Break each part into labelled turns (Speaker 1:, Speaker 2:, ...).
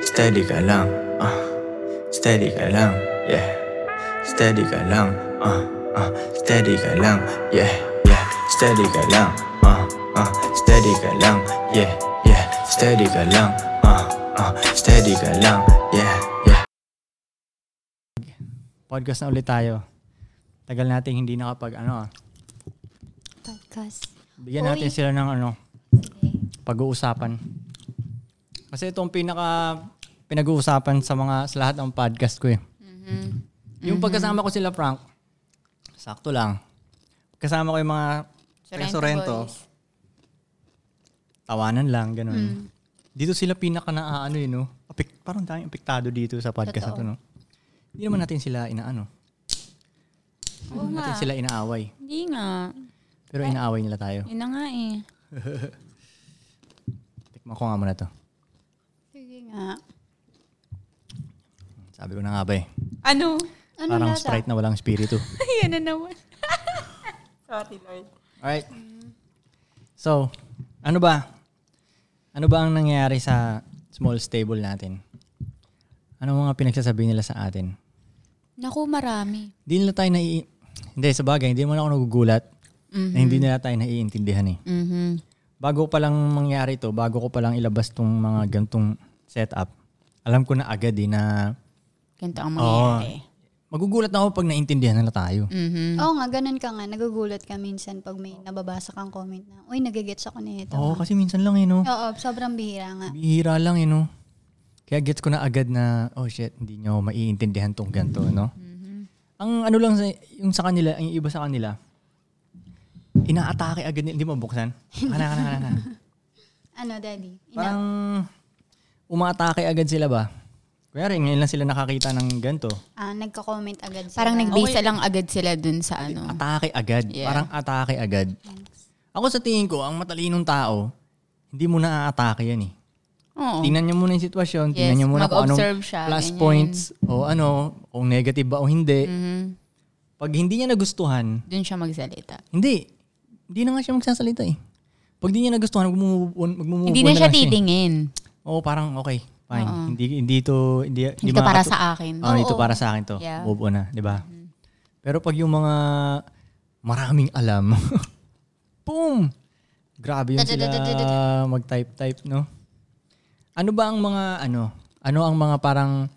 Speaker 1: Steady ka lang, ah Steady ka lang, yeah Steady ka lang, ah ah Steady ka lang, yeah yeah Steady ka lang, ah ah Steady ka lang, yeah yeah Steady ka lang, ah ah Steady ka lang, yeah yeah
Speaker 2: podcast na ulit tayo. Tagal nating hindi nakapag ano. ah.
Speaker 3: Podcast.
Speaker 2: Bigyan
Speaker 3: Uy.
Speaker 2: natin sila ng ano,
Speaker 3: Okay.
Speaker 2: pag-uusapan. Kasi itong pinaka pinag-uusapan sa mga sa lahat ng podcast ko eh. Yung pagkasama ko sila Frank, sakto lang. Kasama ko yung mga taga Sorrento, tawanan lang ganun. Dito sila pinaka na ano yun, no? Apek- parang daming apektado dito sa podcast na to,
Speaker 3: Totoo.
Speaker 2: no? Hindi naman natin sila inaano.
Speaker 4: Oo
Speaker 2: Hindi
Speaker 4: nga.
Speaker 2: natin sila inaaway.
Speaker 4: Hindi nga.
Speaker 2: Pero inaaway nila tayo.
Speaker 4: Yun na nga eh.
Speaker 2: Tikman ko nga muna to.
Speaker 4: Sige nga.
Speaker 2: Sabi ko na nga ba eh.
Speaker 4: Ano?
Speaker 3: Anong
Speaker 2: Parang
Speaker 3: lasa?
Speaker 2: Sprite na walang spirito.
Speaker 4: Yan na naman. Sorry, Lord.
Speaker 2: Alright. So, ano ba? Ano ba ang nangyayari sa small stable natin? Ano mga pinagsasabi nila sa atin?
Speaker 3: Naku, marami.
Speaker 2: Hindi nila tayo nai... Hindi, sa bagay, hindi naman ako nagugulat na hindi nila tayo naiintindihan eh.
Speaker 3: Mm-hmm.
Speaker 2: Bago pa lang mangyari to, bago ko pa lang ilabas tong mga gantong setup, alam ko na agad eh na
Speaker 4: Ganito ang
Speaker 2: Oo.
Speaker 4: mangyayari.
Speaker 2: magugulat na ako pag naintindihan nila tayo.
Speaker 4: Mhm.
Speaker 3: Oo nga, ganun ka nga. Nagugulat ka minsan pag may nababasa kang comment na, uy, nagigets ako nito.
Speaker 2: Oo, kasi minsan lang eh, no?
Speaker 3: Oo, sobrang bihira nga.
Speaker 2: Bihira lang eh, no? Kaya gets ko na agad na, oh shit, hindi nyo maiintindihan tong ganito, no? Ang ano lang sa, yung sa kanila, ang iba sa kanila, inaatake agad nila, hindi mo buksan? Kana, kana, kana, kana.
Speaker 3: Ano, daddy? Ina-
Speaker 2: Parang umaatake agad sila ba? Kunyari, ngayon lang sila nakakita ng ganito.
Speaker 3: ah, nagka-comment agad sila.
Speaker 4: Parang nagbisa
Speaker 2: Okay.
Speaker 4: lang agad sila dun sa ano.
Speaker 2: Atake agad.
Speaker 4: Yeah.
Speaker 2: Parang atake agad. Ako sa tingin ko, ang matalinong tao, hindi mo naaatake yan eh.
Speaker 4: Oo.
Speaker 2: Tingnan niyo muna yung sitwasyon,
Speaker 4: Oh. Yes,
Speaker 2: tingnan niyo muna kung
Speaker 4: mag-observe
Speaker 2: anong
Speaker 4: siya,
Speaker 2: plus
Speaker 4: ganyan.
Speaker 2: points o ano, kung negative ba o hindi.
Speaker 4: Mhm.
Speaker 2: Pag hindi niya nagustuhan,
Speaker 4: Dun siya magsalita.
Speaker 2: hindi. Hindi na nga siya magsasalita eh. Pag hindi niya nagustuhan, magmumove on- magmumove
Speaker 4: Hindi
Speaker 2: on
Speaker 4: na siya
Speaker 2: lang eh.
Speaker 4: titingin.
Speaker 2: Oo, parang okay, fine. Hindi hindi to hindi
Speaker 4: Hindi to para
Speaker 2: makakatu-
Speaker 4: sa akin.
Speaker 2: Ah, ito para sa akin to.
Speaker 4: Yeah. Mm-hmm.
Speaker 2: Move on na, 'di ba? Pero pag yung mga maraming alam, boom! Grabe yun sila mag-type-type, no? Ano ba ang mga ano? Ano ang mga parang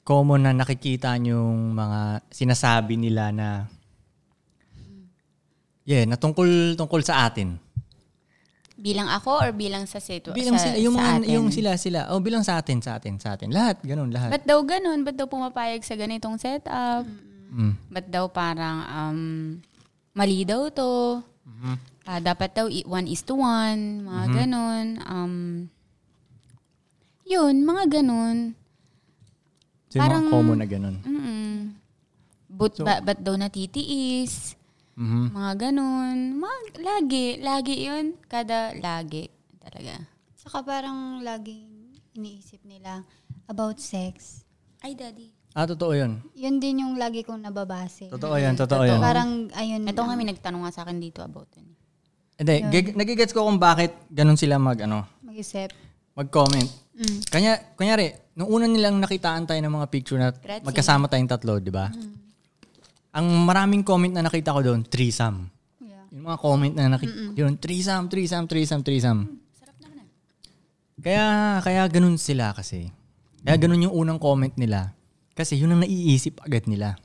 Speaker 2: common na nakikita yung mga sinasabi nila na Yeah, na tungkol tungkol sa atin.
Speaker 4: Bilang ako or bilang sa sitwa?
Speaker 2: Bilang
Speaker 4: sa,
Speaker 2: sila, yung,
Speaker 4: sa
Speaker 2: mga,
Speaker 4: atin?
Speaker 2: yung sila, sila. Oh, bilang sa atin, sa atin, sa atin. Lahat, ganun, lahat.
Speaker 4: Ba't daw ganun? Ba't daw pumapayag sa ganitong setup?
Speaker 2: Mm.
Speaker 4: Ba't daw parang um, mali daw to?
Speaker 2: Mm-hmm.
Speaker 4: Ah, dapat daw i- one is to one, mga ganun. Um, yun, mga ganun.
Speaker 2: So, yung
Speaker 4: Parang-
Speaker 2: mga common na ganun.
Speaker 4: Mm-mm. But, ba, ba't daw natitiis?
Speaker 2: Mhm.
Speaker 4: Mga ganun. Mga, lagi, lagi yun. Kada lagi talaga.
Speaker 3: Saka parang laging iniisip nila about sex.
Speaker 4: Ay, daddy.
Speaker 2: Ah, totoo yun.
Speaker 3: Yun din yung lagi kong nababase.
Speaker 2: Totoo yun, totoo yun.
Speaker 3: Parang, ayun.
Speaker 4: Ito nga
Speaker 3: ang
Speaker 4: may nagtanong nga sa akin dito about yun.
Speaker 2: Hindi, gig- nagigets ko kung bakit ganun sila mag, ano,
Speaker 3: Mag-isip.
Speaker 2: mag-comment.
Speaker 3: Mm.
Speaker 2: Kanya, kunyari, nung una nilang nakitaan tayo ng mga picture na magkasama tayong tatlo, di ba? Ang maraming comment na nakita ko doon, threesome.
Speaker 3: Yeah.
Speaker 2: Yung mga comment na nakita, yun, threesome, threesome, threesome, threesome. Kaya, kaya ganun sila kasi. Kaya ganun yung unang comment nila. Kasi yun ang naiisip agad nila.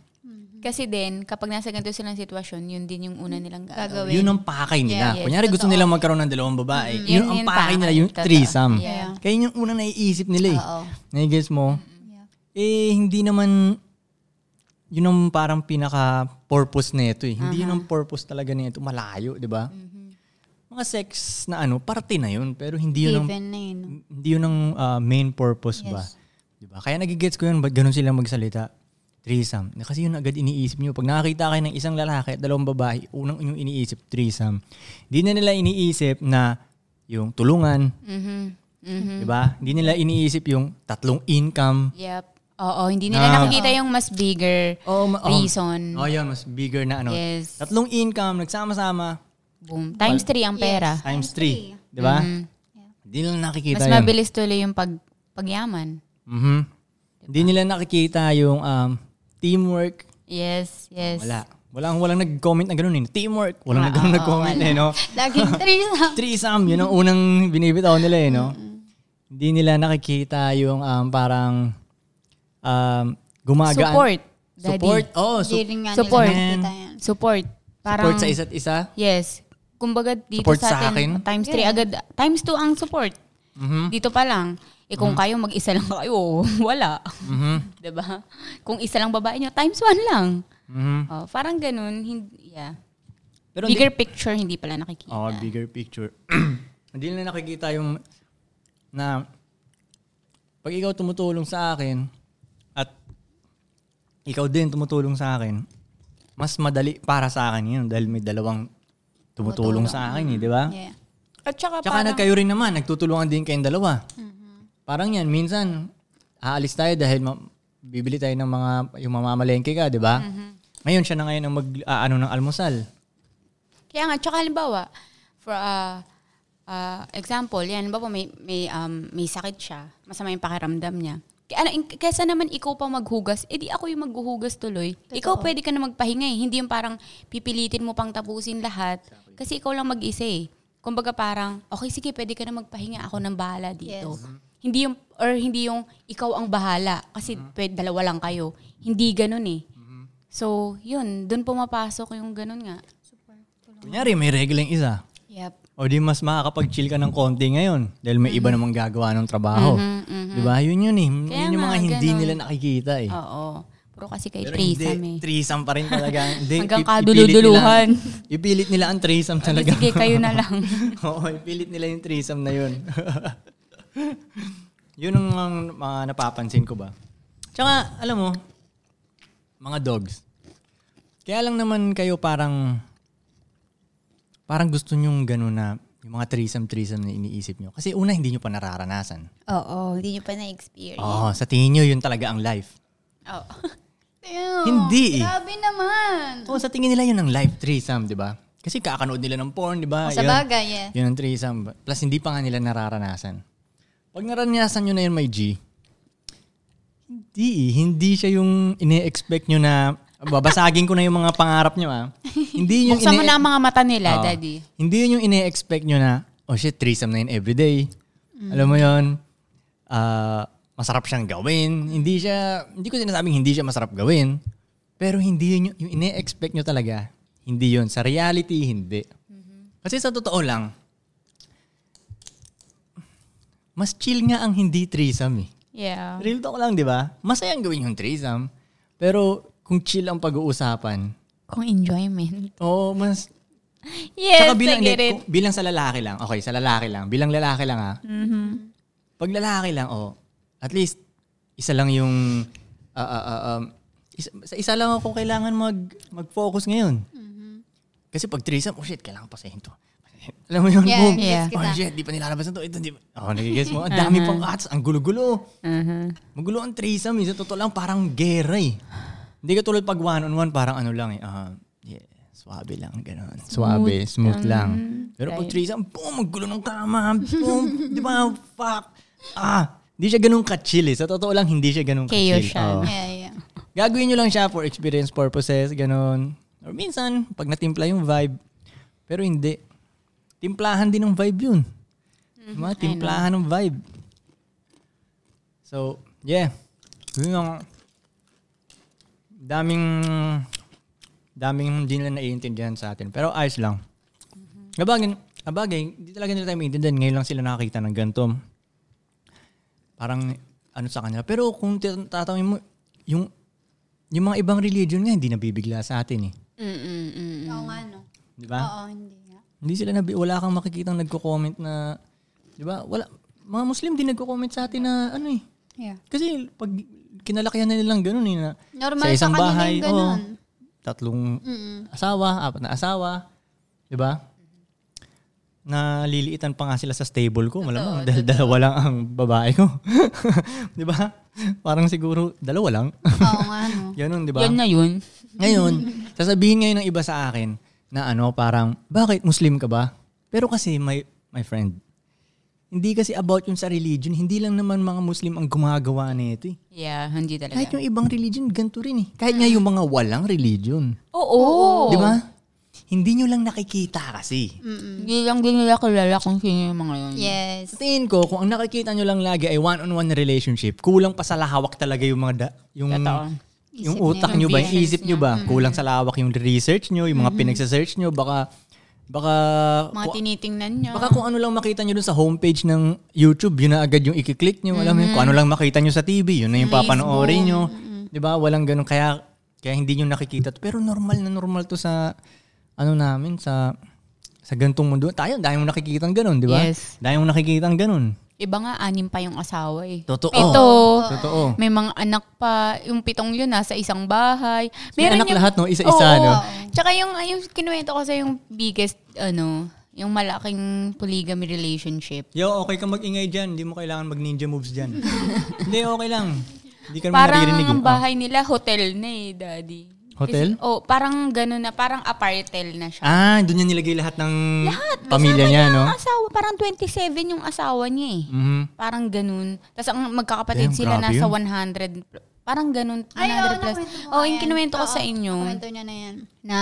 Speaker 4: Kasi din, kapag nasa ganito silang sitwasyon, yun din yung una nilang gagawin.
Speaker 2: Ah, Yun ang pakay nila.
Speaker 4: Yeah, yes,
Speaker 2: Kunyari, gusto nilang magkaroon ng dalawang babae. Yun,
Speaker 4: Yun
Speaker 2: ang
Speaker 4: yung
Speaker 2: pakay
Speaker 4: pakay.
Speaker 2: nila, yung
Speaker 4: Totoo.
Speaker 2: threesome.
Speaker 4: Yeah.
Speaker 2: Kaya yun yung unang naiisip nila eh.
Speaker 3: Oo.
Speaker 2: Nai-guess mo? Eh, hindi naman, yun ang parang pinaka-purpose na ito eh. Hindi yun ang purpose talaga na ito. Malayo, di ba? Mga sex na ano, parte na yun. Pero hindi yun ang
Speaker 3: Given na yun. no?
Speaker 2: hindi yun ang ah, main purpose ba? Di ba? Kaya nagigets ko yun, ba't ganun sila magsalita? Threesome. Na Kasi yun agad iniisip nyo. Pag nakakita kayo ng isang lalaki at dalawang babae, unang yung iniisip, threesome. Hindi na nila iniisip na yung tulungan,
Speaker 4: Mhm. Mhm.
Speaker 2: di ba? Hindi nila iniisip yung tatlong income.
Speaker 4: Yep. Oo, hindi nila
Speaker 2: Na-
Speaker 4: nakikita yung mas bigger
Speaker 2: Ah. Oh, ma- oh.
Speaker 4: reason.
Speaker 2: Oh, yun, mas bigger na ano.
Speaker 4: Yes.
Speaker 2: Tatlong income, nagsama-sama,
Speaker 4: Boom. Times three ang pera.
Speaker 2: times three. Di ba? Hindi nila nakikita
Speaker 4: Mas
Speaker 2: yun.
Speaker 4: mabilis tuloy yung pag pagyaman.
Speaker 2: Mhm. Hindi nila nakikita yung um, teamwork.
Speaker 4: Yes, yes.
Speaker 2: Wala. Walang, walang nag-comment na ganun eh. Teamwork. Walang na ganun nag-comment eh, no?
Speaker 3: Laging threesome.
Speaker 2: threesome, yun ang unang binibitaw nila eh, no? Hindi nila nakikita yung um, parang um, gumagaan.
Speaker 4: Support, daddy.
Speaker 2: Support, oh,
Speaker 3: Hindi
Speaker 2: su-
Speaker 3: rin nga
Speaker 4: Support.
Speaker 3: nila nakikita yan.
Speaker 4: Support. Parang,
Speaker 2: support sa isa't isa.
Speaker 4: Yes. Kumbaga dito
Speaker 2: Support sa
Speaker 4: sa atin,
Speaker 2: akin? Hmm.
Speaker 4: times 3 agad, times 2 ang support.
Speaker 2: Mm-hmm.
Speaker 4: Dito pa lang. Eh kung kayo mag-isa lang kayo, wala.
Speaker 2: Mhm.
Speaker 4: 'Di ba? Kung isa lang babae nyo, times 1 lang.
Speaker 2: Mhm.
Speaker 4: Oh, parang ganun. Hindi, yeah.
Speaker 2: Pero
Speaker 4: Bigger picture, hindi pala nakikita.
Speaker 2: Oh, bigger picture. Hindi nila nakikita yung na pag ikaw tumutulong sa akin at ikaw din tumutulong sa akin, mas madali para sa akin yun dahil may dalawang tumutulong sa akin eh, di ba?
Speaker 3: Yeah.
Speaker 4: At saka,
Speaker 2: Tsaka na kayo rin naman, nagtutulungan din kayong dalawa. Parang yan, minsan, aalis tayo dahil ma- bibili tayo ng mga, yung mamamalengke ka, di ba? Ngayon, siya na ngayon ang mag, aano ng almusal.
Speaker 4: Kaya nga, tsaka halimbawa, for uh, uh, example, yan, halimbawa may, may, um, may sakit siya, masama yung pakiramdam niya. Kaya, ano, in- kesa naman ikaw pa maghugas, edi ako yung maghuhugas tuloy. Ikaw pwede ka na magpahinga eh. Hindi yung parang pipilitin mo pang tapusin lahat. Kasi ikaw lang mag-isa eh. Kumbaga parang, okay sige, pwede ka na magpahinga. Ako nang bahala dito. Mm-hmm. Hindi yung, or hindi yung ikaw ang bahala. Kasi pwede, dalawa lang kayo. Hindi ganun eh. So, yun, dun pumapasok yung ganun nga.
Speaker 2: Kunyari, may regla yung isa.
Speaker 3: Yep.
Speaker 2: O di mas makakapag-chill ka ng konti ngayon dahil may iba namang gagawa ng trabaho. Di ba? Yun yun eh.
Speaker 4: Mm-hmm. Kaya
Speaker 2: yun yung
Speaker 4: nga,
Speaker 2: mga hindi
Speaker 4: ganun.
Speaker 2: nila nakikita eh.
Speaker 4: Oo. Puro kasi kay
Speaker 2: Pero
Speaker 4: threesome eh.
Speaker 2: threesome pa rin talaga. Hindi,
Speaker 4: Hanggang
Speaker 2: ip- ipilit
Speaker 4: kaduluduluhan.
Speaker 2: nila- Ipilit nila ang threesome talaga.
Speaker 4: Sige, kayo na lang.
Speaker 2: Oo, ipilit nila yung threesome na yun. yun ang mga, mga napapansin ko ba. Tsaka, alam mo, mga dogs. Kaya lang naman kayo parang, parang gusto nyong gano'n na yung mga threesome-threesome na iniisip nyo. Kasi una, hindi nyo pa nararanasan.
Speaker 3: Oo, hindi nyo pa na-experience.
Speaker 2: Oo, sa tingin nyo, yun talaga ang life.
Speaker 4: Oo.
Speaker 3: Ew,
Speaker 2: Hindi eh.
Speaker 3: Oh, Grabe naman.
Speaker 2: Oo, sa tingin nila yun ang life threesome, di ba? Kasi kakanood nila ng porn, di ba?
Speaker 3: Oh,
Speaker 2: Ah,
Speaker 3: Sa
Speaker 2: Yun.
Speaker 3: bagay, yes.
Speaker 2: Yun ang threesome. Plus, hindi pa nga nila nararanasan. Pag naranasan nyo na yun, may G, hindi, eh. hindi siya yung ine-expect nyo na, babasagin ko na yung mga pangarap nyo, ah. Hindi yun yung
Speaker 4: Buksan mo
Speaker 2: ine-
Speaker 4: na ang mga mata nila,
Speaker 2: Oo.
Speaker 4: daddy.
Speaker 2: Hindi yun yung ine-expect nyo na, oh shit, threesome na yun everyday. Alam mo yun, ah, masarap siyang gawin. Hindi siya, hindi ko sinasabing hindi siya masarap gawin. Pero hindi yun yung, yung ine-expect nyo talaga. Hindi yun. Sa reality, hindi. Kasi sa totoo lang, mas chill nga ang hindi threesome eh.
Speaker 4: Yeah.
Speaker 2: Real talk lang, di ba? Masayang gawin yung threesome. Pero kung chill ang pag-uusapan,
Speaker 4: Kung enjoyment.
Speaker 2: oo, mas
Speaker 4: Yes,
Speaker 2: Tsaka bilang,
Speaker 4: I get
Speaker 2: hindi,
Speaker 4: it.
Speaker 2: kung- bilang sa lalaki lang. Okay, sa lalaki lang. Bilang lalaki lang ha.
Speaker 4: Mm-hmm.
Speaker 2: Pag lalaki lang, oh, at least, isa lang yung, ah, ah, ah, um, isa, sa isa lang ako kailangan mag, mag-focus ngayon.
Speaker 4: Mm-hmm.
Speaker 2: Kasi pag threesome, oh shit, kailangan pasahin to. Alam mo yun,
Speaker 3: Yeah,
Speaker 2: boom.
Speaker 3: yes,
Speaker 2: Oh
Speaker 3: kita.
Speaker 2: shit, di pa nilalabas na to. Ito, di pa. Oh, nagigess mo. Ang dami pang cuts. Ang gulo-gulo.
Speaker 4: Uh-huh.
Speaker 2: Magulo ang threesome. eh. Sa totoo lang, parang gera eh. Hindi ka tulad pag one-on-one, parang ano lang eh. ah, yeah, swabe lang, ganun. Swabe, smooth lang. Pero pag threesome, boom, magulo ng kama. Boom, di ba? Fuck. Ah, hindi siya ganun ka-chill eh. Sa totoo lang, hindi siya ganun ka-chill.
Speaker 4: Chaos siya,
Speaker 2: Oo.
Speaker 3: Yeah, yeah.
Speaker 2: Gagawin nyo lang siya for experience purposes, ganun. Or minsan, pag natimpla yung vibe. Pero hindi. Timplahan din ng vibe yun. Diba? Timplahan ng vibe. So, yeah. Yun ang daming daming hindi nila naiintindihan sa atin. Pero ayos lang. Abagay, abagay, hindi talaga nila tayo maintindihan. Ngayon lang sila nakakita ng ganito parang ano sa kanila. Pero kung tit- tatawin mo, yung, yung mga ibang religion nga, hindi nabibigla sa atin eh.
Speaker 4: Mm-mm-mm.
Speaker 3: Oo nga, no?
Speaker 2: Di
Speaker 4: Ah?
Speaker 2: ba?
Speaker 3: Oo, hindi nga.
Speaker 2: Hindi sila, nabi- wala kang makikitang nagko-comment na, di ba? Wala, mga Muslim din nagko-comment sa atin na ano eh.
Speaker 3: Yeah.
Speaker 2: Kasi pag kinalakihan na nilang ganun eh. Na,
Speaker 3: Normal
Speaker 2: sa
Speaker 3: sa
Speaker 2: isang
Speaker 3: kanila yung
Speaker 2: bahay, oo,
Speaker 3: ganun.
Speaker 2: tatlong
Speaker 3: Mm-mm.
Speaker 2: asawa, apat na asawa, di ba? Naliliitan pa nga sila sa stable ko, malamang dahil dalawa lang ang babae ko. di ba? Parang siguro dalawa lang.
Speaker 3: Oo nga, no?
Speaker 2: Ganun, di ba?
Speaker 4: Yun na yun.
Speaker 2: Ngayon, sasabihin ngayon ng iba sa akin na ano, parang, bakit Muslim ka ba? Pero kasi my, my friend, Hindi kasi about yung sa religion. Hindi lang naman mga Muslim ang gumagawa nito eh.
Speaker 4: Yeah, hindi talaga.
Speaker 2: Kahit yung ibang religion, ganito rin eh. Kahit nga yung mga walang religion.
Speaker 4: Oo. Diba? Mm.
Speaker 2: Di ba? Hindi nyo lang nakikita kasi.
Speaker 4: Hindi lang din nila kilala kung sino yung mga yun.
Speaker 3: Yes.
Speaker 2: Sa tingin ko, kung ang nakikita nyo lang lagi ay one-on-one na relationship, kulang pa sa lahawak talaga yung mga da- yung
Speaker 4: Totoo.
Speaker 2: yung
Speaker 3: Isip niya,
Speaker 2: utak
Speaker 4: yung
Speaker 2: nyo ba, yung
Speaker 4: visions
Speaker 2: isip nyo ba,
Speaker 4: Mm.
Speaker 2: kulang sa lawak yung research nyo, yung mga pinagsa-search nyo, baka, baka,
Speaker 4: Mm-hmm. Mga
Speaker 2: ku-
Speaker 4: tinitingnan nyo.
Speaker 2: baka kung ano lang makita nyo dun sa homepage ng YouTube, yun na agad yung ikiklik nyo, alam mo yun, kung ano lang makita nyo sa TV, yun na yung papanoorin nyo. Di ba? Walang ganun. Kaya, kaya hindi nyo nakikita. to. Pero normal na normal to sa, ano namin, sa, sa gantong mundo. Tayo, dahil mo nakikita ganun, di ba?
Speaker 4: Yes.
Speaker 2: Dahil mo nakikita ganun.
Speaker 4: Iba nga, anim pa yung asawa eh.
Speaker 2: Totoo.
Speaker 4: Pito.
Speaker 2: Totoo.
Speaker 4: May mga anak pa. Yung pitong yun nasa isang bahay.
Speaker 2: May anak
Speaker 4: yung-
Speaker 2: lahat, no? Isa-isa,
Speaker 4: Oo.
Speaker 2: no?
Speaker 4: Tsaka yung, ah, yung kinuwento ko sa yung biggest, ano, yung malaking polygamy relationship.
Speaker 2: Yo, okay ka mag-ingay dyan. Hindi mo kailangan mag-ninja moves dyan. Hindi, okay lang. Hindi ka naman
Speaker 4: Parang
Speaker 2: naririnig. eh.
Speaker 4: ang
Speaker 2: Oh.
Speaker 4: bahay nila, hotel na eh, daddy.
Speaker 2: Hotel?
Speaker 4: Kasi- oh, parang gano'n na, parang apartel na siya.
Speaker 2: Ah, doon niya nilagay lahat ng
Speaker 4: Lahat,
Speaker 2: Ah, pamilya
Speaker 4: kasama
Speaker 2: niya, no?
Speaker 4: ang asawa, parang 27 yung asawa niya eh.
Speaker 2: Mhm.
Speaker 4: Parang ganun. Tapos ang magkakapatid
Speaker 2: Damn,
Speaker 4: sila
Speaker 2: grabe
Speaker 4: nasa
Speaker 2: yun.
Speaker 4: 100. pl- Parang ganun, 100
Speaker 3: Ay, oo,
Speaker 4: plus.
Speaker 3: nakwento mo
Speaker 4: Oo,
Speaker 3: nga
Speaker 4: yung
Speaker 3: yan.
Speaker 4: kinuwento ko
Speaker 3: Oo,
Speaker 4: sa inyo.
Speaker 3: Kwento niya na yan.
Speaker 4: na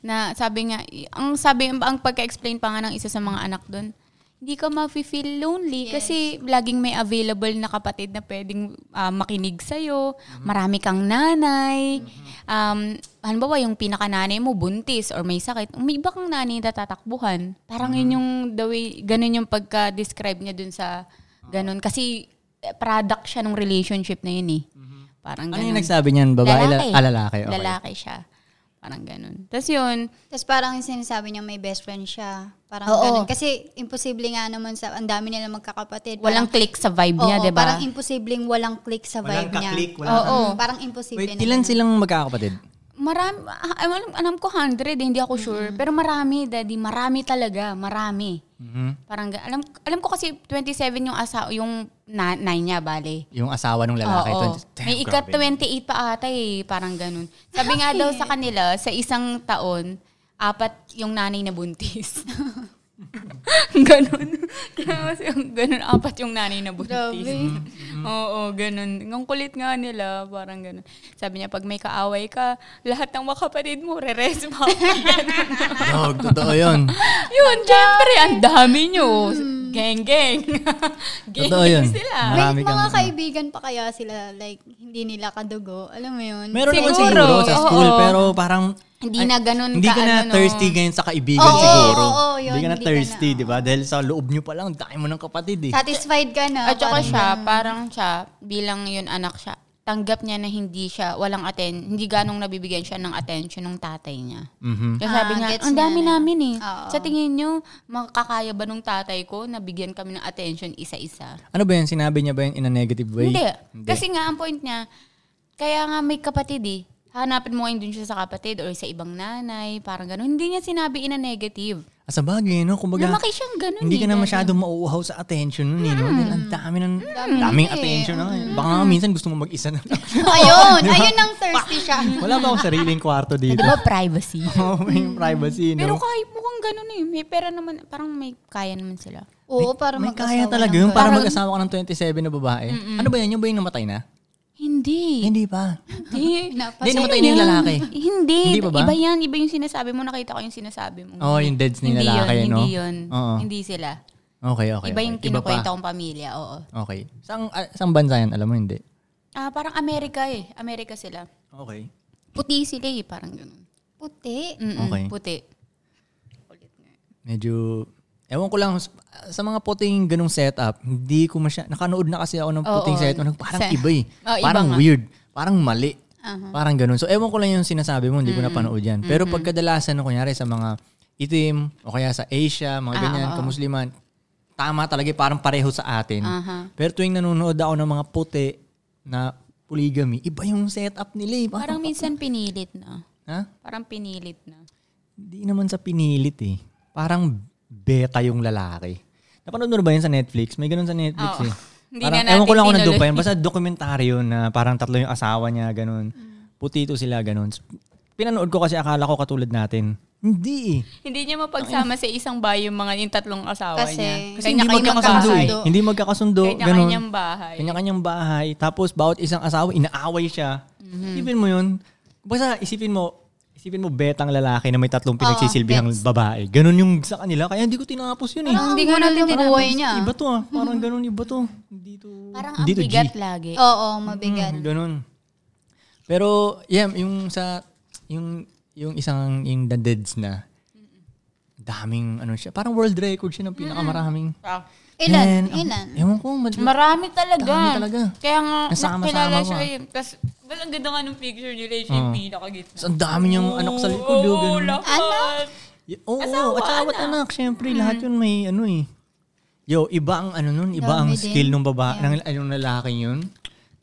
Speaker 4: na sabi nga i- ang sabi ang pagka-explain pa nga ng isa sa mga anak doon hindi ka ma-feel lonely kasi laging may available na kapatid na pwedeng ah, makinig sa'yo. Marami kang nanay. Um, halimbawa, yung pinakananay mo buntis or may sakit, may iba kang nanay na tatakbuhan. Parang yun yung the way, ganun yung pagka-describe niya dun sa ganun. Kasi eh, product siya ng relationship na yun eh. Parang
Speaker 2: Ano
Speaker 4: ganun.
Speaker 2: yung nagsabi niyan? Babae? Lalaki. Ah, lalaki. Okay.
Speaker 4: Lalaki siya. Parang ganun. Tapos yun,
Speaker 3: Tapos parang yung sinasabi niya may best friend siya. Parang
Speaker 4: Oo.
Speaker 3: ganun. Kasi imposible nga naman sa, ang dami nila magkakapatid.
Speaker 4: walang click sa vibe niya,
Speaker 3: Oo,
Speaker 4: di ba?
Speaker 3: Parang imposibleng walang click sa
Speaker 2: Walang
Speaker 3: vibe niya.
Speaker 2: ka-click, walang
Speaker 3: Oo,
Speaker 4: ka-click.
Speaker 3: parang imposible
Speaker 2: Wait,
Speaker 3: na
Speaker 2: ilan
Speaker 3: ganun.
Speaker 2: silang magkakapatid?
Speaker 4: Marami, ah, ah, alam, alam ko 100, eh, hindi ako sure. Pero marami, daddy. Marami talaga. Marami. Parang, ga- alam, alam ko kasi 27 yung asa, yung na, nine niya, bale.
Speaker 2: Yung asawa ng lalaki.
Speaker 4: Oo.
Speaker 2: 20 Damn,
Speaker 4: May
Speaker 2: grabe.
Speaker 4: ika-28 pa ata eh. Parang ganun. Sabi nga daw sa kanila, sa isang taon, apat yung nanay na buntis. ganun. Kaya mas yung ganun, apat yung nanay na buntis. Mm-hmm. Oo, ganun. Ang kulit nga nila, parang ganun. Sabi niya, pag may kaaway ka, lahat ng makapatid mo, re-resma.
Speaker 2: Dog, totoo yun.
Speaker 4: Yun, syempre, ang dami Mm. nyo. Gang-gang.
Speaker 2: Totoo yun.
Speaker 4: Gang-gang sila.
Speaker 2: Marami
Speaker 3: Wait,
Speaker 2: kang...
Speaker 3: mga kaibigan pa kaya sila, like, hindi nila kadugo. Alam mo yun?
Speaker 2: Meron naman
Speaker 4: Siguro.
Speaker 2: siguro sa school,
Speaker 4: Oo.
Speaker 2: pero parang...
Speaker 4: Hindi
Speaker 2: ay,
Speaker 4: na ganun
Speaker 2: Hindi ka
Speaker 4: ka,
Speaker 2: na
Speaker 4: ano, no.
Speaker 2: thirsty ganyan sa kaibigan
Speaker 3: Oo,
Speaker 2: siguro.
Speaker 3: oo, oo, yun,
Speaker 2: hindi ka na
Speaker 3: hindi ka na,
Speaker 2: thirsty, di ba? Dahil sa loob nyo pa lang, dahil mo ng kapatid eh.
Speaker 3: Satisfied ka na.
Speaker 4: At saka
Speaker 3: parang
Speaker 4: siya, parang siya, bilang yun anak siya, tanggap niya na hindi siya, walang atten, hindi ganong nabibigyan siya ng attention ng tatay niya.
Speaker 2: Mhm.
Speaker 4: Kasi
Speaker 3: Ah,
Speaker 4: sabi niya,
Speaker 3: gets
Speaker 4: ang
Speaker 3: niya
Speaker 4: dami
Speaker 3: na."
Speaker 4: namin eh.
Speaker 3: Oo.
Speaker 4: Sa tingin niyo, makakaya ba nung tatay ko na bigyan kami ng attention isa-isa?
Speaker 2: Ano ba yan? Sinabi niya ba yan in a negative way?
Speaker 4: Hindi. Kasi nga, ang point niya, kaya nga may kapatid eh. Hanapin mo ngayon dun siya sa kapatid or sa ibang nanay, parang gano'n. Hindi niya sinabi in a negative.
Speaker 2: Ah, Sa bagay, no? Kumbaga,
Speaker 4: Lumaki siyang gano'n
Speaker 2: hindi
Speaker 4: eh,
Speaker 2: ka na
Speaker 4: ganun. Mm.
Speaker 2: masyado mauuhaw sa attention nun, eh, no? Dahil ang dami ng, daming attention na. eh. Baka nga minsan gusto mo mag-isa na.
Speaker 3: ayun, ayun ang thirsty siya.
Speaker 2: Wala ba akong sariling kwarto
Speaker 4: Di
Speaker 2: dito?
Speaker 4: ba privacy?
Speaker 2: Oo, may privacy,
Speaker 4: Mm. Pero
Speaker 2: no?
Speaker 4: kahit mukhang gano'n eh. May pera naman, parang may kaya naman sila.
Speaker 3: Oo, para
Speaker 2: May
Speaker 3: mag-asawa
Speaker 2: kaya talaga
Speaker 3: ng
Speaker 2: yun. Para
Speaker 4: Parang-
Speaker 2: mag-asawa ka ng 27 na babae. Ano ba yan? Yung ba yung namatay na?
Speaker 4: Hindi.
Speaker 2: Hindi pa.
Speaker 4: Hindi.
Speaker 2: Hindi, namatay na yung lalaki.
Speaker 4: Hindi.
Speaker 2: Hindi pa ba?
Speaker 4: Iba yan. Iba yung sinasabi mo. Nakita ko yung sinasabi mo.
Speaker 2: Oo, Oh, yung deads ni
Speaker 4: Hindi
Speaker 2: lalaki,
Speaker 4: yun,
Speaker 2: no?
Speaker 4: Hindi yun.
Speaker 2: Oo.
Speaker 4: Hindi sila.
Speaker 2: Okay, okay.
Speaker 4: iba yung
Speaker 2: okay. Iba pa.
Speaker 4: kinukwento kong pamilya. Oo.
Speaker 2: Okay. Saan, ah, saan bansa yan? Alam mo, hindi.
Speaker 4: Ah, parang Amerika eh. Amerika sila.
Speaker 2: Okay.
Speaker 4: Puti sila eh. Parang ganun.
Speaker 3: Puti.
Speaker 4: Mm-mm,
Speaker 2: Okay.
Speaker 4: Puti.
Speaker 2: Medyo, ewan ko lang, s- sa mga puting ganung setup, hindi ko masya, nakanood na kasi ako ng
Speaker 4: Oo.
Speaker 2: puting setup, na parang
Speaker 4: Sa-
Speaker 2: iba eh.
Speaker 4: Oo, iba
Speaker 2: parang
Speaker 4: nga. Uh-huh.
Speaker 2: weird. Parang mali. Parang ganun. So, ewan ko lang yung sinasabi mo, hindi
Speaker 4: Mm-hmm.
Speaker 2: ko napanood yan. Pero pagkadalasan, no, kunyari sa mga itim, o kaya sa Asia,
Speaker 4: Ah,
Speaker 2: mga ganyan, kamusliman, tama talaga, eh, parang pareho sa atin.
Speaker 4: Aha.
Speaker 2: Pero tuwing nanonood ako ng mga puti na polygamy, iba yung setup nila eh. Parang,
Speaker 4: Parang minsan pinilit na.
Speaker 2: ha?
Speaker 4: Parang pinilit na.
Speaker 2: Hindi naman sa pinilit eh. Parang beta yung lalaki. Napanood mo na ba yun sa Netflix? May ganun sa Netflix
Speaker 4: Oo.
Speaker 2: eh.
Speaker 4: Hindi
Speaker 2: Parang,
Speaker 4: na
Speaker 2: ewan ko
Speaker 4: natin
Speaker 2: lang kung nandun
Speaker 4: tinuloy.
Speaker 2: pa yun. Basta dokumentary yun na parang tatlo
Speaker 4: Mm.
Speaker 2: yung asawa niya, ganun. Puti ito sila, ganun. Pinanood ko kasi akala ko katulad natin. Hindi eh.
Speaker 4: Hindi niya mapagsama sa isang bahay yung mga yung tatlong asawa
Speaker 3: Kasi-
Speaker 4: niya.
Speaker 3: Kasi
Speaker 2: Kasi hindi
Speaker 4: kanya-kanyang
Speaker 2: magkakasundo
Speaker 4: bahay.
Speaker 2: eh. Hindi magkakasundo. ganun.
Speaker 4: Kanya-kanyang bahay.
Speaker 2: Kanya-kanyang bahay. Tapos bawat isang asawa, inaaway siya.
Speaker 4: Mm-hmm.
Speaker 2: Isipin mo yun. Basta isipin mo, isipin mo betang lalaki na may tatlong pinagsisilbihang babae. Ganun yung sa kanila. Kaya hindi ko tinapos yun eh.
Speaker 3: Parang
Speaker 4: Hindi
Speaker 3: hindi
Speaker 4: ko
Speaker 3: ko
Speaker 4: natin tinanong.
Speaker 3: buhay niya.
Speaker 2: Iba to ah. Parang ganun iba to. Hindi to.
Speaker 4: Mm-hmm. Parang ang
Speaker 2: hindi to G.
Speaker 4: bigat lagi.
Speaker 3: Oo, mabigat.
Speaker 2: Mm, ganun. Pero, yeah, yung sa, yung, yung isang, yung the deads na, daming, ano siya, parang world record siya ng pinakamaraming.
Speaker 4: Ah.
Speaker 3: Ilan?
Speaker 2: And, ah,
Speaker 3: Ilan?
Speaker 2: Ewan ko, mad-
Speaker 4: Marami talaga.
Speaker 2: Marami talaga.
Speaker 4: Kaya nga,
Speaker 2: Nasama-sama
Speaker 4: nakilala
Speaker 2: ko
Speaker 4: siya
Speaker 2: ah.
Speaker 4: eh. Tapos, well, ang ganda nga nung picture nila, eh, siya yung pinakagitna.
Speaker 2: Tapos ang dami niyang Mm. anak sa likod.
Speaker 4: Oo,
Speaker 2: oh, ganun.
Speaker 4: lahat.
Speaker 2: Y- Oo,
Speaker 4: Asawa,
Speaker 2: at saka ba't anak, syempre, lahat yun may ano eh. Yo, iba ang ano nun, iba ang
Speaker 3: Dami
Speaker 2: skill
Speaker 3: din.
Speaker 2: ng babae, ng anong lalaki yun.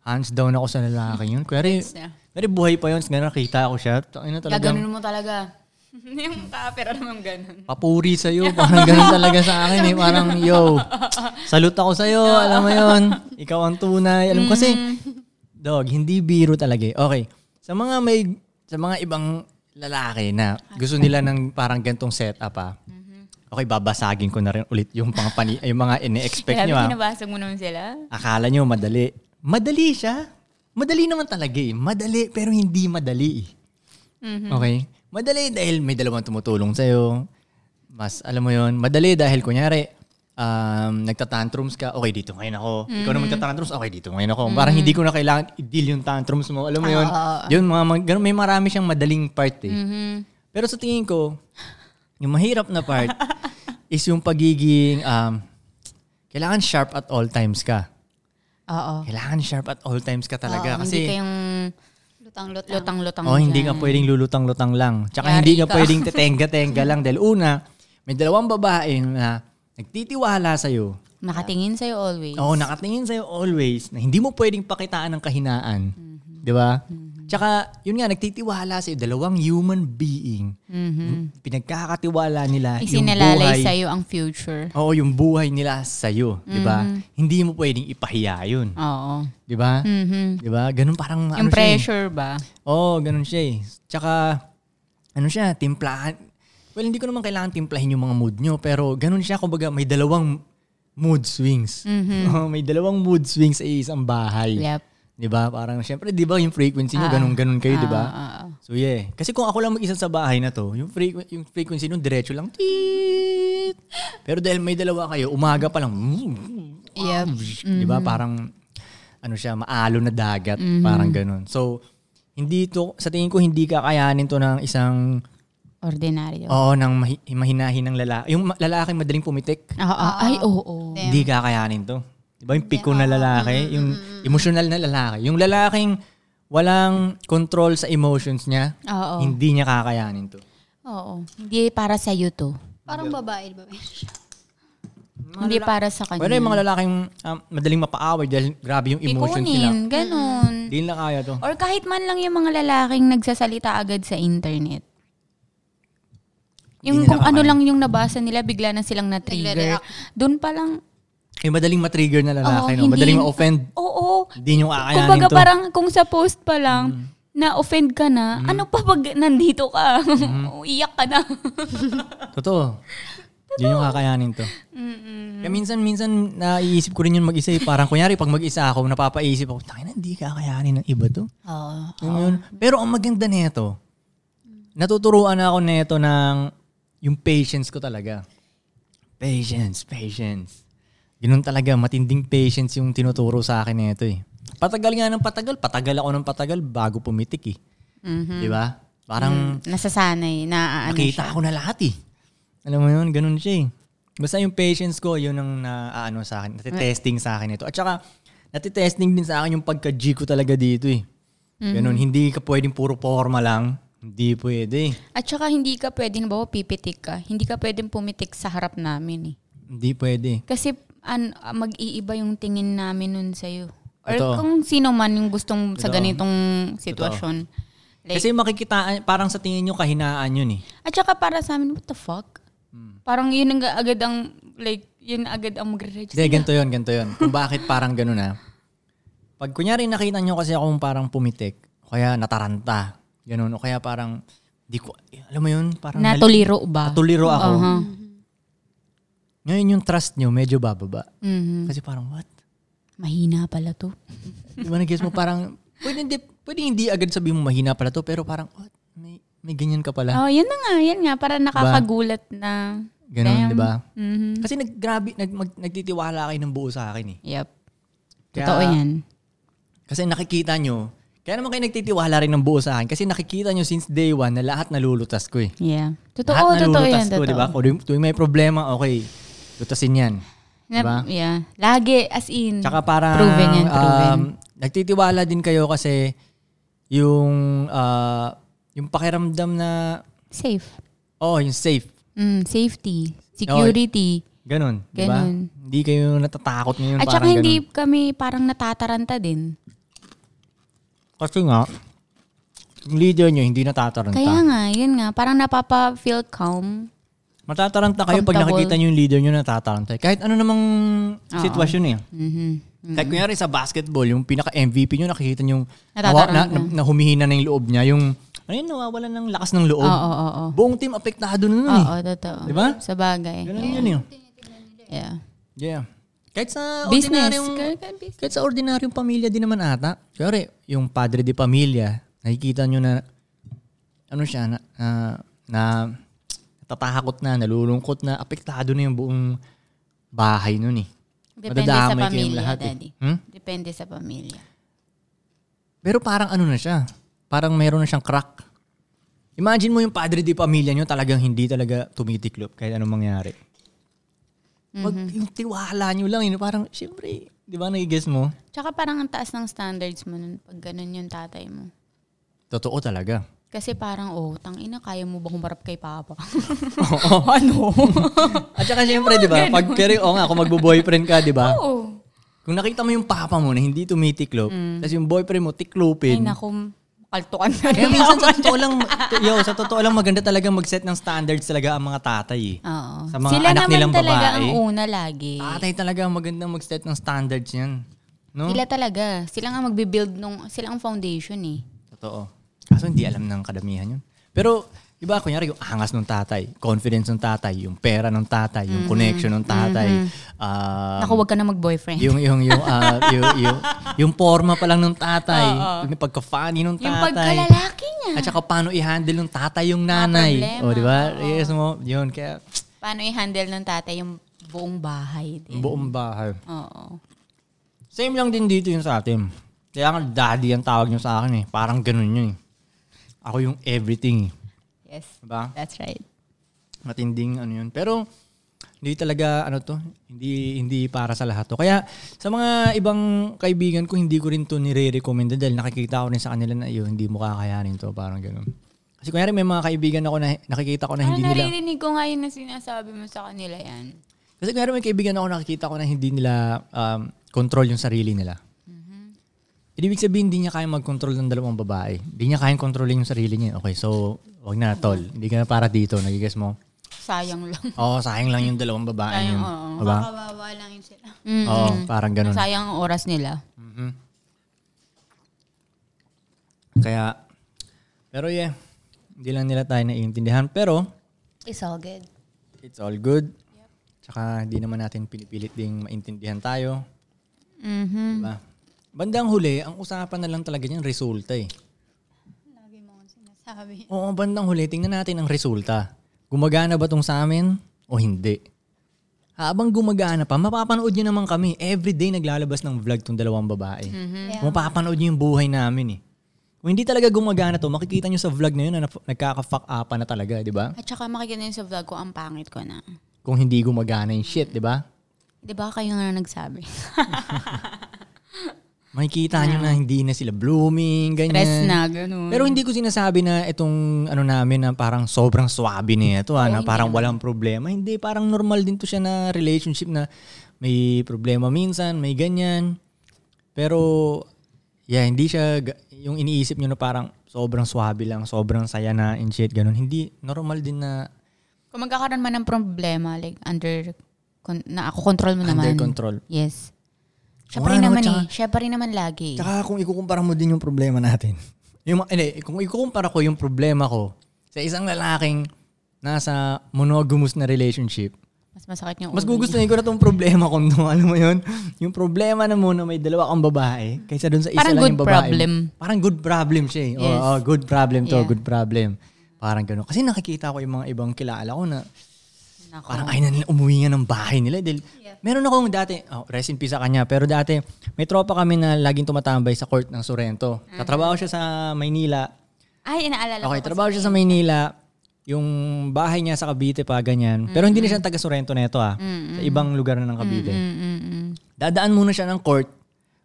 Speaker 2: Hands down ako sa lalaki yun. Kuwari,
Speaker 4: niya.
Speaker 2: kuwari buhay pa yun, ngayon nakita ako siya. Ano talaga,
Speaker 4: Gaganon mo talaga. yung kapera naman ganun.
Speaker 2: papuri sa iyo, parang ganun talaga sa akin eh, parang yo. Salute ako sa iyo, alam mo 'yon. Ikaw ang tunay. Alam ko kasi dog, hindi biro talaga. eh. Okay. Sa mga may sa mga ibang lalaki na gusto nila ng parang gantong setup ah. Okay, babasagin ko na rin ulit yung mga pani, yung mga ini-expect niyo
Speaker 4: Grabe,
Speaker 2: ah.
Speaker 4: kinabasag mo naman sila.
Speaker 2: Akala nyo madali. Madali siya. Madali naman talaga eh. Madali pero hindi madali eh. Okay? Madali dahil may dalawang tumutulong sa'yo. Mas alam mo yon Madali dahil kunyari, um, nagtatantrums ka, okay dito ngayon ako. Ikaw na magtatantrums, okay dito ngayon ako. Parang hindi ko na kailangan i-deal yung tantrums mo. Alam mo yun? yun, mga, mag- ganun, may marami siyang madaling part eh. Pero sa tingin ko, yung mahirap na part is yung pagiging, um, kailangan sharp at all times ka.
Speaker 4: Oo.
Speaker 2: Kailangan sharp at all times ka talaga.
Speaker 4: Hindi
Speaker 2: kasi,
Speaker 4: kayong
Speaker 3: Lutang-lutang.
Speaker 4: lutang-lutang
Speaker 2: oh, hindi
Speaker 4: dyan.
Speaker 2: ka pwedeng lulutang-lutang lang. Tsaka
Speaker 4: Yari
Speaker 2: hindi ka,
Speaker 4: ka.
Speaker 2: pwedeng tetenga-tenga lang. Dahil una, may dalawang babae na nagtitiwala sa'yo.
Speaker 4: Nakatingin sa'yo always.
Speaker 2: Oo, nakatingin sa'yo always na hindi mo pwedeng pakitaan ng kahinaan.
Speaker 4: Mm-hmm.
Speaker 2: Di ba? Tsaka, yun nga, nagtitiwala sa'yo. Dalawang human being. Pinagkakatiwala nila
Speaker 4: Isinalalay
Speaker 2: yung buhay.
Speaker 4: Mhm. Mm. sa'yo ang future.
Speaker 2: Oo, yung buhay nila sa'yo. Di ba?
Speaker 4: Mm-hmm.
Speaker 2: Hindi mo pwedeng ipahiya yun.
Speaker 4: Oo.
Speaker 2: Di ba?
Speaker 4: Mhm.
Speaker 2: Di ba? Ganun parang
Speaker 4: Yung
Speaker 2: ano siya eh.
Speaker 4: pressure ba?
Speaker 2: Oo, oh, ganun siya eh. Tsaka, ano siya, timplahan. Well, hindi ko naman kailangan timplahin yung mga mood nyo, pero ganun siya, kumbaga may dalawang mood swings. Oo, may dalawang mood swings sa isang bahay.
Speaker 4: Yep.
Speaker 2: Di ba? Parang syempre, di ba yung frequency nyo, ganun-ganun kayo, di ba?
Speaker 4: Oo.
Speaker 2: So yeah. Kasi kung ako lang mag-isa sa bahay na to, yung, frequ- yung frequency nung diretso lang, tiit. Pero dahil may dalawa kayo, umaga pa lang,
Speaker 4: Yep.
Speaker 2: di ba? Parang, ano siya, maalo na dagat. Parang ganun. So, hindi to, sa tingin ko, hindi kakayanin to ng isang,
Speaker 4: Ordinaryo.
Speaker 2: oo, ng mahi- mahinahin ng lalaki. Yung ma- lalaking madaling pumitik,
Speaker 4: Oo. Ay, oo.
Speaker 2: hindi kakayanin to. Di ba yung piko na lalaki, yung emotional na lalaki. Yung lalaking walang control sa emotions niya,
Speaker 4: Oo.
Speaker 2: hindi niya kakayanin to.
Speaker 4: Oo. Hindi para sa iyo to.
Speaker 3: Parang babae, babae.
Speaker 4: Hindi para sa
Speaker 2: Pero
Speaker 4: kanya.
Speaker 2: yung mga lalaking um, madaling mapaaway dahil grabe yung emotions nila.
Speaker 4: Ikunin, ganun.
Speaker 2: Hindi nila kaya to.
Speaker 4: Or kahit man lang yung mga lalaking nagsasalita agad sa internet. Yung
Speaker 2: Hindi nila
Speaker 4: kung ano
Speaker 2: kakayanin.
Speaker 4: lang yung nabasa nila, bigla na silang na-trigger. Doon pa lang,
Speaker 2: Yung madaling matrigger na lalaki,
Speaker 4: Oo,
Speaker 2: no?
Speaker 4: hindi-
Speaker 2: madaling ma-offend.
Speaker 4: oo.
Speaker 2: Hindi nyo kakayanin
Speaker 4: Kumbaga
Speaker 2: to. Mm.
Speaker 4: parang kung sa post pa lang, na-offend ka na, ano pa pag nandito ka?
Speaker 2: Mm-hmm.
Speaker 4: Iyak ka na.
Speaker 2: Totoo. Hindi nyo kakayanin to. Kaya minsan, minsan, naiisip ko rin yun mag-isa. eh. Parang kunyari, pag mag-isa ako, napapaisip ako, tangina, hindi kakayanin ng iba to.
Speaker 4: Oo.
Speaker 2: Alam mo yun? Pero ang maganda nito, natuturuan ako nito ng yung patience ko talaga. Patience, patience. Ganun talaga, matinding patience yung tinuturo sa akin nito eh. Patagal nga ng patagal, patagal ako ng patagal bago pumitik eh. Di ba? Parang
Speaker 4: Nasasanay,
Speaker 2: Mm.
Speaker 4: na ano siya.
Speaker 2: nakita ko na lahat eh. Alam mo yun, ganun siya eh. Basta yung patience ko, yun ang naaano sa akin, natitesting sa akin ito. At saka, natitesting din sa akin yung pagka-G ko talaga dito eh.
Speaker 4: Mm-hmm.
Speaker 2: Ganun, hindi ka pwedeng puro forma lang. Hindi pwede. eh.
Speaker 4: At saka hindi ka pwedeng, bawa pipitik ka, hindi ka pwedeng pumitik sa harap namin eh.
Speaker 2: Hindi pwede.
Speaker 4: Kasi an, mag-iiba yung tingin namin nun sa'yo. Or
Speaker 2: Totoo.
Speaker 4: kung sino man yung gustong sa
Speaker 2: Totoo.
Speaker 4: ganitong sitwasyon. Like,
Speaker 2: Kasi makikitaan, parang sa tingin nyo kahinaan yun eh.
Speaker 4: at saka para sa amin, what the fuck?
Speaker 2: Hmm.
Speaker 4: Parang yun ang agad ang, like, yun agad ang mag-register.
Speaker 2: Hindi, ganito yun, ganito yun. Kung bakit parang ganun ah. Pag kunyari nakita nyo kasi akong parang pumitik, o kaya nataranta, ganun, o kaya parang Di ko, alam mo yun, parang nali-
Speaker 4: Natuliro ba?
Speaker 2: natuliro ako.
Speaker 4: Uh-huh.
Speaker 2: Ngayon yung trust nyo, medyo bababa.
Speaker 4: Mhm.
Speaker 2: Kasi parang, what?
Speaker 4: Mahina pala to.
Speaker 2: Di ba nag-guess mo parang, pwede hindi, pwede hindi agad sabihin mo mahina pala to, pero parang, what? May, may ganyan ka pala.
Speaker 4: Oh, yun na nga. Yan nga. Para nakakagulat na.
Speaker 2: Ganun,
Speaker 4: Damn.
Speaker 2: di ba?
Speaker 4: Mhm.
Speaker 2: Kasi nag, grabe, nag, mag- nagtitiwala kayo ng buo sa akin eh.
Speaker 4: Yep.
Speaker 2: Kaya-
Speaker 4: Totoo yan.
Speaker 2: Kasi nakikita nyo, kaya naman kayo nagtitiwala rin ng buo sa akin kasi nakikita nyo since day one na lahat nalulutas ko eh.
Speaker 4: Yeah. Totoo,
Speaker 2: lahat
Speaker 4: totoo yan.
Speaker 2: ko,
Speaker 4: Totoo.
Speaker 2: di ba? Kung tuwing may problema, okay, lutasin yan.
Speaker 4: Na-
Speaker 2: Diba?
Speaker 4: Yeah. Lagi, as in.
Speaker 2: Tsaka parang,
Speaker 4: Mm. Proven yan, proven.
Speaker 2: um, nagtitiwala din kayo kasi yung, ah, yung pakiramdam na,
Speaker 4: safe.
Speaker 2: oh, yung safe.
Speaker 4: Mm, safety. Security.
Speaker 2: Ganun, di ba?
Speaker 4: Ganun.
Speaker 2: Hindi kayo natatakot ngayon.
Speaker 4: At
Speaker 2: Oh,
Speaker 4: saka
Speaker 2: parang
Speaker 4: hindi
Speaker 2: ganun.
Speaker 4: kami parang natataranta din.
Speaker 2: Kasi nga, yung leader nyo hindi natataranta.
Speaker 4: Kaya nga, yun nga. Parang napapa-feel calm.
Speaker 2: Matataranta kayo pag
Speaker 4: Comfortable.
Speaker 2: nakikita nyo yung leader nyo natataranta. Kahit ano namang sitwasyon eh.
Speaker 4: Mhm.
Speaker 2: Kahit kunyari sa basketball, yung pinaka-MVP nyo, nakikita nyo nawa,
Speaker 4: Natataranta.
Speaker 2: na, na, na humihina na yung loob niya. Yung, ano yun, nawawalan ng lakas ng loob.
Speaker 4: Oo, oo, oo.
Speaker 2: Buong team apektado na nun Oh. eh.
Speaker 4: Oo, totoo.
Speaker 2: Di ba?
Speaker 4: Sa bagay.
Speaker 2: Ganun yun eh.
Speaker 4: Yeah.
Speaker 2: Yeah. Kahit sa
Speaker 4: Business.
Speaker 2: ordinaryong,
Speaker 4: Kaya- kaya business.
Speaker 2: kahit sa ordinaryong pamilya din naman ata. Kunyari, yung padre di pamilya, nakikita nyo na, ano siya, na, na- na natatakot na, nalulungkot na, apektado na yung buong bahay nun eh.
Speaker 4: Depende
Speaker 2: Madadamay
Speaker 4: sa
Speaker 2: kayong
Speaker 4: pamilya,
Speaker 2: lahat eh.
Speaker 4: daddy.
Speaker 2: Hmm?
Speaker 4: Depende sa pamilya.
Speaker 2: Pero parang ano na siya. Parang meron na siyang crack. Imagine mo yung padre di pamilya nyo talagang hindi talaga tumitiklop kahit anong mangyari. Wag,
Speaker 4: Mm-hmm.
Speaker 2: yung tiwala nyo lang, yun, parang syempre, di ba nagigess mo?
Speaker 4: Tsaka parang ang taas ng standards mo nun pag ganun yung tatay mo.
Speaker 2: Totoo talaga.
Speaker 4: Kasi parang, oh, tang ina, kaya mo ba kumarap kay Papa?
Speaker 2: Oo.
Speaker 4: ano?
Speaker 2: At saka syempre, di ba, pag pero oo nga, kung magbo-boyfriend ka, di ba,
Speaker 4: Oo. Mm.
Speaker 2: kung nakita mo yung papa mo na hindi tumitiklop, tapos yung boyfriend mo
Speaker 4: Ay,
Speaker 2: tiklopin,
Speaker 4: naku, kaltukan na
Speaker 2: kaya
Speaker 4: rin
Speaker 2: minsan
Speaker 4: ako.
Speaker 2: sa totoo lang, yo, sa totoo lang maganda talaga mag-set ng standards talaga ang mga tatay. eh.
Speaker 4: Oo.
Speaker 2: Sa mga
Speaker 4: Sila
Speaker 2: anak
Speaker 4: naman
Speaker 2: nilang
Speaker 4: talaga
Speaker 2: babae.
Speaker 4: ang una lagi.
Speaker 2: Tatay talaga ang magandang mag-set ng standards yan. No?
Speaker 4: Sila talaga. Sila nga magbe-build nung, sila ang foundation eh.
Speaker 2: Totoo. Kaso hindi alam ng kadamihan yun. Pero, di ba, kunyari yung angas ng tatay, confidence ng tatay, yung pera ng tatay,
Speaker 4: Mm-hmm.
Speaker 2: yung connection ng tatay, ah,
Speaker 4: Naku, wag ka na mag-boyfriend.
Speaker 2: yung yung yung, ah, yung yung yung forma pa lang ng tatay, yung pagka-funny ng tatay.
Speaker 4: Yung pagkalalaki niya.
Speaker 2: At saka paano i-handle ng tatay yung nanay.
Speaker 4: problema.
Speaker 2: O, di ba? Yes mo, yun. Kaya,
Speaker 4: Paano i-handle ng tatay yung buong bahay din.
Speaker 2: buong bahay.
Speaker 4: Oo.
Speaker 2: Same lang din dito yung sa atin. Kaya nga, daddy ang tawag nyo sa akin eh. Parang ganun yun eh. Ako yung everything eh.
Speaker 4: Yes.
Speaker 2: Diba?
Speaker 4: That's right.
Speaker 2: matinding ano yun. Pero hindi talaga ano to, hindi hindi para sa lahat to. Kaya sa mga ibang kaibigan ko hindi ko rin to nire-recommend dahil nakikita ko rin sa kanila na yun, hindi mo kakayanin to, parang ganun. Kasi kunyari may mga kaibigan ako na nakikita ko na
Speaker 4: Ano,
Speaker 2: hindi nila
Speaker 4: naririnig ko ngayon na sinasabi mo sa kanila yan.
Speaker 2: Kasi kunyari may kaibigan ako nakikita ko na hindi nila um, control yung sarili nila.
Speaker 4: Mm-hmm.
Speaker 2: Ibig sabihin, hindi niya kaya mag-control ng dalawang babae. Hindi niya kayang kontrolin yung sarili niya. Okay, so, wag na, tol.
Speaker 4: Mm-hmm.
Speaker 2: Hindi ka na para dito. Nagigess mo?
Speaker 4: Sayang lang.
Speaker 2: Oo, sayang lang yung dalawang babae.
Speaker 4: Sayang,
Speaker 2: yun.
Speaker 4: oo.
Speaker 2: Diba?
Speaker 3: Kawawa lang yun sila.
Speaker 4: Mm.
Speaker 2: Oo, parang ganun.
Speaker 4: Sayang ang oras nila.
Speaker 2: Kaya, pero yeah, hindi lang nila tayo naiintindihan. Pero,
Speaker 3: It's all good.
Speaker 2: it's all good. Tsaka, hindi naman natin pinipilit ding maintindihan tayo.
Speaker 3: Mm-hmm.
Speaker 4: Mhm.
Speaker 2: Diba? Bandang huli, ang usapan na lang talaga niyan, resulta eh.
Speaker 3: Lagi mo akong sinasabi.
Speaker 2: Oo, bandang huli, tingnan natin ang resulta. Gumagana ba tong sa amin o hindi? Habang gumagana pa, mapapanood nyo naman kami. Everyday naglalabas ng vlog tong dalawang babae.
Speaker 3: Yeah.
Speaker 2: Mapapanood nyo yung buhay namin eh. Kung hindi talaga gumagana to, makikita nyo sa vlog na yun na nap- nagkaka-fuck up na talaga, di ba?
Speaker 4: At saka makikita niyo sa vlog ko, ang pangit ko na.
Speaker 2: Kung hindi gumagana yung shit, di ba?
Speaker 4: Di ba kayo nga nagsabi?
Speaker 2: Makikita nyo na hindi na sila blooming, ganyan.
Speaker 4: Stress na, ganun.
Speaker 2: Pero hindi ko sinasabi na itong ano namin na parang sobrang swabe na ito, ah, na parang walang problema. Hindi, parang normal din to siya na relationship na may problema minsan, may ganyan. Pero yeah, hindi siya ga- yung iniisip nyo na parang sobrang swabe lang, sobrang saya na and shit, ganun. Hindi, normal din na
Speaker 4: Kung magkakaroon man ng problema, like under, con- na ako control mo
Speaker 2: under
Speaker 4: naman.
Speaker 2: control.
Speaker 4: Yes. Siya
Speaker 2: Oo
Speaker 4: pa rin
Speaker 2: nga, no?
Speaker 4: naman
Speaker 2: Tsaka-
Speaker 4: eh. Siya pa rin naman lagi.
Speaker 2: Tsaka kung ikukumpara mo din yung problema natin. Yung, ma- hindi, kung ikukumpara ko yung problema ko Sa isang lalaking nasa monogamous na relationship,
Speaker 4: Mas masakit yung
Speaker 2: mas
Speaker 4: ulo niya.
Speaker 2: gugustuhin ko na itong problema kung no, alam mo yun, yung problema na muna may dalawa kang babae kaysa dun sa isa
Speaker 4: Parang
Speaker 2: lang
Speaker 4: good
Speaker 2: yung babae.
Speaker 4: problem.
Speaker 2: Parang good problem siya eh. Oo,
Speaker 4: Yes.
Speaker 2: oo, good problem to,
Speaker 4: Yeah.
Speaker 2: good problem. Parang gano'n. Kasi nakikita ko yung mga ibang kilala ko na
Speaker 4: Nako.
Speaker 2: Parang ayaw na nila umuwi nga ng bahay nila. Dahil, Meron akong dati, oh, rest in peace sa kanya, pero dati may tropa kami na laging tumatambay sa court ng Sorrento.
Speaker 4: Ah.
Speaker 2: Tatrabaho siya sa Maynila.
Speaker 4: Ay, inaalala
Speaker 2: Okay,
Speaker 4: ko.
Speaker 2: trabaho siya sa Maynila. Yung bahay niya sa Cavite pa, ganyan. Pero hindi na siya taga Sorrento neto ah. Sa ibang lugar na ng Cavite.
Speaker 4: Mm, Mm-mm-mm.
Speaker 2: Dadaan muna siya ng court.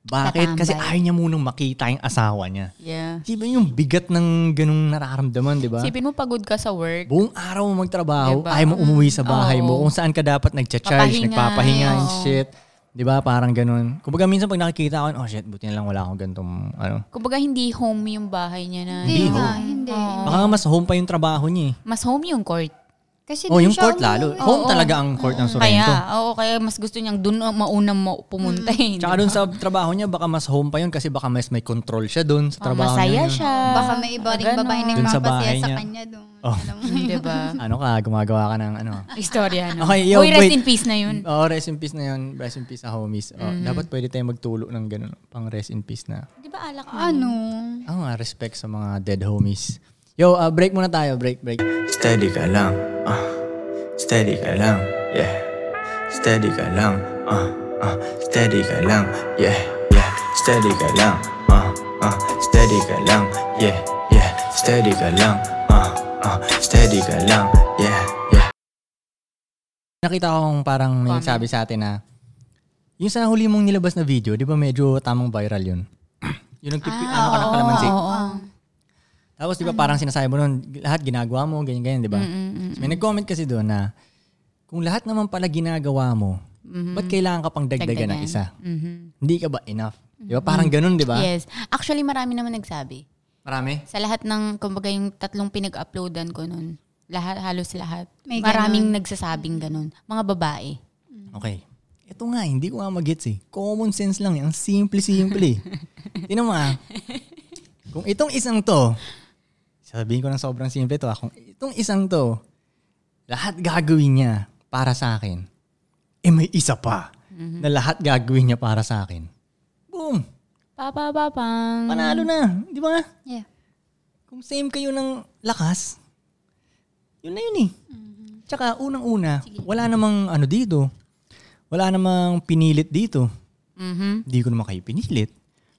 Speaker 2: Bakit? Kasi
Speaker 4: Tatambay.
Speaker 2: ayaw niya munang makita yung asawa niya.
Speaker 4: Yeah.
Speaker 2: Isipin yung bigat ng ganung nararamdaman, di ba?
Speaker 4: Isipin mo, pagod ka sa work.
Speaker 2: Buong araw mo magtrabaho,
Speaker 4: Diba?
Speaker 2: ayaw mo umuwi sa bahay mo,
Speaker 4: Oo.
Speaker 2: kung saan ka dapat nagcha-charge,
Speaker 4: Papahinga,
Speaker 2: nagpapahinga and
Speaker 4: oo.
Speaker 2: shit. Di ba? Parang ganun. Kumbaga minsan pag nakikita ko, oh shit, buti na lang wala akong ganitong, ano.
Speaker 4: Kumbaga, hindi home yung bahay niya na.
Speaker 3: Hindi
Speaker 2: ho.
Speaker 3: nga, hindi.
Speaker 2: Baka nga mas home pa yung trabaho niya eh.
Speaker 4: Mas home yung court.
Speaker 3: Kasi
Speaker 2: Oh,
Speaker 3: dun
Speaker 2: yung
Speaker 3: siya
Speaker 2: court lalo.
Speaker 3: umuwi.
Speaker 2: Home talaga ang court ng Sorrento.
Speaker 4: Kaya, oo, kaya mas gusto niyang dun ang mauna mo pumunta.
Speaker 2: Mm.
Speaker 4: eh,
Speaker 2: Tsaka ano,
Speaker 4: di
Speaker 2: dun
Speaker 4: ba?
Speaker 2: sa trabaho niya, baka mas home pa yun kasi baka mas may control siya dun sa
Speaker 4: Oh,
Speaker 2: trabaho
Speaker 4: masaya
Speaker 2: niya. yun.
Speaker 4: siya.
Speaker 3: Baka may iba ring
Speaker 4: Ganun.
Speaker 3: babae na
Speaker 2: Dun sa
Speaker 3: magpapasaya
Speaker 2: bahay
Speaker 3: sa
Speaker 2: niya.
Speaker 3: kanya doon.
Speaker 2: Oh.
Speaker 3: Alam mo.
Speaker 4: Mm, Diba?
Speaker 2: Ano ka, gumagawa ka ng ano.
Speaker 4: Istorya na.
Speaker 2: Okay, yo,
Speaker 4: Uy, rest
Speaker 2: wait.
Speaker 4: in peace na yun. Mm.
Speaker 2: Oo, rest in peace na yun. Rest in peace sa homies. Oh, Dapat pwede tayong magtulo ng ganun. Pang rest in peace na.
Speaker 4: Di ba alak
Speaker 2: Ah,
Speaker 4: na?
Speaker 3: Ano?
Speaker 2: Ang nga, respect sa mga dead homies. Yo, ah, break muna tayo. Break, break.
Speaker 1: Steady ka lang, ah. Steady ka lang, yeah. Steady ka lang, ah, ah. Steady ka lang, yeah, yeah. Steady ka lang, ah, ah. Steady ka lang, yeah, yeah. Steady ka lang, ah, ah. Steady ka lang, yeah, yeah.
Speaker 2: Nakita kong parang may
Speaker 4: Comment.
Speaker 2: sabi sa atin na yung sa huli mong nilabas na video, di ba medyo tamang viral yun? yung nagpipi, ano ka ng kalamansi.
Speaker 4: Ah, Oo, oo.
Speaker 2: Tapos di ba parang sinasabi mo nun, lahat ginagawa mo, ganyan-ganyan, di ba?
Speaker 4: Mm-mm-mm.
Speaker 2: So, may nag-comment kasi doon na kung lahat naman pala ginagawa mo, ba't kailangan ka pang dagdagan ng
Speaker 4: Dagdagan.
Speaker 2: isa?
Speaker 4: Mhm.
Speaker 2: Hindi ka ba enough? Di ba? Parang ganun, di ba?
Speaker 4: Yes. Actually, marami naman nagsabi.
Speaker 2: Marami?
Speaker 4: Sa lahat ng, kumbaga yung tatlong pinag-uploadan ko nun, lahat, halos lahat,
Speaker 3: May
Speaker 4: maraming nagsasabing ganun. Mga babae.
Speaker 2: Okay. Ito nga, hindi ko nga magets eh. Common sense lang eh. Ang simple-simple eh. Tinan mo ah. Kung itong isang to, sabihin ko ng sobrang simple to ah. Kung itong isang to, lahat gagawin niya para sa akin, eh may isa pa na lahat gagawin niya para sa akin. Boom!
Speaker 4: Papapapang.
Speaker 2: Panalo na. Di ba?
Speaker 3: Yeah.
Speaker 2: Kung same kayo ng lakas, yun na yun eh. Tsaka unang-una, wala namang ano dito. Wala namang pinilit dito.
Speaker 4: Mhm.
Speaker 2: Hindi ko naman kayo pinilit.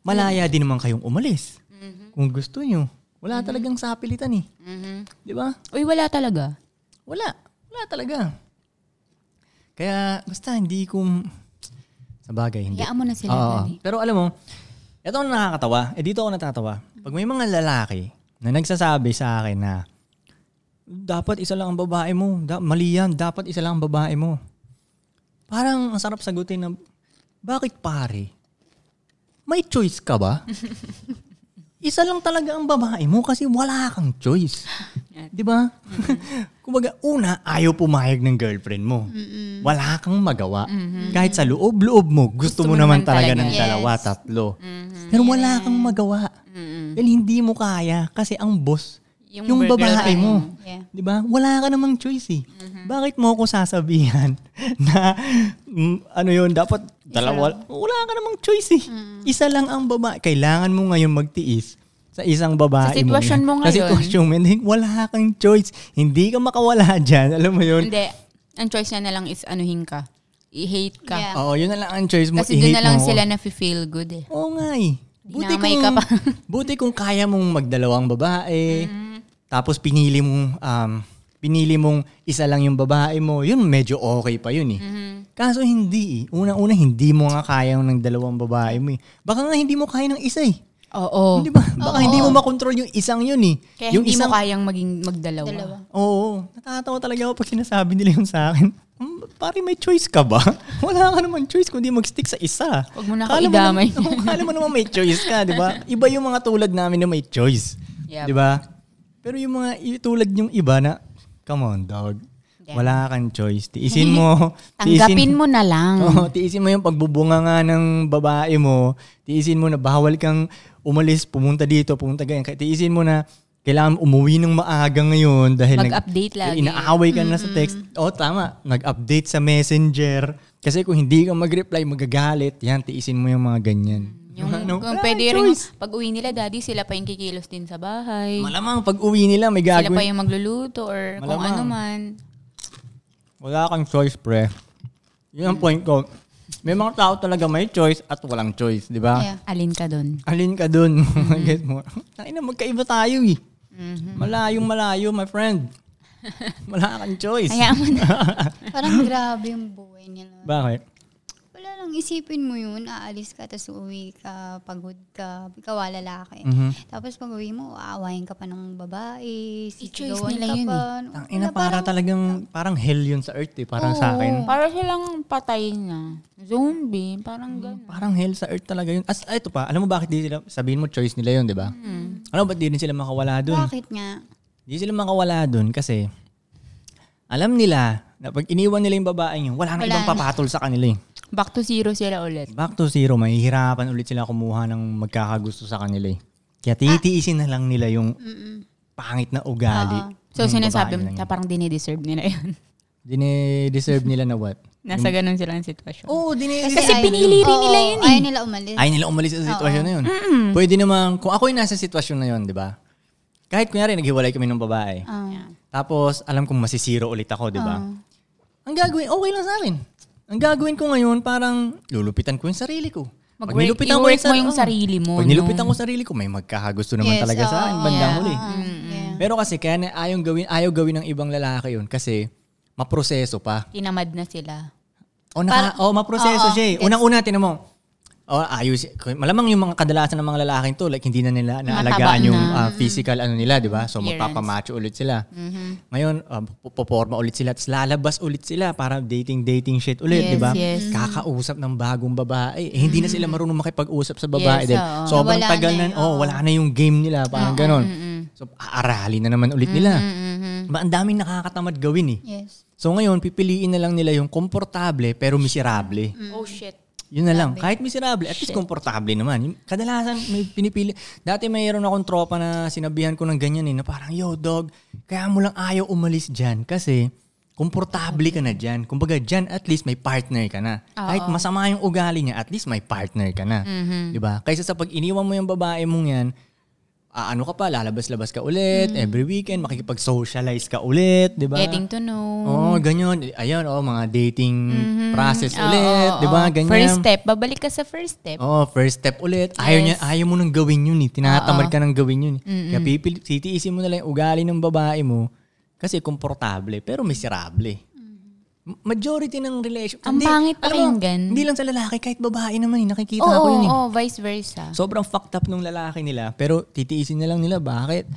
Speaker 2: Malaya din naman kayong umalis. Kung gusto nyo. Wala talagang sapilitan eh.
Speaker 3: Mm-hmm.
Speaker 4: Mhm.
Speaker 2: Di ba?
Speaker 4: Uy, wala talaga.
Speaker 2: Wala. Wala talaga. Kaya basta hindi ko... Sa bagay, hindi.
Speaker 4: Hayaan mo na sila.
Speaker 2: Oo.
Speaker 4: Dani.
Speaker 2: Pero alam mo, ito ang nakakatawa. Eh, dito ako natatawa. Pag may mga lalaki na nagsasabi sa akin na dapat isa lang ang babae mo. Da- mali yan. Dapat isa lang ang babae mo. Parang ang sarap sagutin na, bakit pare? May choice ka ba? isa lang talaga ang babae mo kasi wala kang choice. Di ba? Kumbaga, una, ayaw pumayag ng girlfriend mo. Wala kang magawa. Kahit sa loob-loob mo, Mm-hmm. gusto, mo naman talaga, Mm-hmm. ng dalawa, tatlo. Pero wala kang magawa. Dahil hindi mo kaya kasi ang boss, yung,
Speaker 4: Yung
Speaker 2: babae
Speaker 4: girlfriend
Speaker 2: mo.
Speaker 4: mo.
Speaker 3: Yeah.
Speaker 2: Di ba? Wala ka namang choice eh.
Speaker 4: Mm-hmm.
Speaker 2: Bakit mo ko sasabihan na mm, ano yun, dapat dalawa. Wala ka namang choice eh.
Speaker 4: Mm-hmm.
Speaker 2: Isa lang ang babae. Kailangan mo ngayon magtiis sa isang babae
Speaker 4: Sa sitwasyon mo
Speaker 2: Sa
Speaker 4: ngayon.
Speaker 2: sitwasyon mo. Hindi- Wala kang choice. Hindi ka makawala dyan. Alam mo yun?
Speaker 4: Hindi. Ang choice niya na lang is anuhin ka. I-hate ka.
Speaker 3: Yeah.
Speaker 2: Oo, yun na lang ang choice mo.
Speaker 4: Kasi doon
Speaker 2: I-hate
Speaker 4: na lang
Speaker 2: mo ako.
Speaker 4: sila na feel good eh.
Speaker 2: Oo nga eh. Buti
Speaker 4: Dinamay
Speaker 2: kung,
Speaker 4: ka pa.
Speaker 2: buti kung kaya mong magdalawang babae,
Speaker 4: Mm-hmm.
Speaker 2: tapos pinili mong, um, pinili mong isa lang yung babae mo, yun medyo okay pa yun eh.
Speaker 4: Mm-hmm.
Speaker 2: Kaso hindi eh. Unang-una, hindi mo nga kaya ng dalawang babae mo eh. Baka nga hindi mo kaya ng isa eh.
Speaker 4: Oo.
Speaker 2: Di ba? Baka hindi mo makontrol yung isang yun eh.
Speaker 4: Kaya
Speaker 2: yung
Speaker 4: hindi
Speaker 2: isang,
Speaker 4: mo kayang maging magdalawa.
Speaker 3: Dalawa.
Speaker 2: Oo. Natatawa talaga ako pag sinasabi nila yun sa akin. "Hmm, Pare, may choice ka ba? Wala ka naman choice kundi mag-stick sa isa.
Speaker 4: Huwag mo na ako
Speaker 2: Kala
Speaker 4: idamay.
Speaker 2: naman- Oo, kala mo naman may choice ka, di ba? Iba yung mga tulad namin na may choice.
Speaker 4: Yep.
Speaker 2: Di ba? Pero yung mga yung tulad yung iba na, come on, dog. Wala kang choice. Tiisin mo.
Speaker 4: Tanggapin mo na lang.
Speaker 2: Oo, tiisin mo yung pagbubunga nga ng babae mo. Tiisin mo na bawal kang umalis, pumunta dito, pumunta ganyan. Kaya Tiisin mo na kailangan umuwi ng maaga ngayon dahil
Speaker 4: Mag-update lagi.
Speaker 2: Inaaway ka na sa text. O oh, tama, nag-update sa messenger. Kasi kung hindi ka mag-reply, magagalit. Yan, tiisin mo yung mga ganyan.
Speaker 4: Mm, Yung,
Speaker 2: Ano?
Speaker 4: kung
Speaker 2: Wala
Speaker 4: pwede
Speaker 2: kang
Speaker 4: rin,
Speaker 2: choice.
Speaker 4: pag uwi nila, daddy, sila pa yung kikilos din sa bahay.
Speaker 2: Malamang pag uwi nila, may
Speaker 4: sila pa
Speaker 2: gagawin.
Speaker 4: yung magluluto or kung
Speaker 2: Malamang.
Speaker 4: ano man.
Speaker 2: Wala kang choice, pre. Yun ang point ko. May mga tao talaga may choice at walang choice, di ba?
Speaker 3: Yeah.
Speaker 4: Alin ka dun?
Speaker 2: Alin ka dun? Get mo. Tangina, magkaiba tayo eh. Malayong malayo, my friend. Wala kang choice.
Speaker 4: Kaya mo na.
Speaker 3: Parang grabe yung buhay nila.
Speaker 2: Bakit?
Speaker 3: Wala lang, isipin mo yun, aalis ka, tapos uuwi ka, pagod ka, ikaw ah, lalaki.
Speaker 2: Mm-hmm.
Speaker 3: Tapos pag uwi mo, aawayin ka pa ng babae, sisigawan
Speaker 4: nila
Speaker 3: ka
Speaker 4: yun
Speaker 3: pa.
Speaker 2: Ang ina, para talagang, parang hell yun sa earth eh. Parang sa akin.
Speaker 4: Para silang patay na. Zombie. Parang gano'n.
Speaker 2: Parang hell sa earth talaga yun. As, ah, ito pa, alam mo bakit di sila, sabihin mo choice nila yun, di ba? Alam mo ba't di rin sila makawala dun?
Speaker 3: Bakit nga?
Speaker 2: Di sila makawala dun kasi alam nila na pag iniwan nila yung babaeng yun, wala nang
Speaker 3: Wala
Speaker 2: ibang
Speaker 3: na.
Speaker 2: papatol sa kanila eh.
Speaker 4: Back to zero sila ulit.
Speaker 2: Back to zero, mahihirapan ulit sila kumuha ng magkakagusto sa kanila eh. Kaya titiisin na lang nila yung pangit na ugali.
Speaker 4: So,
Speaker 2: ng Hmm, babae
Speaker 4: sinasabi mo,
Speaker 2: na yun.
Speaker 4: na parang dinideserve nila yun.
Speaker 2: Dine-deserve nila na what?
Speaker 4: Nasa ganun sila ang sitwasyon.
Speaker 2: Oo, oh,
Speaker 4: Kasi
Speaker 3: ayaw-
Speaker 4: pinili rin
Speaker 3: Oo,
Speaker 4: nila yun eh.
Speaker 3: Ayaw nila umalis.
Speaker 2: Ay nila umalis sa sitwasyon na yun. Pwede naman, kung ako yung nasa sitwasyon na yun, di ba? Kahit kunyari, naghiwalay kami ng babae.
Speaker 3: Ah.
Speaker 2: Tapos, alam kong masisiro ulit ako, di ba?
Speaker 4: Ah.
Speaker 2: Ang gagawin, okay lang sa akin. Ang gagawin ko ngayon, parang lulupitan ko yung sarili ko. Pag
Speaker 4: Mag-work-
Speaker 2: nilupitan ko
Speaker 4: i-work
Speaker 2: sar-
Speaker 4: mo yung
Speaker 2: oh.
Speaker 4: sarili mo,
Speaker 2: Pag
Speaker 4: no?
Speaker 2: nilupitan ko sarili ko, may magkakagusto naman
Speaker 3: Yes,
Speaker 2: talaga sa
Speaker 3: oo,
Speaker 2: akin, bandang
Speaker 4: yeah.
Speaker 2: huli.
Speaker 3: ah, Yeah.
Speaker 2: Pero kasi, kaya na ayaw gawin, ayaw gawin ng ibang lalaki yun kasi maproseso pa.
Speaker 4: Tinamad na sila.
Speaker 2: O, naka, o maproseso
Speaker 3: oo,
Speaker 2: siya eh.
Speaker 3: gets.
Speaker 2: Unang-una, tinan mo. O, ayos. Malamang yung mga kadalasan ng mga lalaking to, like, hindi na nila naalagaan
Speaker 4: Mataba
Speaker 2: yung
Speaker 4: na. Mm-hmm.
Speaker 2: ah, physical ano nila, di ba? So,
Speaker 4: Appearance. Mm-hmm.
Speaker 2: magpapamacho ulit sila. Ngayon, ah, po- poporma ulit sila, tapos lalabas ulit sila para dating-dating shit ulit,
Speaker 4: Yes,
Speaker 2: di ba?
Speaker 4: yes. Mm-hmm.
Speaker 2: Kakausap ng bagong babae. Eh, hindi na sila marunong makipag-usap sa babae.
Speaker 4: Yes,
Speaker 2: dahil
Speaker 4: oo.
Speaker 2: sobrang
Speaker 3: Wala na
Speaker 2: tagal na,
Speaker 3: eh,
Speaker 2: oh, wala na yung game nila, parang ganon. So, aaralin na naman ulit nila. Ba, ang daming nakakatamad gawin eh.
Speaker 3: Yes.
Speaker 2: So ngayon, pipiliin na lang nila yung komportable pero miserable.
Speaker 4: Oh, shit.
Speaker 2: Yun na lang. Kahit miserable, at least komportable naman. Yung- Kadalasan, may pinipili. Dati mayroon akong tropa na sinabihan ko ng ganyan eh, na parang, yo dog, kaya mo lang ayaw umalis dyan kasi komportable ka na dyan. Kumbaga dyan, at least may partner ka na. Kahit masama yung ugali niya, at least may partner ka na. di ba Kaysa sa pag iniwan mo yung babae mong yan, ah, ano ka pa, lalabas-labas ka ulit, every weekend, makikipag-socialize ka ulit, di ba?
Speaker 4: Getting to know.
Speaker 2: Oo, oh, ganyan. Ayun, oh, mga dating process
Speaker 4: Mm. Mm-hmm. Oo,
Speaker 2: ulit,
Speaker 4: oo,
Speaker 2: Oh, 'di ba?
Speaker 4: oo.
Speaker 2: Ganyan.
Speaker 4: First step. Babalik ka sa first step.
Speaker 2: Oh, first step ulit. Ayaw niya, ayaw mo nang gawin 'yun eh. Tinatamad ka nang gawin 'yun. eh. Kaya pipil, titiisin mo na lang yung ugali ng babae mo kasi komportable pero miserable. M- Majority ng relation.
Speaker 4: Mm. Ang
Speaker 2: Hindi,
Speaker 4: pangit
Speaker 2: alam mo,
Speaker 4: pakinggan.
Speaker 2: Hindi lang sa lalaki, kahit babae naman eh. Nakikita
Speaker 4: Oo,
Speaker 2: ko yun eh.
Speaker 4: oo, vice versa.
Speaker 2: Sobrang fucked up nung lalaki nila, pero titiisin na lang nila bakit?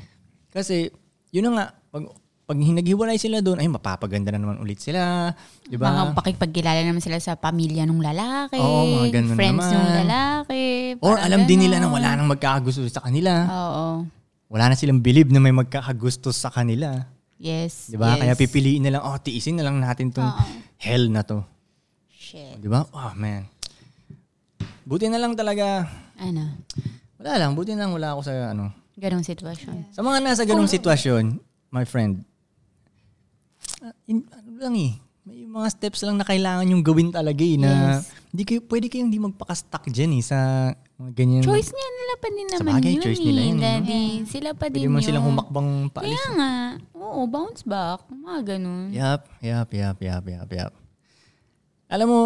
Speaker 2: Kasi yun na nga, pag pag hinaghiwalay sila doon, ay mapapaganda na naman ulit sila, 'di ba?
Speaker 4: Mga pakipagkilala naman sila sa pamilya ng lalaki,
Speaker 2: Oo, mga ganun
Speaker 4: friends
Speaker 2: naman.
Speaker 4: ng lalaki.
Speaker 2: Or
Speaker 4: parang
Speaker 2: alam din
Speaker 4: ganun.
Speaker 2: nila na wala nang magkakagusto sa kanila.
Speaker 4: Oo.
Speaker 2: Wala na silang believe na may magkakagusto sa kanila,
Speaker 4: Yes.
Speaker 2: 'di ba? Diba?
Speaker 4: yes.
Speaker 2: Kaya pipiliin na lang, oh, tiisin na lang natin tong hell na to,
Speaker 4: Shit.
Speaker 2: 'di ba? Oh, man. Buti na lang talaga,
Speaker 4: Ano?
Speaker 2: wala lang, buti na lang wala ako sa ano,
Speaker 4: Ganong sitwasyon.
Speaker 2: Sa mga nasa ganung sitwasyon, my friend, ah, in- ano lang eh, may mga steps lang na kailangan yung gawin talaga eh, na hindi kayo, pwede kayong hindi magpakastuck dyan eh, sa mga ganyan.
Speaker 4: Choice niya nila pa din naman
Speaker 2: Sabagay,
Speaker 4: yun
Speaker 2: choice nila
Speaker 4: eh,
Speaker 2: yun eh, no?
Speaker 4: Daddy. Sila pa
Speaker 2: Pwede
Speaker 4: din
Speaker 2: man
Speaker 4: yun.
Speaker 2: silang humakbang paalis.
Speaker 4: Kaya nga. Oo, bounce back. Mga ganun.
Speaker 2: Yap, yap, yap, yap, yap, yap. Alam mo,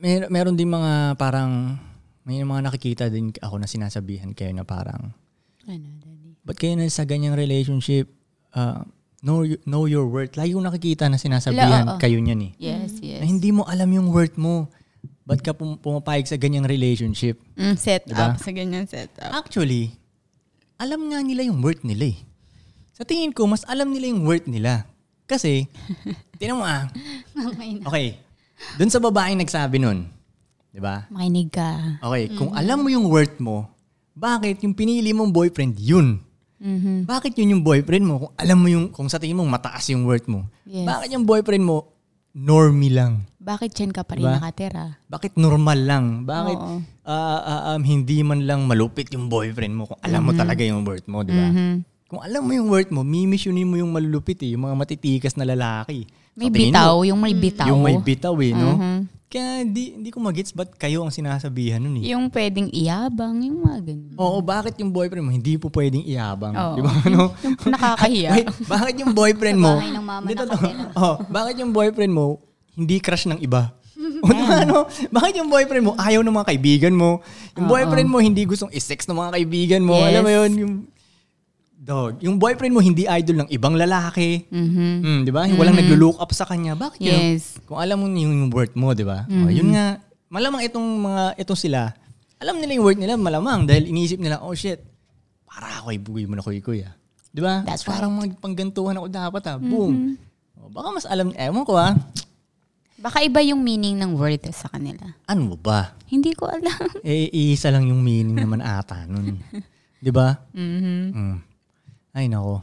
Speaker 2: mer- meron din mga parang, may mga nakikita din ako na sinasabihan kayo na parang,
Speaker 4: Ano, Daddy?
Speaker 2: ba't kayo na sa ganyang relationship, ah, know, y- know your worth. Lagi ko nakikita na sinasabihan
Speaker 4: Ala, oo.
Speaker 2: kayo niyan eh.
Speaker 4: Yes,
Speaker 2: na
Speaker 4: yes.
Speaker 2: hindi mo alam yung worth mo. Ba't ka pum- pumapayag sa ganyang relationship?
Speaker 4: Mm, set
Speaker 2: Diba?
Speaker 4: up. Sa ganyan set up.
Speaker 2: Actually, alam nga nila yung worth nila eh. Sa tingin ko, mas alam nila yung worth nila. Kasi, tinan mo ah,
Speaker 3: Mamay na.
Speaker 2: okay, dun sa babaeng nagsabi nun, di ba?
Speaker 4: Makinig ka.
Speaker 2: Okay, kung
Speaker 4: Mm-hmm.
Speaker 2: alam mo yung worth mo, bakit yung pinili mong boyfriend yun?
Speaker 4: Mm-hmm.
Speaker 2: Bakit yun yung boyfriend mo kung alam mo yung, kung sa tingin mo mataas yung worth mo?
Speaker 4: Yes.
Speaker 2: Bakit yung boyfriend mo, normie lang?
Speaker 4: Bakit dyan ka pa rin
Speaker 2: Diba?
Speaker 4: nakatira?
Speaker 2: Bakit normal lang? Bakit
Speaker 4: Oo.
Speaker 5: Mm-hmm.
Speaker 2: ah, ah, um, hindi man lang malupit yung boyfriend mo kung alam mo talaga yung worth mo, di ba? Kung alam mo yung worth mo, mimisyonin mo yung malulupit eh, yung mga matitikas na lalaki.
Speaker 5: May
Speaker 2: Sa tingin
Speaker 5: bitaw,
Speaker 2: mo,
Speaker 5: yung may bitaw.
Speaker 2: Yung may bitaw eh, no?
Speaker 5: Mhm.
Speaker 2: Kaya di, di ko magets ba't kayo ang sinasabihan nun eh.
Speaker 5: Yung pwedeng iyabang, yung mga ganun.
Speaker 2: Oo, bakit yung boyfriend mo hindi po pwedeng iabang?
Speaker 5: Oo.
Speaker 2: Di ba? Ano?
Speaker 5: Nakakahiya.
Speaker 2: Wait, bakit yung boyfriend mo?
Speaker 3: Sa bahay ng mama
Speaker 2: Hindi,
Speaker 3: na
Speaker 2: totoo.
Speaker 3: kapatid.
Speaker 2: oh, bakit yung boyfriend mo hindi crush ng iba? o diba, ano? Bakit yung boyfriend mo ayaw ng mga kaibigan mo? Yung
Speaker 5: Oo.
Speaker 2: boyfriend mo hindi gustong isex ng mga kaibigan mo.
Speaker 5: Yes.
Speaker 2: Alam mo yun? Yung, dog. Yung boyfriend mo hindi idol ng ibang lalaki.
Speaker 5: Mhm.
Speaker 2: Mm, di ba? Yung walang naglo-look up sa kanya. Bakit yun?
Speaker 5: Yes.
Speaker 2: Kung alam mo yung, yung worth mo, di ba? O, yun nga. Malamang itong mga, ito sila, alam nila yung worth nila, malamang. Dahil iniisip nila, oh shit, para ako ay bugoy mo na kuy kuy ah. Di ba?
Speaker 5: That's
Speaker 2: Parang magpanggantuhan ako dapat ah. Boom. O, baka mas alam, ewan ko ah.
Speaker 5: Baka iba yung meaning ng word eh, sa kanila.
Speaker 2: Ano ba?
Speaker 5: Hindi ko alam.
Speaker 2: Eh, isa lang yung meaning naman ata nun. Di ba?
Speaker 5: Mhm.
Speaker 2: Mm. Ay, nako.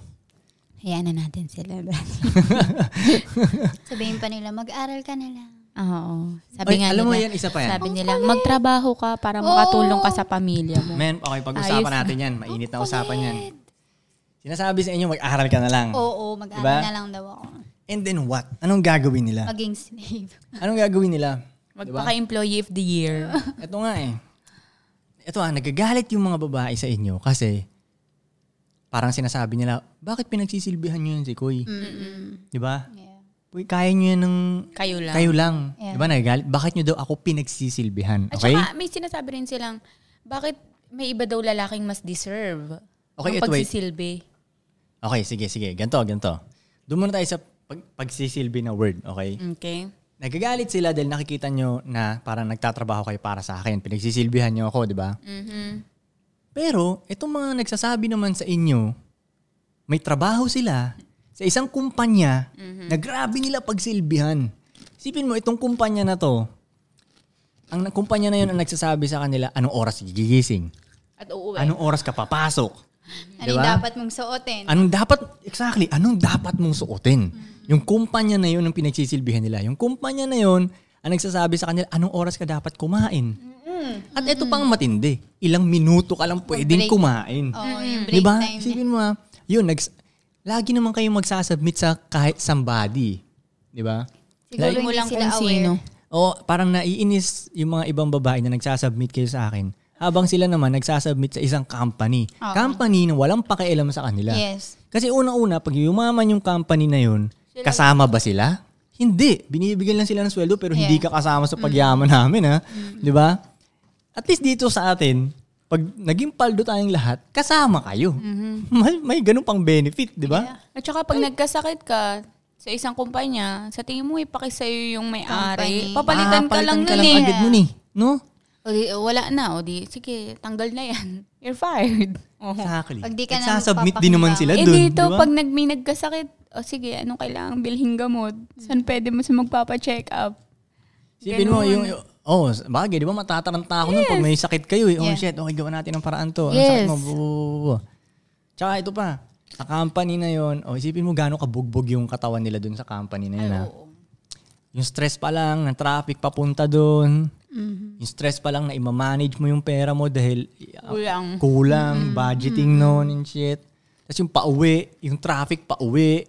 Speaker 5: Hayaan na natin sila.
Speaker 3: Sabihin pa nila, mag-aral ka na lang.
Speaker 5: Oo. Sabi
Speaker 2: Ay,
Speaker 5: nga
Speaker 2: alam mo
Speaker 5: nila,
Speaker 2: yan, isa pa yan.
Speaker 5: sabi nila, magtrabaho ka para makatulong ka sa
Speaker 4: Oh.
Speaker 5: pamilya mo.
Speaker 2: Men, okay, pag-usapan natin yan. Mainit na usapan yan. Sinasabi sa inyo, mag-aral ka na
Speaker 4: Mm.
Speaker 2: lang.
Speaker 3: Oo, mag-aral
Speaker 2: Diba?
Speaker 3: na lang daw ako.
Speaker 2: And then what? Anong gagawin nila?
Speaker 3: Maging slave.
Speaker 2: Anong gagawin nila? diba?
Speaker 5: Magpaka-employee of the year.
Speaker 2: Ito nga eh. Ito ah, nagagalit yung mga babae sa inyo kasi parang sinasabi nila, bakit pinagsisilbihan nyo yan si Koy?
Speaker 3: Mm-mm.
Speaker 2: Di ba?
Speaker 3: Yeah.
Speaker 2: Uy, kaya nyo yan ng
Speaker 4: Kayo lang.
Speaker 2: kayo lang.
Speaker 3: Yeah.
Speaker 2: Di ba nagagalit? Bakit nyo daw ako pinagsisilbihan?
Speaker 4: At
Speaker 2: Okay?
Speaker 4: saka may sinasabi rin silang, bakit may iba daw lalaking mas deserve?
Speaker 2: Okay,
Speaker 4: ng
Speaker 2: ito, wait.
Speaker 4: pagsisilbi.
Speaker 2: Okay, sige, sige. Ganto, ganto. Doon muna tayo sa pag- pagsisilbi na word, okay?
Speaker 4: Okay.
Speaker 2: Nagagalit sila dahil nakikita nyo na parang nagtatrabaho kayo para sa akin. Pinagsisilbihan nyo ako, di ba? Pero, itong mga nagsasabi naman sa inyo, may trabaho sila sa isang kumpanya na grabe nila pagsilbihan. Isipin mo, itong kumpanya na to, ang na- kumpanya na yun ang nagsasabi sa kanila, anong oras gigising?
Speaker 4: At uuwi.
Speaker 2: Anong oras ka papasok?
Speaker 3: Ano yung
Speaker 2: Diba?
Speaker 3: dapat mong suotin?
Speaker 2: Anong dapat, exactly, anong dapat mong suotin?
Speaker 3: Mm.
Speaker 2: Yung kumpanya na yun ang pinagsisilbihan nila. Yung kumpanya na yun, ang nagsasabi sa kanila, anong oras ka dapat kumain? At ito pang matindi, ilang minuto ka lang pwedeng
Speaker 3: Mag-break.
Speaker 2: kumain.
Speaker 3: Oo, yung Oh, break
Speaker 2: Diba?
Speaker 3: time. niya.
Speaker 2: Isipin mo ah, yun, nags- lagi naman kayong magsasubmit sa kahit somebody. Di ba?
Speaker 3: Siguro
Speaker 4: Like-
Speaker 3: hindi
Speaker 4: Walang
Speaker 3: sila
Speaker 4: kung
Speaker 3: aware.
Speaker 4: sino.
Speaker 2: O parang naiinis yung mga ibang babae na nagsasubmit kayo sa akin. Habang sila naman nagsasubmit sa isang company. Company na walang pakialam sa kanila.
Speaker 3: Yes.
Speaker 2: Kasi una-una, pag yumaman yung company na yun, kasama ba sila? Hindi. Binibigyan lang sila ng sweldo pero hindi ka kasama sa pagyaman namin, ha? Di ba? At least dito sa atin, pag naging paldo tayong lahat, kasama kayo. May, may ganun pang benefit, di ba?
Speaker 4: At saka pag nagkasakit ka sa isang kumpanya, sa tingin mo ipakisayo yung may-ari.
Speaker 3: Company.
Speaker 4: Papalitan ka lang
Speaker 2: Ah, ka
Speaker 4: nun
Speaker 2: lang
Speaker 4: eh.
Speaker 2: agad nun eh. No?
Speaker 4: O di, wala na. O di, sige, tanggal na yan. You're fired. Oh.
Speaker 2: Exactly.
Speaker 3: Pag di ka na
Speaker 2: Nagsasubmit
Speaker 3: magpapakita.
Speaker 2: din naman sila
Speaker 4: Eh
Speaker 2: dun.
Speaker 4: dito,
Speaker 2: di ba?
Speaker 4: pag nag, may nagkasakit, o sige, anong kailangan bilhin gamot? Saan pwede mo sa magpapa-check up?
Speaker 2: Sipin mo
Speaker 4: Ganun.
Speaker 2: yung, oh, bagay, di ba matataranta ako nun pag may sakit kayo eh. Oh
Speaker 3: Yeah.
Speaker 2: shit, okay, gawa natin ang paraan to. Ano
Speaker 5: Yes.
Speaker 2: sakit mo? Bu- bu- bu- bu- Tsaka ito pa, sa company na yon, oh, isipin mo gano'ng kabugbog yung katawan nila dun sa company na yun. ah. Yung stress pa lang, ng traffic papunta dun. Yung stress pa lang na imamanage mo yung pera mo dahil ah,
Speaker 4: Kulang.
Speaker 2: kulang, budgeting noon and shit. Tapos yung pauwi, yung traffic pauwi.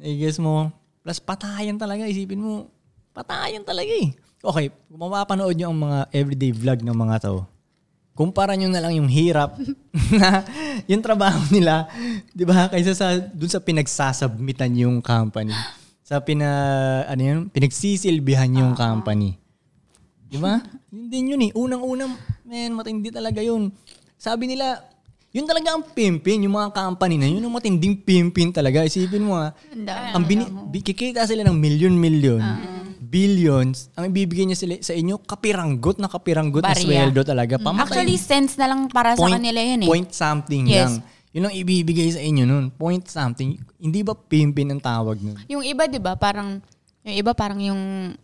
Speaker 2: I guess mo. Plus patayan talaga, isipin mo. Patayan talaga eh. Okay, kung mapapanood nyo ang mga everyday vlog ng mga to, kumpara nyo na lang yung hirap na yung trabaho nila, di ba, kaysa sa, dun sa pinagsasubmitan yung company. Sa pina, ano yun, pinagsisilbihan yung company. Di ba? yun din yun eh. Unang-unang, man, matindi talaga yun. Sabi nila, yun talaga ang pimpin, yung mga company na yun, ang matinding pimpin talaga. Isipin mo ha,
Speaker 3: Diba?
Speaker 2: ang bini- bi- kikita sila ng million-million,
Speaker 4: Ah.
Speaker 2: billions, ang ibibigay niya sila, sa inyo, kapiranggot na kapiranggot na
Speaker 4: Barya. Mm.
Speaker 2: sweldo talaga. Pamatay.
Speaker 4: Actually, cents na lang para sa kanila yun eh.
Speaker 2: Point something
Speaker 4: Yes.
Speaker 2: lang. Yun ang ibibigay sa inyo nun. Point something. Hindi ba pimpin ang tawag nun?
Speaker 4: Yung iba, di ba, parang, yung iba parang yung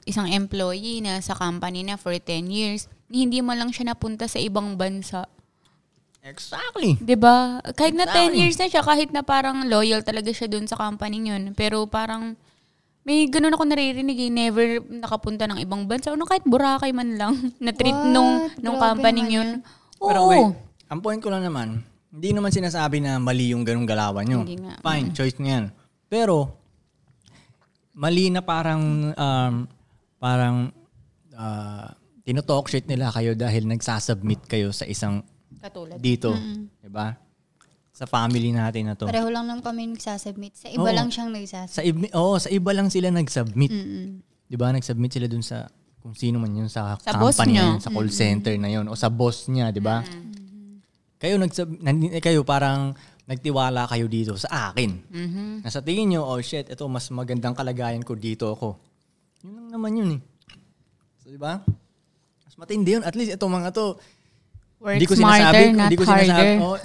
Speaker 4: isang employee na sa company na for 10 years, hindi mo lang siya napunta sa ibang bansa.
Speaker 2: Exactly.
Speaker 4: Di ba? Kahit na 10 years na siya, kahit na parang loyal talaga siya dun sa company yun. Pero parang, may ganun ako naririnig eh, never nakapunta ng ibang bansa. Ano kahit Boracay man lang, na-treat
Speaker 3: What?
Speaker 4: nung, nung
Speaker 3: Grabe
Speaker 4: company
Speaker 3: naman
Speaker 4: yun. Oo.
Speaker 2: Pero wait, ang point ko lang naman, Hindi naman sinasabi na mali yung ganung galawan nyo.
Speaker 4: Hindi nga.
Speaker 2: Fine, choice niya yan. Pero, mali na parang, um, parang, uh, tinotalk shit nila kayo dahil nagsasubmit kayo sa isang
Speaker 5: Katulad.
Speaker 2: dito. Diba? Sa family natin na to.
Speaker 3: Pareho lang naman kami nagsasubmit. Sa iba
Speaker 2: Oo.
Speaker 3: lang siyang nagsasubmit.
Speaker 2: Sa iba, oh, sa iba lang sila nag-submit. 'Di ba? Nag-submit sila dun sa kung sino man 'yun sa,
Speaker 4: Sa boss
Speaker 2: company
Speaker 4: niya.
Speaker 2: na yun, sa call center na 'yun o sa boss niya, 'di ba? Kayo nag kayo parang nagtiwala kayo dito sa akin.
Speaker 5: Mm-hmm.
Speaker 2: Na sa tingin nyo, oh shit, ito mas magandang kalagayan ko dito ako. Yun lang naman yun eh. So, di ba? Mas matindi yun. At least itong mga to,
Speaker 5: Work
Speaker 2: hindi ko
Speaker 5: smarter,
Speaker 2: sinasabi,
Speaker 5: not
Speaker 2: hindi ko sinasabi,
Speaker 5: harder.
Speaker 2: oh,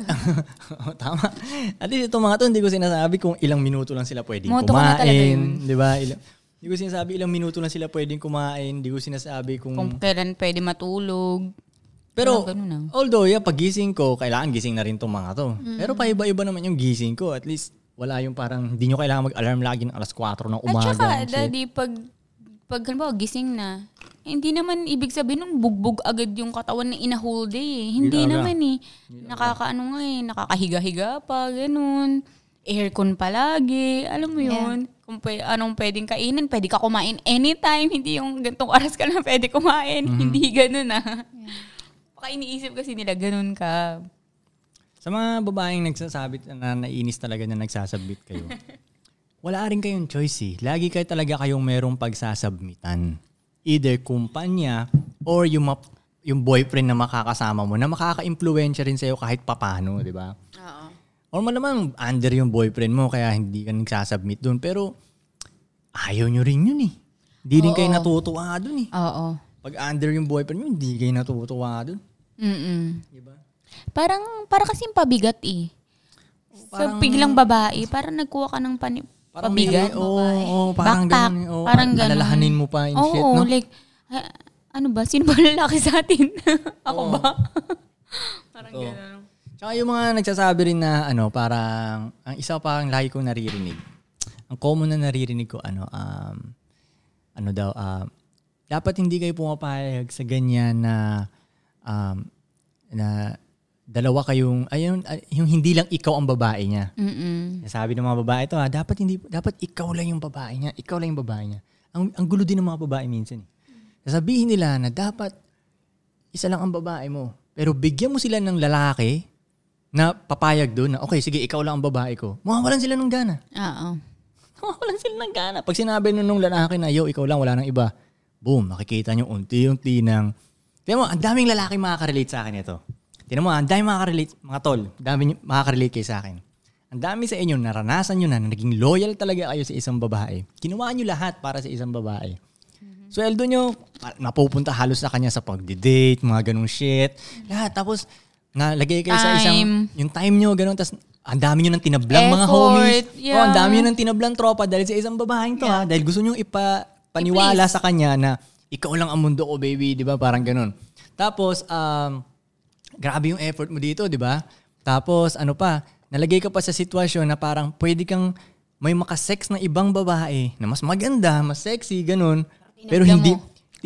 Speaker 2: oh, tama. At least itong mga to, hindi ko sinasabi kung ilang minuto lang sila pwedeng
Speaker 5: Moto ko na talaga
Speaker 2: kumain. Di ba? Ilang, hindi ko sinasabi ilang minuto lang sila pwedeng kumain. Hindi ko sinasabi kung...
Speaker 4: Kung kailan pwede matulog.
Speaker 2: pero,
Speaker 4: Walang ganun ah.
Speaker 2: although, yeah, pagising ko, kailangan gising na rin itong mga to. Pero paiba-iba naman yung gising ko. At least, wala yung parang, hindi nyo kailangan mag-alarm lagi ng alas 4 ng
Speaker 4: At
Speaker 2: umaga.
Speaker 4: saka,
Speaker 2: and shit.
Speaker 4: daddy, pag, pag halimbawa gising na, eh, hindi naman ibig sabihin nung bugbog agad yung katawan na in a whole day. Eh. Hindi
Speaker 2: Hindi talaga.
Speaker 4: naman eh. Nakakaano nga eh, nakakahiga-higa pa, ganun. Aircon palagi, alam mo yun. Kung pwe- anong pwedeng kainin, pwede ka kumain anytime. Hindi yung gantong oras ka lang pwede kumain. Hindi ganun ah. Baka iniisip kasi nila, ganun ka.
Speaker 2: Sa mga babaeng nagsasabit na nainis talaga na nagsasubmit kayo, wala rin kayong choice eh. Lagi kayo talaga kayong merong pagsasubmitan. Either kumpanya or yung, map- yung boyfriend na makakasama mo na makaka-impluensya rin sa'yo kahit papano, di ba?
Speaker 4: Oo.
Speaker 2: Or malamang under yung boyfriend mo kaya hindi ka nagsasubmit doon. Pero ayaw nyo rin yun eh. Hindi rin kayo natutuwa doon eh.
Speaker 4: Oo.
Speaker 2: Pag under yung boyfriend mo, hindi kayo natutuwa doon.
Speaker 4: Mm-mm.
Speaker 2: Diba?
Speaker 4: Parang, para kasing pabigat eh. sa biglang babae, parang nagkuha ka ng pani- pabigat.
Speaker 2: Oo, oo, parang
Speaker 4: Backpack,
Speaker 2: ganun. eh, Oo,
Speaker 4: parang ganun.
Speaker 2: alalahanin mo pa yung
Speaker 4: Oo,
Speaker 2: shit, no?
Speaker 4: like, ah, ano ba? Sino ba lalaki sa atin? Ako
Speaker 2: Oo.
Speaker 4: ba?
Speaker 2: parang ganun. Tsaka yung mga nagsasabi rin na ano, parang, ang isa parang lagi kong naririnig. Ang common na naririnig ko, ano, um, ano daw, um, dapat hindi kayo pumapayag sa ganyan na, um, na dalawa kayong, ayun, ay, yung hindi lang ikaw ang babae niya.
Speaker 4: Mm-mm.
Speaker 2: Sabi ng mga babae to ha, dapat hindi dapat ikaw lang yung babae niya, ikaw lang yung babae niya. Ang ang gulo din ng mga babae minsan eh. Sasabihin nila na dapat isa lang ang babae mo, pero bigyan mo sila ng lalaki na papayag doon na okay, sige, ikaw lang ang babae ko. Mawawalan sila ng gana.
Speaker 4: Oo.
Speaker 2: Mawawalan sila ng gana. Pag sinabi nun nung lalaki na, yo, ikaw lang, wala nang iba. Boom, makikita nyo unti-unti ng... Tingnan mo, ang daming lalaki makaka-relate sa akin ito. Tingnan mo, ang daming makaka-relate, mga tol, ang daming makaka-relate kayo sa akin. Ang dami sa inyo, naranasan nyo na, na naging loyal talaga kayo sa isang babae. Ginawa nyo lahat para sa isang babae. Sweldo nyo, ah, napupunta halos sa kanya sa pagdi-date, mga ganung shit. Lahat. Tapos, nalagay kayo sa isang, yung time nyo, ganun. Tapos, ang dami nyo nang tinablang mga
Speaker 4: Effort,
Speaker 2: homies.
Speaker 4: yeah.
Speaker 2: Oh, ang dami
Speaker 3: Ano?
Speaker 2: nyo nang tinablang tropa dahil sa isang babaeng to ha. Dahil gusto nyo ipapaniwala sa kanya na ikaw lang ang mundo ko, baby. Di ba? Parang ganun. Tapos, um, grabe yung effort mo dito, di ba? Tapos, ano pa, nalagay ka pa sa sitwasyon na parang pwede kang may makasex na ibang babae na mas maganda, mas sexy, ganun. Pero hindi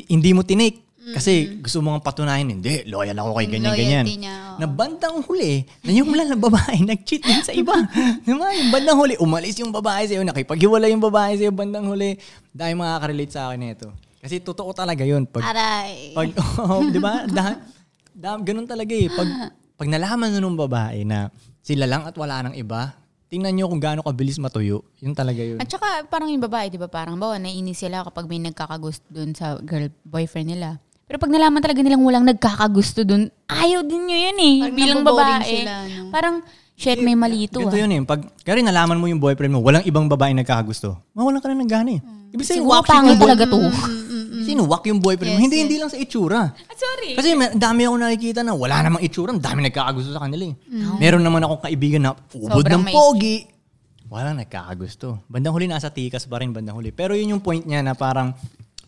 Speaker 2: hindi mo tinake. Kasi gusto mo nga patunayan, hindi, loyal ako kay ganyan-ganyan.
Speaker 3: Mm, Loyalty niya, oo.
Speaker 2: Na bandang huli, na yung lang na babae, nag-cheat din sa iba. diba? Yung bandang huli, umalis yung babae sa'yo, nakipaghiwalay yung babae sa'yo bandang huli. Dahil makaka-relate sa akin ito. Kasi totoo talaga yun. Pag
Speaker 3: Aray.
Speaker 2: pag, oh, di ba? Da, da, ganun talaga eh. Pag, pag nalaman na nung babae na sila lang at wala nang iba, tingnan nyo kung gaano kabilis matuyo. Yun talaga yun.
Speaker 4: At saka, parang yung babae, di ba? Parang, bawa, naiinis sila kapag may nagkakagusto dun sa girl boyfriend nila. Pero pag nalaman talaga nilang walang nagkakagusto dun, ayaw din nyo yun eh.
Speaker 3: Parang
Speaker 4: bilang
Speaker 3: naboboring
Speaker 4: babae.
Speaker 3: sila, no?
Speaker 4: Parang, shit, may mali ito
Speaker 2: Ganito
Speaker 4: ah.
Speaker 2: yun eh. Pag, kaya rin nalaman mo yung boyfriend mo, walang ibang babae nagkakagusto. Mawalan ka na ng gana eh. Ibig sabihin,
Speaker 4: Siguro
Speaker 2: wak siya
Speaker 4: pangil
Speaker 2: yung boy- Mm,
Speaker 4: talaga to.
Speaker 2: Ibig sabihin, wak yung boyfriend mo.
Speaker 3: Yes,
Speaker 2: Hindi,
Speaker 3: yes.
Speaker 2: hindi lang sa itsura.
Speaker 4: Ah, sorry.
Speaker 2: Kasi may, ang dami akong nakikita na wala namang itsura, ang dami nagkakagusto sa kanila eh. Meron naman akong kaibigan na ubod ng
Speaker 4: Mm. Sobrang may-
Speaker 2: pogi. Wala nagkakagusto. Bandang huli nasa tikas pa rin bandang huli. Pero yun yung point niya na parang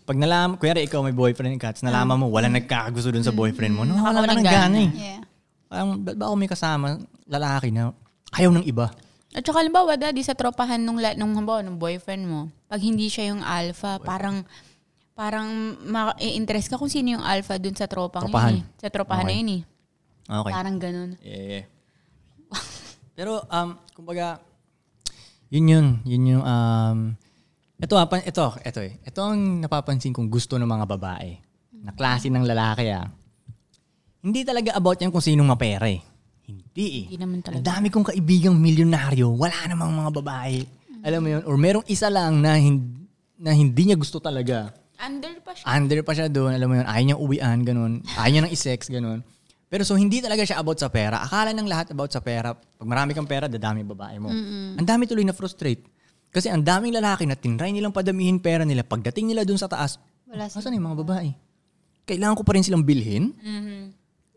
Speaker 2: pag nalaman, kuya ikaw may boyfriend ka, tapos nalaman mo, wala
Speaker 4: Mm.
Speaker 2: nagkakagusto dun sa boyfriend mo. No, wala
Speaker 4: Nakakawalan
Speaker 2: nang
Speaker 4: ng
Speaker 2: gana eh.
Speaker 3: Yeah.
Speaker 2: Parang, ba't ba ako may kasama lalaki na ayaw ng iba?
Speaker 4: At saka halimbawa, daddy, sa tropahan nung, la- nung, halimbawa, nung boyfriend mo, pag hindi siya yung alpha, parang parang ma-interest ka kung sino yung alpha dun sa tropang
Speaker 2: Tropahan.
Speaker 4: yun eh. Sa tropahan
Speaker 2: Okay.
Speaker 4: na yun eh.
Speaker 2: Okay.
Speaker 4: Parang ganun.
Speaker 2: Yeah, yeah. Pero, um, kumbaga, yun yun. Yun yung, um, ito, ah, pan- ito, ito eh. Ito ang napapansin kong gusto ng mga babae. Na klase ng lalaki ah. Hindi talaga about yan kung sinong mapera eh. Hindi eh.
Speaker 5: Hindi naman talaga.
Speaker 2: Ang dami kong kaibigang milyonaryo, wala namang mga babae. Alam mo yun? Or merong isa lang na, hin- na hindi niya gusto talaga
Speaker 4: Under pa siya.
Speaker 2: under pa siya doon, alam mo yun, ayaw niya uwian, ganun. Ayaw niya ng isex, ganun. Pero so hindi talaga siya about sa pera. Akala ng lahat about sa pera, pag marami kang pera, dadami babae mo. Ang dami tuloy na frustrate. Kasi ang daming lalaki na tinry nilang padamihin pera nila, pagdating nila doon sa taas,
Speaker 3: Wala
Speaker 2: Ah, asan na yung mga Mm-hmm. babae? Kailangan ko pa rin silang bilhin?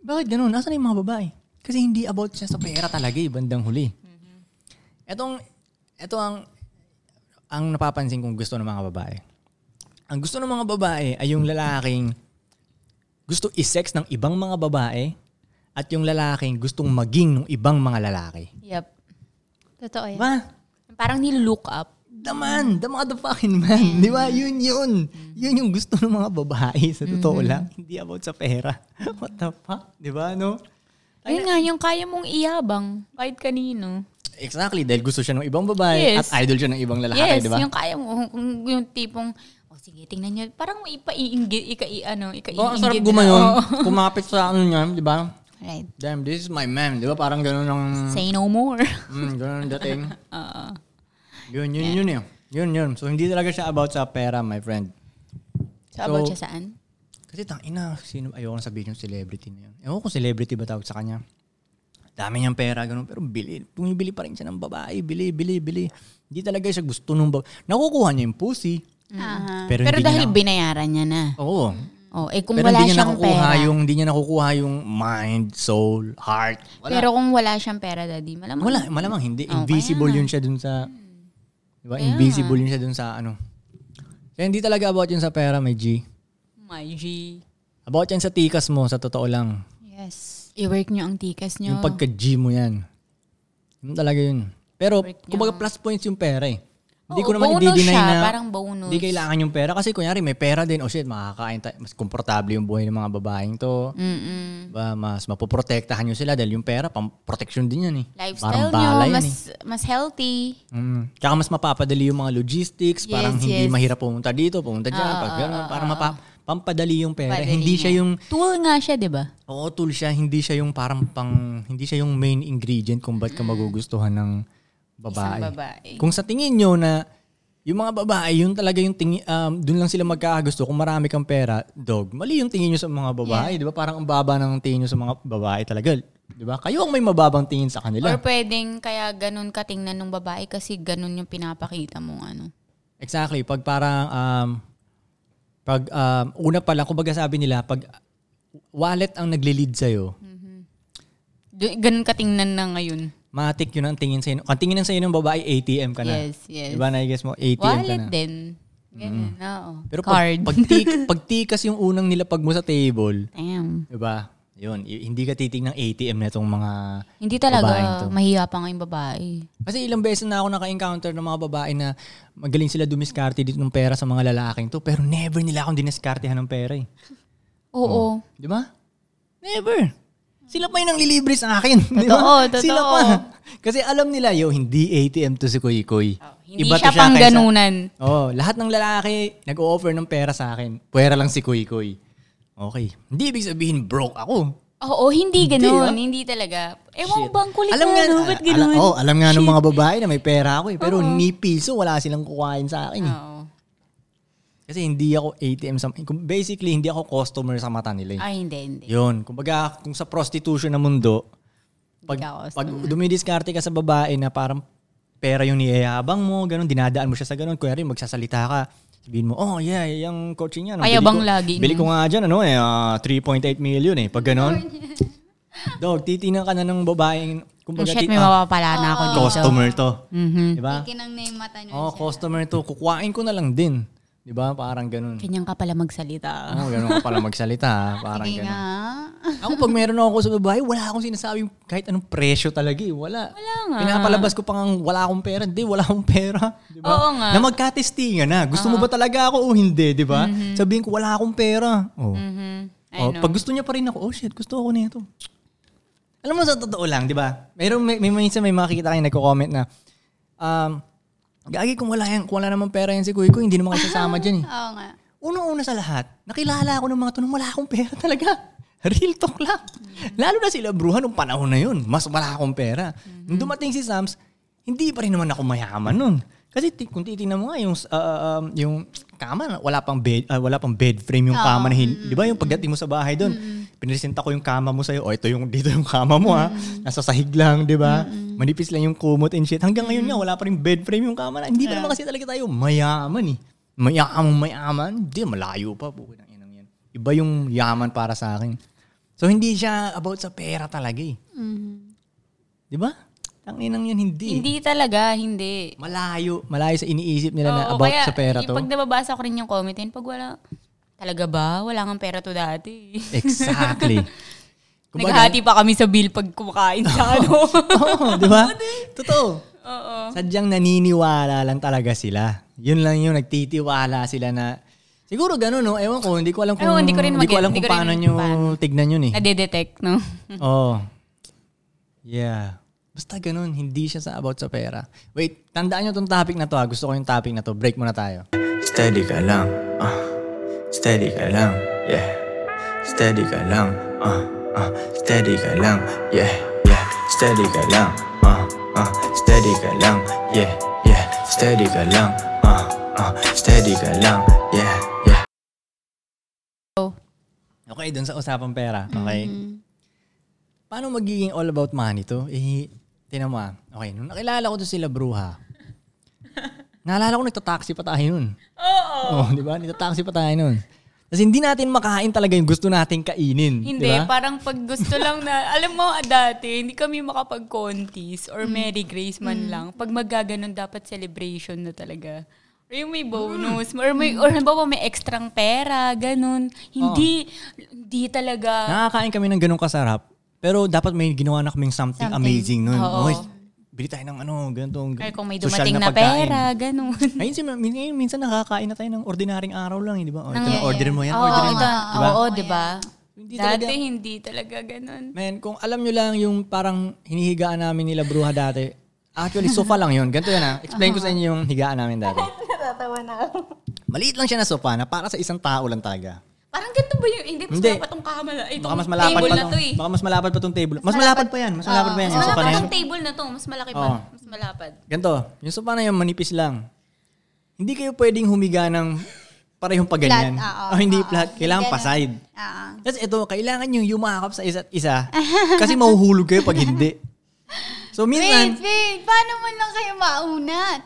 Speaker 2: Bakit ganun? Asan na yung mga babae? Kasi hindi about siya sa pera talaga eh, bandang huli. Etong, eto ang, ang napapansin kong gusto ng mga babae. Ang gusto ng mga babae ay yung lalaking gusto isex ng ibang mga babae at yung lalaking gustong maging ng ibang mga lalaki. Diba?
Speaker 5: Yep.
Speaker 3: Totoo yan.
Speaker 2: Ma,
Speaker 5: Parang nilook up.
Speaker 2: the man, the motherfucking man. Di ba? Yun yun. Yun yung gusto ng mga babae sa totoo lang. Hindi about sa pera. What the fuck? Di ba? No?
Speaker 5: Ayun nga, yung kaya mong iyabang kahit kanino.
Speaker 2: Exactly. Dahil gusto siya ng ibang babae
Speaker 5: Yes.
Speaker 2: at idol siya ng ibang lalaki.
Speaker 5: yes,
Speaker 2: di ba?
Speaker 5: yung kaya mo. Kung yung tipong, oh sige, tingnan nyo. Parang may ipaiingit, ikai, ano, ikaiingit.
Speaker 2: Oh, ang
Speaker 5: na,
Speaker 2: sarap gumayon.
Speaker 5: oo.
Speaker 2: Kumapit sa ano niya, di ba?
Speaker 5: Right.
Speaker 2: Damn, this is my man. Di ba? Parang ganun ang...
Speaker 5: Say no more.
Speaker 2: Mm, ganun ang dating. Yun, yun, yun yun. Yun, yun. So, hindi talaga siya about sa pera, my friend.
Speaker 5: so, about
Speaker 2: So-
Speaker 5: siya saan?
Speaker 2: Kasi tang ina, sino, ayoko na sabihin yung celebrity na yun. Ewan ko kung celebrity ba tawag sa kanya. Dami niyang pera, ganun. Pero bili, bumibili pa rin siya ng babae. Bili, bili, bili. Hindi talaga siya gusto nung babae. Nakukuha niya yung pussy. Mm.
Speaker 4: Ah.
Speaker 2: Pero
Speaker 4: Pero,
Speaker 2: hindi
Speaker 4: dahil
Speaker 2: na-
Speaker 4: binayaran niya na.
Speaker 2: Oo.
Speaker 4: Oh, eh kung
Speaker 2: pero
Speaker 4: wala
Speaker 2: hindi niya
Speaker 4: siyang
Speaker 2: nakukuha
Speaker 4: pera.
Speaker 2: yung, hindi niya nakukuha yung mind, soul, heart. Wala.
Speaker 4: Pero Oh, kung wala siyang pera, daddy, malamang.
Speaker 2: Wala, malamang hindi. Invisible yun siya dun sa... Di ba? Invisible yun siya dun sa ano. Kaya hindi talaga about yun sa pera, may G.
Speaker 5: My G.
Speaker 2: About yan sa tikas mo, sa totoo lang.
Speaker 3: Yes.
Speaker 5: I-work nyo ang tikas nyo.
Speaker 2: Yung pagka-G mo yan. Yun talaga yun. Pero, kumbaga plus points yung pera eh.
Speaker 5: Oo,
Speaker 2: Hindi ko naman
Speaker 5: bonus
Speaker 2: i-deny
Speaker 5: siya,
Speaker 2: na
Speaker 5: parang bonus.
Speaker 2: hindi kailangan yung pera. Kasi kunyari may pera din, oh shit, makakain tayo. Mas komportable yung buhay ng mga babaeng
Speaker 4: Mm.
Speaker 2: to.
Speaker 4: Mm-mm.
Speaker 2: Ba, mas mapoprotektahan nyo sila dahil yung pera, pang protection din yan eh. Parang
Speaker 4: Lifestyle
Speaker 2: bala
Speaker 4: niyo,
Speaker 2: yan
Speaker 4: mas,
Speaker 2: eh.
Speaker 4: mas healthy.
Speaker 2: Mm. Tsaka mas mapapadali yung mga logistics, parang
Speaker 4: Yes,
Speaker 2: hindi
Speaker 4: yes.
Speaker 2: mahirap pumunta dito, pumunta dyan, pag gano'n, parang mapa- pampadali yung pera.
Speaker 4: Padali
Speaker 2: hindi
Speaker 4: niya.
Speaker 2: siya yung,
Speaker 5: Tool nga siya, di ba?
Speaker 2: oo tool siya, hindi siya yung parang pang, hindi siya yung main ingredient kung ba't ka magugustuhan ng babae.
Speaker 4: Mm. Isang babae.
Speaker 2: Kung sa tingin nyo na, yung mga babae, yun talaga yung tingin, um, dun lang sila magkakagusto. Kung marami kang pera, dog, mali yung tingin nyo sa mga babae. Di ba? Parang ang baba ng tingin nyo sa mga babae talaga. Di ba? Kayo ang may mababang tingin sa kanila.
Speaker 4: Or pwedeng kaya ganun ka tingnan ng babae kasi ganun yung pinapakita mong ano.
Speaker 2: Exactly. Pag parang, um, pag um, una pa lang, kumbaga sabi nila, pag wallet ang nagle-lead sa'yo,
Speaker 4: Hmm. Du- Ganun ka tingnan na ngayon.
Speaker 2: matik yun ang tingin sa'yo. Ang tingin ng sa'yo ng babae, ATM ka na.
Speaker 4: Yes, yes.
Speaker 2: Diba, na-guess mo, ATM ka na.
Speaker 4: Wallet din. Ganun, oo.
Speaker 2: Pero pag,
Speaker 4: Card.
Speaker 2: pag, tik- pag tikas yung unang nilapag mo sa table,
Speaker 4: Damn.
Speaker 2: diba, yun, y- hindi ka titignan ng ATM na itong mga...
Speaker 4: Hindi
Speaker 2: Babaeng to.
Speaker 4: talaga mahiya pa ngayong babae.
Speaker 2: Kasi ilang beses na ako naka-encounter ng mga babae na magaling sila dumiskarte dito ng pera sa mga lalaking to, pero never nila akong diniskartehan ng pera eh.
Speaker 4: Oo.
Speaker 2: Di ba? Never. Sila pa yung nanglilibre sa akin. Di ba?
Speaker 4: Totoo, totoo.
Speaker 2: Sila pa. Kasi alam nila, yo, hindi ATM to si Kuy Kuy.
Speaker 4: Oh, Hindi
Speaker 2: Iba to
Speaker 4: siya pang
Speaker 2: kaysa-
Speaker 4: ganunan.
Speaker 2: Oh, lahat ng lalaki nag-o-offer ng pera sa akin. Pwera lang si Kuy Kuy. Okay. Hindi ibig sabihin broke ako.
Speaker 4: Oo, hindi
Speaker 2: ah.
Speaker 4: ganun. Hindi talaga. Ewan ko bang kulit
Speaker 2: alam
Speaker 4: na,
Speaker 2: nga,
Speaker 4: ano?
Speaker 2: na-
Speaker 4: Ba't
Speaker 2: ala-
Speaker 4: ganun?
Speaker 2: oh, alam nga ng mga babae na may pera ako eh. Pero ni piso, wala silang kukain sa akin. eh.
Speaker 4: Oo.
Speaker 2: Kasi hindi ako ATM sa... Basically, hindi ako customer sa mata nila. eh.
Speaker 4: Ay, hindi, hindi.
Speaker 2: Yun. Kumbaga, kung sa prostitution na mundo, pag,
Speaker 4: ka customer.
Speaker 2: pag dumidiskarte ka sa babae na parang pera yung niyayabang mo, ganun, dinadaan mo siya sa ganun. Kuya rin, magsasalita ka. Sabihin mo, oh yeah, yung kotse niya. no, bili
Speaker 5: Ayabang
Speaker 2: ko-
Speaker 5: lagi,
Speaker 2: Bili ko nga dyan, ano eh, ah, 3.8 million eh. Pag ganun. Dog, titingnan ka na ng babaeng,
Speaker 4: Oh,
Speaker 2: kumbaga,
Speaker 4: shit,
Speaker 2: tit-
Speaker 4: may
Speaker 2: ah,
Speaker 4: mapapala na ako dito. Mm-hmm.
Speaker 2: customer to. Diba?
Speaker 3: Kinang na yung mata niya.
Speaker 2: Oh, customer to. Kukuhain ko na lang din. Diba? Parang ganun.
Speaker 5: Ganyan ka pala magsalita.
Speaker 2: Oh, ganun ka pala magsalita. ah. Parang
Speaker 3: Sige
Speaker 2: ganun.
Speaker 3: nga.
Speaker 2: Ako pag meron ako sa babae, wala akong sinasabing kahit anong presyo talaga eh. Wala. Wala nga. Pinapalabas ko pa nga wala akong pera. Hindi, wala akong pera. Di ba?
Speaker 5: Oo nga.
Speaker 2: Na magkatestingan na. Gusto mo ba talaga ako o hindi, di ba? Sabihin ko,
Speaker 4: Mm. Mm-hmm.
Speaker 2: wala akong pera. Oh. Oh, pag gusto niya pa rin ako, oh shit, gusto ako nito. Alam mo sa totoo lang, di ba? Mayroong may, may minsan may makikita kayo nagko-comment na um gagi kung wala yan, kung wala namang pera yan si Kuya ko, hindi naman kayo sasama diyan eh.
Speaker 3: Oo nga.
Speaker 2: Unang-una sa lahat, nakilala ako ng mga to nung wala akong pera talaga. Real talk lang. Lalo na sila bruha nung panahon na yun. Mas wala akong pera. Nung dumating si Sams, hindi pa rin naman ako mayaman nun. Kasi ti- kung titingnan mo nga yung ah, um, yung kama, wala pang bed, ah, wala pang bed frame yung kama na hin- 'di ba? Yung pagdating mo sa bahay doon, pinresenta ko yung kama mo sa iyo. O ito yung dito yung kama mo ha. Nasa sahig lang, 'di ba? Manipis lang yung kumot and shit. Hanggang ngayon nga wala pa rin bed frame yung kama na. Hindi pa naman kasi talaga tayo mayaman eh mayaman, mayaman, hindi, malayo pa. Bukin ng inang yan. Iba yung yaman para sa akin. So, hindi siya about sa pera talaga eh. Di ba? Ang inang yan, hindi.
Speaker 4: Mm-hmm. Hindi talaga, hindi.
Speaker 2: Malayo. Malayo sa iniisip nila na
Speaker 4: Oo,
Speaker 2: about
Speaker 4: kaya
Speaker 2: sa pera to.
Speaker 4: Pag nababasa ko rin yung comment yun, pag wala, talaga ba? Wala kang pera to dati.
Speaker 2: Exactly.
Speaker 4: Naghahati pa kami sa bill pag kumakain sa ano.
Speaker 2: Oo, di ba?
Speaker 4: eh?
Speaker 2: Totoo. Sadyang naniniwala lang talaga sila. Yun lang yung nagtitiwala sila na Siguro gano'n, no? Ewan ko, hindi ko alam kung,
Speaker 4: Ewan, hindi ko rin mag-
Speaker 2: alam
Speaker 4: hindi
Speaker 2: kung
Speaker 4: ko rin
Speaker 2: paano nyo
Speaker 4: paano.
Speaker 2: tignan yun eh.
Speaker 4: Nadedetect, no?
Speaker 2: Oh. Yeah. Basta ganun, hindi siya sa about sa pera. Wait, tandaan nyo tong topic na to ha. Gusto ko yung topic na to. Break muna tayo.
Speaker 1: Steady ka lang, ah. Steady ka lang, yeah. Steady ka lang, ah, ah. Steady ka lang, yeah, yeah. Steady ka lang, ah, ah. Steady ka lang, yeah, yeah. Steady ka lang, ah, ah. Steady ka lang, yeah, yeah.
Speaker 2: Okay, dun sa usapang pera. Okay? Paano magiging all about money to? Eh, tinan mo ah. Okay, nung nakilala ko to sila bruha, naalala ko nagtataxi pa tayo nun. Oo. Oh, di ba? Nagtataxi pa tayo nun. Kasi hindi natin makain talaga yung gusto nating kainin.
Speaker 4: Hindi,
Speaker 2: di ba?
Speaker 4: parang pag gusto lang na, alam mo, dati, hindi kami makapag-contis or
Speaker 2: Hmm.
Speaker 4: Merry Grace man lang. Pag magaganon, dapat celebration na talaga. Or yung may bonus,
Speaker 2: Hmm.
Speaker 4: or may, or halimbawa may ekstrang pera, ganun. Hindi,
Speaker 2: Oh.
Speaker 4: hindi talaga.
Speaker 2: Nakakain kami ng ganong kasarap. Pero dapat may ginawa na kaming something, amazing nun.
Speaker 4: Oo.
Speaker 2: Oy, bili tayo ng ano, ganitong
Speaker 4: Or kung may
Speaker 2: social
Speaker 4: dumating na,
Speaker 2: pagkain.
Speaker 4: pera, ganun.
Speaker 2: Ngayon, si- min- ngayon, minsan nakakain na tayo ng ordinaryong araw lang, eh, di ba? O, ito
Speaker 4: Ng-
Speaker 2: na, orderin mo yan,
Speaker 4: Oo,
Speaker 2: orderin mo.
Speaker 4: ito,
Speaker 2: Di ba?
Speaker 4: oo, di ba?
Speaker 2: Hindi talaga.
Speaker 4: Dati, hindi talaga ganun.
Speaker 2: Man, kung alam nyo lang yung parang hinihigaan namin nila bruha dati, actually, sofa lang yun. Ganito yan ha. Explain ko sa inyo yung higaan namin dati. Natatawa na ako. Maliit lang siya na sofa na para sa isang tao lang talaga.
Speaker 4: Parang ganito ba yung, hindi, mas
Speaker 2: Hindi.
Speaker 4: malapad tong kama na. Itong
Speaker 2: Baka mas malapad
Speaker 4: table
Speaker 2: pa
Speaker 4: na
Speaker 2: tong,
Speaker 4: to eh.
Speaker 2: baka mas malapad pa tong table. Mas, malapad, pa yan. Mas malapad pa yan.
Speaker 4: Mas
Speaker 2: Yung sofa
Speaker 4: malapad
Speaker 2: na yan.
Speaker 4: tong table na to. Mas malaki pa.
Speaker 2: Oo.
Speaker 4: Mas malapad.
Speaker 2: Ganto, yung sopa na yun, manipis lang. Hindi kayo pwedeng humiga ng parehong paganyan.
Speaker 3: Flat, oo,
Speaker 2: o hindi
Speaker 3: oo.
Speaker 2: flat, kailangan
Speaker 3: Ganun.
Speaker 2: paside.
Speaker 3: Oo.
Speaker 4: Ano
Speaker 2: Tapos ito, kailangan yung yumakap sa isa't isa kasi mahuhulog kayo pag hindi. So
Speaker 3: Wait,
Speaker 2: minsan,
Speaker 3: wait. Paano man lang kayo maunat?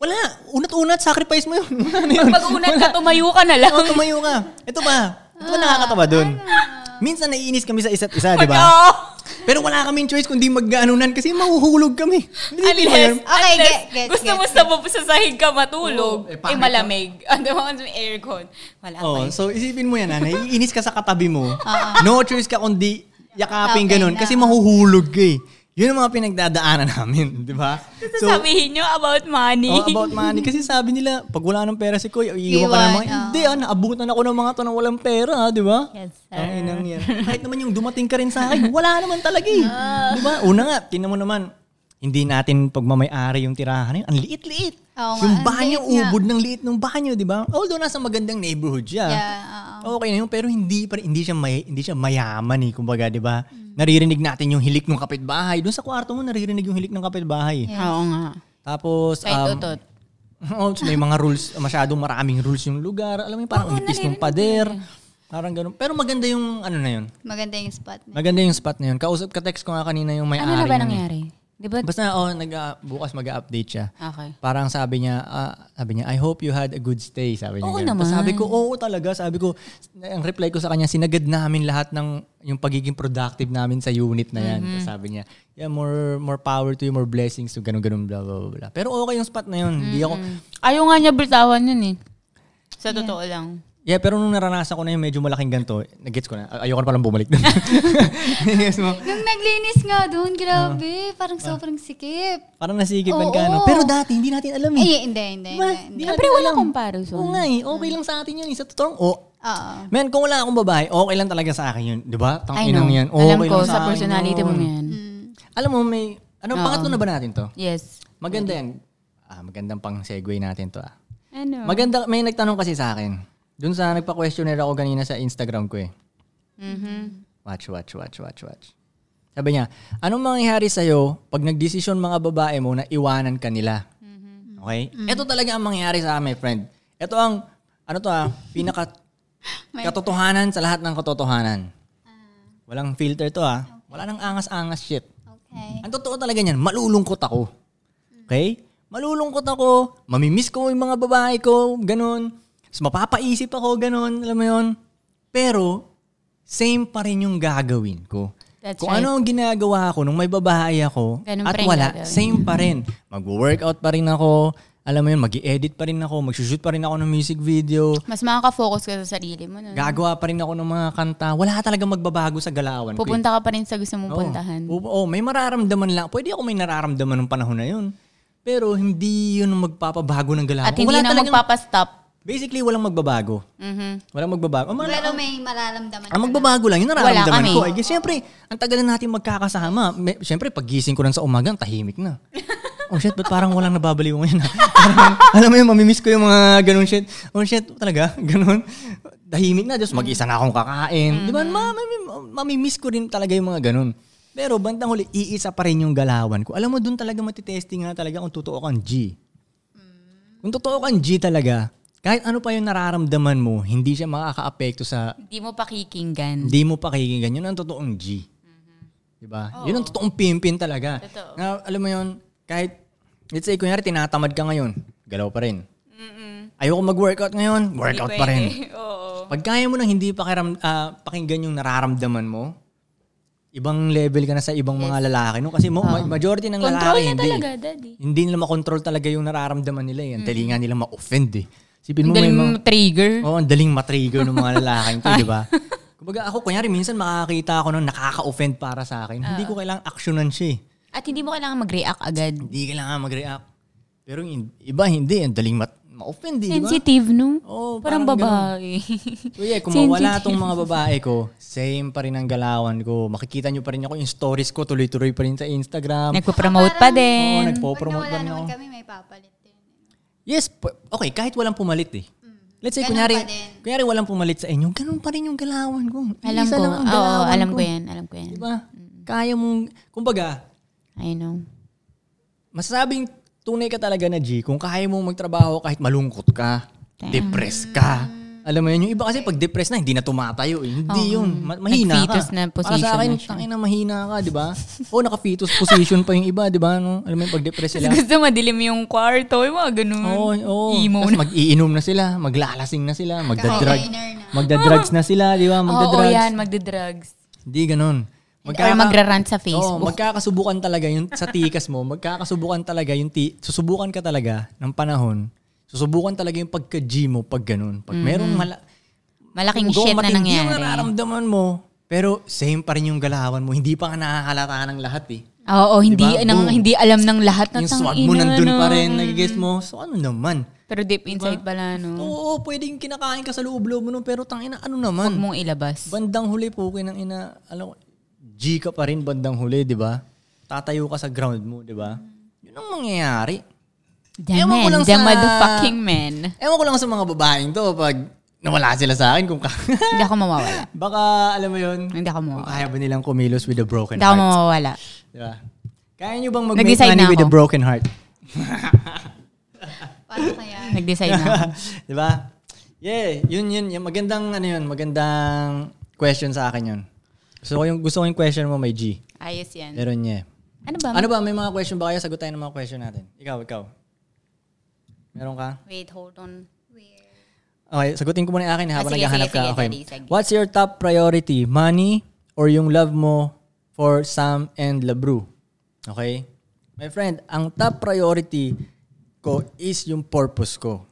Speaker 2: wala, unat-unat, sacrifice mo yun. ano yun?
Speaker 4: Pag unat ka, tumayo ka na lang.
Speaker 2: Oo, tumayo ka. Ito pa, ito pa nakakatawa dun. Minsan naiinis kami sa isa't isa, di ba?
Speaker 4: Oo.
Speaker 2: Pero wala kaming choice kundi mag-anunan kasi mahuhulog kami. Hindi ba yun?
Speaker 4: Unless,
Speaker 3: Okay,
Speaker 4: unless
Speaker 3: get- get-
Speaker 4: gusto
Speaker 3: get-
Speaker 4: mo sa mo sa sahig ka matulog,
Speaker 2: Oo, eh,
Speaker 4: eh,
Speaker 2: pangit
Speaker 4: malamig. Ano mo may aircon? Wala pa
Speaker 2: Oh,
Speaker 4: yun.
Speaker 2: so isipin mo yan, ha, naiinis ka sa katabi mo. no choice ka kundi yakapin
Speaker 3: Okay
Speaker 2: ganun
Speaker 3: na.
Speaker 2: kasi mahuhulog ka eh. Yun ang mga pinagdadaanan namin, di ba?
Speaker 4: So, sabihin nyo about money.
Speaker 2: oh, about money. Kasi sabi nila, pag wala ng pera si Koy, iiwan ka ng
Speaker 3: Iwan,
Speaker 2: mga, hindi ah, naabutan ako ng mga to na walang pera, ah, di ba?
Speaker 5: Yes, sir.
Speaker 2: Ang inang yan. Kahit naman yung dumating ka rin sa akin, wala naman talaga eh. di ba? Una nga, tinan mo naman, hindi natin pagmamay-ari yung tirahan na yun. Ang liit-liit.
Speaker 3: Oo nga,
Speaker 2: yung banyo,
Speaker 3: ang liit nga.
Speaker 2: ubod ng liit ng banyo, di ba? Although nasa magandang neighborhood siya.
Speaker 3: Yeah,
Speaker 4: uh-uh.
Speaker 2: Okay na yun, pero hindi pa rin- hindi siya may, hindi siya mayaman eh, kumbaga, 'di ba? Naririnig natin yung hilik ng kapitbahay. Doon sa kwarto mo naririnig yung hilik ng kapitbahay.
Speaker 4: Oo nga.
Speaker 2: Tapos um,
Speaker 4: Kahit utot.
Speaker 2: oo, so may mga rules, masyadong maraming rules yung lugar. Alam mo yun, parang nipis ng pader. Parang ganun. Pero maganda yung ano na yun.
Speaker 3: Maganda yung spot na.
Speaker 2: Maganda yung spot na yun. Kausap ka text ko nga kanina yung may-ari.
Speaker 4: Ano na ba
Speaker 2: nun eh.
Speaker 4: nangyari? Di ba?
Speaker 2: Basta oh, nag, ah, bukas mag-update siya.
Speaker 4: Okay.
Speaker 2: Parang sabi niya, ah, sabi niya, I hope you had a good stay, sabi niya.
Speaker 4: Oo
Speaker 2: ganun.
Speaker 4: naman.
Speaker 2: Tapos sabi ko, oo talaga, sabi ko, ang reply ko sa kanya, sinagad namin lahat ng yung pagiging productive namin sa unit na yan.
Speaker 4: Mm-hmm.
Speaker 2: Tapos Sabi niya, yeah, more more power to you, more blessings, so ganun ganun blah blah blah,
Speaker 4: Mm-hmm.
Speaker 2: blah. Pero okay yung spot na yun. Hindi ako
Speaker 4: Ayaw nga niya bitawan yun eh. Sa totoo lang.
Speaker 2: Yeah, pero nung naranasan ko na yung medyo malaking ganito, nag-gets ko na. Ay- Ayoko na palang bumalik doon. yes, mo.
Speaker 3: Nung naglinis nga
Speaker 4: Ah.
Speaker 3: doon, grabe, parang sobrang sikip.
Speaker 2: Parang nasigipan ka, no?
Speaker 3: Oo.
Speaker 2: Pero dati, hindi natin alam eh.
Speaker 3: Ay, hindi, hindi,
Speaker 2: Diba?
Speaker 3: hindi.
Speaker 2: Di
Speaker 3: hindi.
Speaker 2: natin
Speaker 4: Pero wala
Speaker 2: alam.
Speaker 4: comparison. Mm.
Speaker 2: Oo nga eh. Okay lang sa atin yun. Isa totoong, oh,
Speaker 3: Oo.
Speaker 2: Man, kung wala akong babae, okay lang talaga sa akin yun. Di ba? Tang
Speaker 4: Ah. I know.
Speaker 2: inang yan. Okay
Speaker 4: Alam ko,
Speaker 2: lang
Speaker 4: sa
Speaker 2: akin
Speaker 4: personality mo
Speaker 2: yun.
Speaker 4: yan.
Speaker 2: Alam mo, may... Ano,
Speaker 4: Oo.
Speaker 2: pangatlo na ba natin to?
Speaker 4: Yes.
Speaker 2: Maganda yan. Ah, magandang pang segue natin to ah.
Speaker 4: Ano?
Speaker 2: Maganda, may nagtanong kasi sa akin. Doon sa nagpa-questionnaire ako kanina sa Instagram ko eh.
Speaker 4: Mm-hmm.
Speaker 2: Watch, watch, watch, watch, watch. Sabi niya, anong mangyayari sa'yo pag nagdesisyon mga babae mo na iwanan ka nila?
Speaker 4: Mm-hmm.
Speaker 2: Okay? Ito talaga ang mangyayari sa amin, friend. Ito ang, ano to ah, pinaka katotohanan sa lahat ng katotohanan.
Speaker 4: Ah.
Speaker 2: Walang filter to ah. Wala nang angas-angas shit.
Speaker 3: Okay.
Speaker 2: Ang totoo talaga niyan, malulungkot ako. Okay? Malulungkot ako, mamimiss ko yung mga babae ko, ganun. Tapos mapapaisip ako, ganun, alam mo yun. Pero, same pa rin yung gagawin ko.
Speaker 4: That's
Speaker 2: Kung
Speaker 4: right.
Speaker 2: ano ang ginagawa ko nung may babae ako
Speaker 4: Ganun
Speaker 2: at
Speaker 4: pa rin
Speaker 2: wala,
Speaker 4: gagawin.
Speaker 2: same pa rin. Mag-workout pa rin ako, alam mo yun, mag edit pa rin ako, mag-shoot pa rin ako ng music video,
Speaker 4: Mas makaka-focus ka sa sarili mo. No?
Speaker 2: gagawa pa rin ako ng mga kanta. Wala talaga magbabago sa galawan ko. eh.
Speaker 4: Pupunta ka pa rin sa gusto mong puntahan.
Speaker 2: Oo, Oo, may mararamdaman lang. Pwede ako may nararamdaman ng panahon na yun. Pero hindi yun ang magpapabago ng galawan.
Speaker 4: At hindi
Speaker 2: Wala
Speaker 4: na
Speaker 2: talagang-
Speaker 4: magpapastop.
Speaker 2: Basically, walang magbabago.
Speaker 4: Mhm.
Speaker 2: Walang magbabago. Ang, mga-
Speaker 3: Pero may mararamdaman
Speaker 2: ang
Speaker 3: ka na.
Speaker 2: magbabago lang, yung
Speaker 4: Wala
Speaker 2: nararamdaman
Speaker 4: kami.
Speaker 2: ko. Ay, siyempre, ang tagal na natin magkakasama. May, siyempre, pagising ko lang sa umaga, ang tahimik na. Oh shit, ba't parang walang nababaliw ngayon? ah? parang, alam mo yun, mamimiss ko yung mga ganun shit. Oh shit, talaga, ganun. Tahimik na, Diyos, mag-isa na akong kakain. Di ba,
Speaker 4: Mm-hmm.
Speaker 2: ma- mami- mamimiss ko rin talaga yung mga ganun. Pero bandang huli, iisa pa rin yung galawan ko. Alam mo, dun talaga matitesting na talaga kung totoo kang G.
Speaker 4: Mm.
Speaker 2: Kung totoo kang G talaga, kahit ano pa yung nararamdaman mo, hindi siya makakaapekto sa
Speaker 4: Hindi mo pakikinggan.
Speaker 2: hindi mo pakikinggan. Yun ang totoong G. Di ba?
Speaker 4: Mm-hmm.
Speaker 2: Yun ang totoong pimpin talaga. Na, alam mo yun, kahit, let's say, kunyari, tinatamad ka ngayon, galaw pa rin. Ayoko mag-workout ngayon, workout pa rin.
Speaker 4: Oo.
Speaker 2: Pag kaya mo nang hindi pakiram, ah, pakinggan yung nararamdaman mo, ibang level ka na sa ibang mga lalaki. No? Kasi mo, ma- majority ng
Speaker 4: Um, Control
Speaker 2: lalaki
Speaker 4: na
Speaker 2: hindi.
Speaker 4: talaga, daddy.
Speaker 2: Hindi nila makontrol talaga yung nararamdaman nila. Yan. Dali nga nila ma-offend eh. Sipin mo, may
Speaker 4: Dahil
Speaker 2: mga,
Speaker 4: mo trigger.
Speaker 2: Oo, ang daling matrigger ng mga lalaking to, di ba? Kumbaga ako, kunyari, minsan makakita ako ng nakaka-offend para sa akin.
Speaker 4: Ah.
Speaker 2: Hindi ko kailangang aksyonan siya eh.
Speaker 4: At hindi mo kailangan mag-react agad.
Speaker 2: Hindi kailangan mag-react. Pero yung iba, hindi. Ang daling mat- ma-offend, eh, di ba?
Speaker 4: Sensitive, no?
Speaker 2: Oo, parang
Speaker 4: parang, babae.
Speaker 2: So yeah, kung mawala
Speaker 4: Sensitive.
Speaker 2: tong mga babae ko, same pa rin ang galawan ko. Makikita nyo pa rin ako yung stories ko, tuloy-tuloy pa rin sa Instagram.
Speaker 4: Nagpo-promote pa
Speaker 2: Oo,
Speaker 4: din.
Speaker 3: Pag
Speaker 2: nagpo-promote
Speaker 3: nawala
Speaker 2: pa rin
Speaker 3: naman
Speaker 2: ako.
Speaker 3: kami, may papalit din.
Speaker 2: Yes, p- okay, kahit walang pumalit eh. Let's say,
Speaker 3: Mm. Ganun
Speaker 2: kunyari,
Speaker 3: pa din.
Speaker 2: kunyari walang pumalit sa inyo, ganun pa rin yung galawan ko.
Speaker 4: alam
Speaker 2: Iisa
Speaker 4: ko.
Speaker 2: lang ang
Speaker 4: Oo,
Speaker 2: galawan
Speaker 4: alam ko yan. Alam ko yan.
Speaker 2: Di ba? Diba? Kaya mong, kumbaga,
Speaker 4: I know.
Speaker 2: masasabing tunay ka talaga na G kung kaya mong magtrabaho kahit malungkot ka, depressed ka. Alam mo yun, yung iba kasi pag depressed na, hindi na tumatayo. Eh. Hindi yun. Ma- mahina
Speaker 4: Nag-fetus
Speaker 2: ka.
Speaker 4: na
Speaker 2: Para
Speaker 4: position
Speaker 2: sa akin,
Speaker 4: na siya.
Speaker 2: tangina, mahina ka, di ba? Oo, naka-fetus position pa yung iba, di ba? No? Alam mo yun, pag depressed sila.
Speaker 4: Gusto madilim yung kwarto. Yung mga ganun.
Speaker 2: Oo, oo.
Speaker 4: Emo
Speaker 2: Tapos mag-iinom na sila, maglalasing na sila, magdadrug.
Speaker 3: Kakainer na.
Speaker 2: Magdadrugs na sila, di ba?
Speaker 4: Oo,
Speaker 2: Magdadrugs.
Speaker 4: yan. Magdadrugs.
Speaker 2: Hindi ganun.
Speaker 4: Or magrarant sa
Speaker 2: Oo,
Speaker 4: Facebook.
Speaker 2: magkakasubukan talaga yung sa tikas mo, magkakasubukan talaga yung ti- susubukan ka talaga ng panahon. Susubukan talaga yung pagka-G mo pag ganun. Pag merong mala-
Speaker 4: Mm-hmm. Malaking
Speaker 2: Kung
Speaker 4: shit na
Speaker 2: matindi yung
Speaker 4: nangyari.
Speaker 2: nararamdaman mo, pero same pa rin yung galawan mo. Hindi pa ka nakakalata ng lahat eh.
Speaker 4: Oo, hindi,
Speaker 2: Diba?
Speaker 4: nang,
Speaker 2: Boom.
Speaker 4: hindi alam ng lahat na
Speaker 2: yung swag
Speaker 4: tangina,
Speaker 2: mo nandun pa
Speaker 4: no?
Speaker 2: rin, Diba? nagigis mo. So ano naman?
Speaker 4: Pero deep inside pala, no?
Speaker 2: Oo, pwedeng kinakain ka sa loob-loob mo nun, pero tangina, ano naman?
Speaker 4: Huwag mong ilabas.
Speaker 2: Bandang huli po, ng ina, alam ko, G ka pa rin bandang huli, di ba? Tatayo ka sa ground mo, di ba? Yun ang mangyayari.
Speaker 4: The
Speaker 2: Ewan ko
Speaker 4: man,
Speaker 2: lang
Speaker 4: the
Speaker 2: sa-
Speaker 4: motherfucking man.
Speaker 2: Ewan ko lang sa mga babaeng to pag nawala sila sa akin kung ka-
Speaker 4: Hindi ako mawawala.
Speaker 2: baka alam mo yun.
Speaker 4: Hindi ako
Speaker 2: Kung
Speaker 4: mawawala.
Speaker 2: kaya ba nilang kumilos with a broken
Speaker 4: Hindi ako
Speaker 2: heart?
Speaker 4: mawawala.
Speaker 2: Di ba? Kaya nyo bang mag-make
Speaker 4: Nag-decide
Speaker 2: money
Speaker 4: na
Speaker 2: with a
Speaker 4: ako.
Speaker 2: broken heart?
Speaker 3: Paano kaya?
Speaker 4: Nag-decide na ako.
Speaker 2: di ba? Diba? Yeah, yun yun. Yung magandang ano yun, magandang question sa akin yun. Gusto ko yung, gusto ko yung question mo may G.
Speaker 4: Ayos yan.
Speaker 2: Meron niya.
Speaker 4: Ano ba?
Speaker 2: Ano ba? May mga question ba kayo? Sagot tayo ng mga question natin. Ikaw, ikaw. Meron ka?
Speaker 4: Wait, hold on.
Speaker 2: Okay, sagutin ko muna yung akin habang
Speaker 4: Ah, sige,
Speaker 2: naghahanap
Speaker 4: sige,
Speaker 2: ka.
Speaker 4: sige,
Speaker 2: okay.
Speaker 4: sige, sige.
Speaker 2: What's your top priority? Money or yung love mo for Sam and Labru? Okay? My friend, ang top priority ko is yung purpose ko.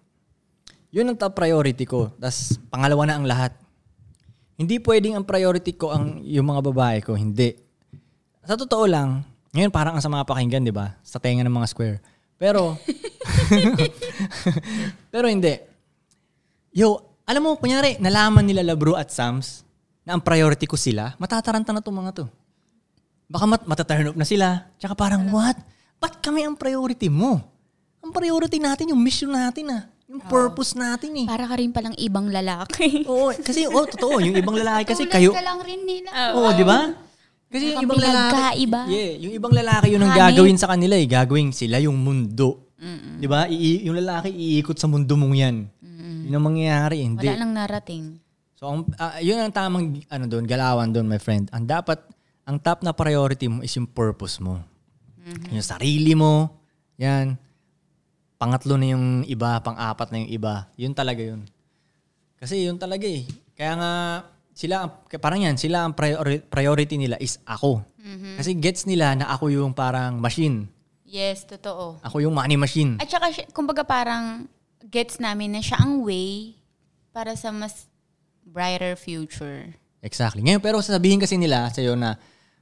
Speaker 2: Yun ang top priority ko. Tapos pangalawa na ang lahat. Hindi pwedeng ang priority ko ang yung mga babae ko. Hindi. Sa totoo lang, ngayon parang ang sama pakinggan, di ba? Sa tenga ng mga square. Pero, pero hindi. Yo, alam mo, kunyari, nalaman nila Labro at Sams na ang priority ko sila, matataranta na itong mga to. Baka mat mataturn up na sila. Tsaka parang, what? Ba't kami ang priority mo? Ang priority natin, yung mission natin ah. Yung purpose natin eh.
Speaker 4: Para ka rin palang ibang lalaki.
Speaker 2: Oo, kasi, oh, totoo, yung ibang lalaki kasi
Speaker 3: Tulad
Speaker 2: kayo,
Speaker 3: ka lang rin nila.
Speaker 2: Oo, di ba? Kasi yung
Speaker 4: Baka
Speaker 2: ibang lalaki,
Speaker 4: pinagkaiba.
Speaker 2: yeah, yung ibang lalaki yun ang
Speaker 4: Hanay.
Speaker 2: gagawin sa kanila eh. Gagawin sila yung mundo. Di ba? Ii- yung lalaki iikot sa mundo mong yan. Yun ang mangyayari, hindi.
Speaker 4: Wala nang narating.
Speaker 2: So, ang, ah, yun ang tamang ano doon, galawan doon, my friend. Ang dapat, ang top na priority mo is yung purpose mo. Yung sarili mo. Yan. Pangatlo na yung iba, pang-apat na yung iba. Yun talaga yun. Kasi yun talaga eh. Kaya nga, sila, ang- kaya parang yan, sila ang priori- priority nila is ako. Kasi gets nila na ako yung parang machine.
Speaker 4: Yes, totoo.
Speaker 2: Ako yung money machine.
Speaker 4: At saka, siya- kumbaga parang gets namin na siya ang way para sa mas brighter future.
Speaker 2: Exactly. Ngayon, pero sasabihin kasi nila sa'yo na,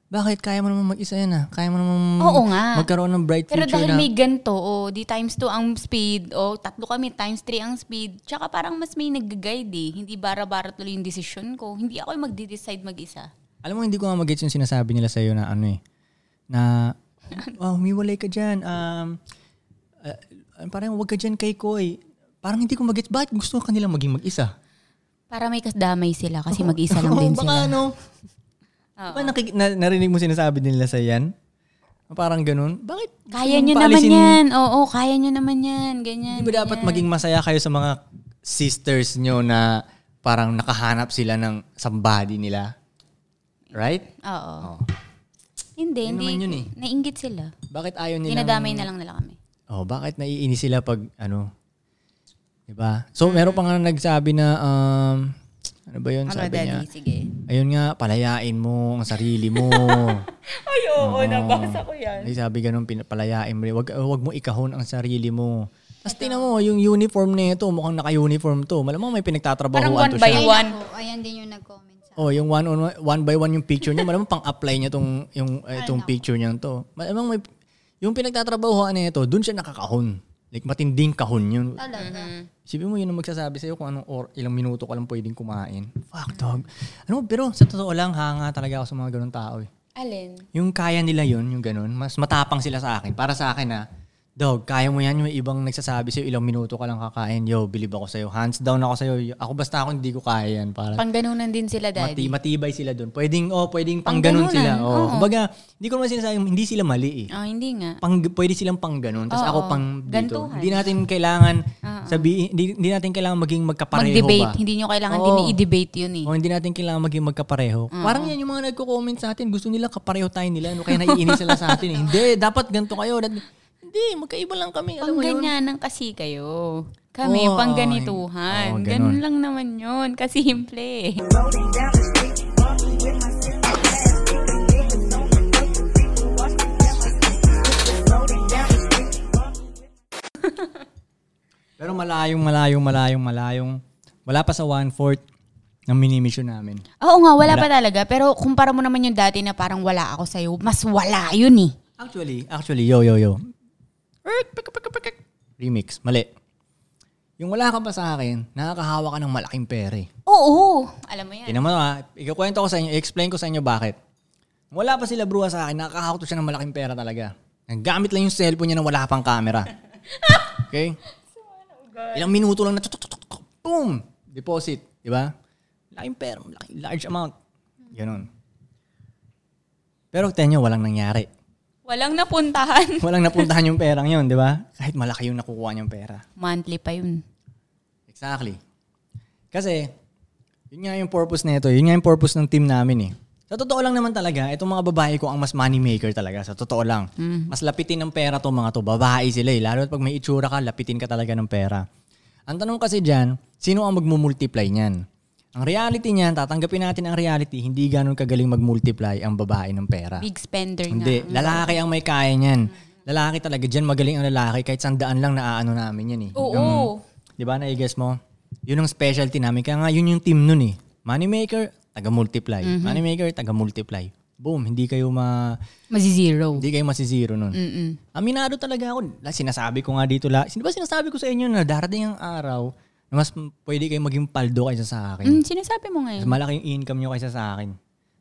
Speaker 2: bakit kaya mo naman mag-isa yan ah? Kaya mo naman
Speaker 4: Oo nga.
Speaker 2: magkaroon ng bright
Speaker 4: Pero
Speaker 2: future
Speaker 4: dahil
Speaker 2: na.
Speaker 4: may ganito, oh, di times 2 ang speed, o oh, tatlo kami times 3 ang speed, tsaka parang mas may nag-guide eh. Hindi bara-bara tuloy yung desisyon ko. Hindi ako yung magde-decide mag-isa.
Speaker 2: Alam mo, hindi ko nga mag-gets yung sinasabi nila sa'yo na ano eh, na, oh, humiwalay ka dyan. Um, ah, parang huwag ka dyan kay Koy. Parang hindi ko mag-gets. Bakit gusto ka nilang maging mag-isa?
Speaker 4: Para may kasdamay sila kasi mag-isa lang
Speaker 2: Oo,
Speaker 4: din
Speaker 2: baka
Speaker 4: sila.
Speaker 2: ano. Diba nakik- na- narinig mo sinasabi nila sa yan? Parang ganun. Bakit? gusto
Speaker 4: Kaya
Speaker 2: mong
Speaker 4: nyo naman
Speaker 2: paalisin-
Speaker 4: yan. Oo, kaya nyo naman yan. Ganyan.
Speaker 2: Hindi ba dapat maging masaya kayo sa mga sisters nyo na parang nakahanap sila ng somebody nila? Right? Oh.
Speaker 4: Oo. Hindi,
Speaker 2: Yun
Speaker 4: hindi.
Speaker 2: naman yun eh.
Speaker 4: Nainggit sila.
Speaker 2: Bakit ayaw nila?
Speaker 4: Dinadamay na lang nila kami.
Speaker 2: Oh, bakit naiinis sila pag ano? 'Di ba? So, meron pa nga nagsabi na um ano ba 'yun sabi niya?
Speaker 4: Sige.
Speaker 2: Ayun nga, palayain mo ang sarili mo.
Speaker 4: Ay, oo.
Speaker 2: Ah. nabasa
Speaker 4: ko yan.
Speaker 2: Ay, sabi ganun, pin- palayain mo. rin. Wag, wag mo ikahon ang sarili mo. Tapos tingnan mo, yung uniform na ito, mukhang naka-uniform to. Malamang may pinagtatrabahuan
Speaker 4: Parang one
Speaker 2: to
Speaker 4: by
Speaker 2: siya.
Speaker 4: Ay, one.
Speaker 3: naku, ayan din yung nag-comment sa
Speaker 2: Oh, yung one on one, one by one yung picture niya, malamang pang-apply niya tong yung eh, itong picture niya to. Malamang may yung pinagtatrabahuhan niya ito, doon siya nakakahon. Like matinding kahon yun.
Speaker 3: Talaga.
Speaker 2: Mm-hmm. Isipin mo yun ang magsasabi sa'yo kung anong or, ilang minuto ka lang pwedeng kumain. Fuck, dog. Ano, pero sa totoo lang, hanga talaga ako sa mga ganun tao eh.
Speaker 4: Alin?
Speaker 2: Yung kaya nila yun, yung ganun, mas matapang sila sa akin. Para sa akin na, dog, kaya mo yan yung ibang nagsasabi sa'yo, ilang minuto ka lang kakain. Yo, believe ako sa'yo. Hands down ako sa'yo. Ako basta ako hindi ko kaya yan. Para
Speaker 4: Pangganunan din sila,
Speaker 2: mati,
Speaker 4: daddy.
Speaker 2: matibay sila doon. Pwedeng, oh, pwedeng pang ganun sila.
Speaker 4: Pangganunan, oo.
Speaker 2: Oh. Kumbaga, hindi ko naman sinasabi, hindi sila mali eh.
Speaker 4: Ah, hindi nga.
Speaker 2: Pang, pwede silang pang ganun. Tapos
Speaker 4: Oo,
Speaker 2: ako pang dito.
Speaker 4: gantuhan. Ah,
Speaker 2: Hindi natin kailangan sabihin, hindi, hindi natin kailangan maging magkapareho
Speaker 4: Mag-debate.
Speaker 2: ba?
Speaker 4: Hindi nyo kailangan
Speaker 2: Oo.
Speaker 4: din i-debate yun eh.
Speaker 2: O hindi natin kailangan maging magkapareho.
Speaker 4: Ah,
Speaker 2: Parang yan yung mga nagko-comment sa atin, gusto nila kapareho tayo nila. Ano kaya naiinis sila sa atin? eh. Hindi, dapat ganito kayo. Dat- hindi, magkaiba lang kami. Alam
Speaker 4: Pang
Speaker 2: mo yun?
Speaker 4: ganyanan kasi kayo. Kami,
Speaker 2: Oo,
Speaker 4: pang
Speaker 2: oo,
Speaker 4: ganituhan.
Speaker 2: oo, ganun.
Speaker 4: ganun. lang naman yun. Kasi simple.
Speaker 2: Pero malayong, malayong, malayong, malayong. Wala pa sa one-fourth ng mini-mission namin.
Speaker 4: Oo nga, wala, pa talaga. Pero kumpara mo naman yung dati na parang wala ako sa'yo, mas wala yun eh.
Speaker 2: Actually, actually, yo, yo, yo. Erk, pika, pika, pika. Remix, mali. Yung wala ka pa sa akin, nakakahawa ka ng malaking pere.
Speaker 4: Oo. Alam mo yan.
Speaker 2: Tingnan mo ha, ikukwento ko sa inyo, explain ko sa inyo bakit. Nung Wala pa sila bruha sa akin, nakakahawak to siya ng malaking pera talaga. Naggamit lang yung cellphone niya na wala pang camera. Okay? Ilang minuto lang na, tuk, tuk, tuk, tuk, boom! Deposit, di ba? Laking pera, laking, large amount. Ganon. Pero tenyo, walang nangyari
Speaker 4: Walang napuntahan.
Speaker 2: walang napuntahan yung perang yun, di ba? Kahit malaki yung nakukuha niyang pera.
Speaker 4: Monthly pa yun.
Speaker 2: Exactly. Kasi, yun nga yung purpose na ito. Yun nga yung purpose ng team namin eh. Sa totoo lang naman talaga, itong mga babae ko ang mas money maker talaga. Sa totoo lang. Mas lapitin ng pera to mga to. Babae sila eh. Lalo pag may itsura ka, lapitin ka talaga ng pera. Ang tanong kasi dyan, sino ang magmumultiply niyan? Ang reality niyan, tatanggapin natin ang reality, hindi ganun kagaling magmultiply ang babae ng pera.
Speaker 4: Big spender nga.
Speaker 2: Hindi, lalaki ang may kaya niyan. Lalaki talaga diyan magaling ang lalaki kahit sandaan lang naaano namin yan eh.
Speaker 4: Oo.
Speaker 2: Yung Di ba, na-guess mo? Yun ang specialty namin. Kaya nga, yun yung team nun eh. Moneymaker, taga-multiply. Moneymaker, taga-multiply. Boom, hindi kayo ma...
Speaker 4: Mazi-zero.
Speaker 2: Hindi kayo masizero nun.
Speaker 4: Mm-mm.
Speaker 2: Aminado talaga ako. La- Sinasabi ko nga dito la. Di ba sinasabi ko sa inyo na darating ang araw na mas m- pwede kayo maging paldo kaysa sa akin.
Speaker 4: Mm, sinasabi mo
Speaker 2: Mas
Speaker 4: ngayon.
Speaker 2: malaki yung income nyo kaysa sa akin.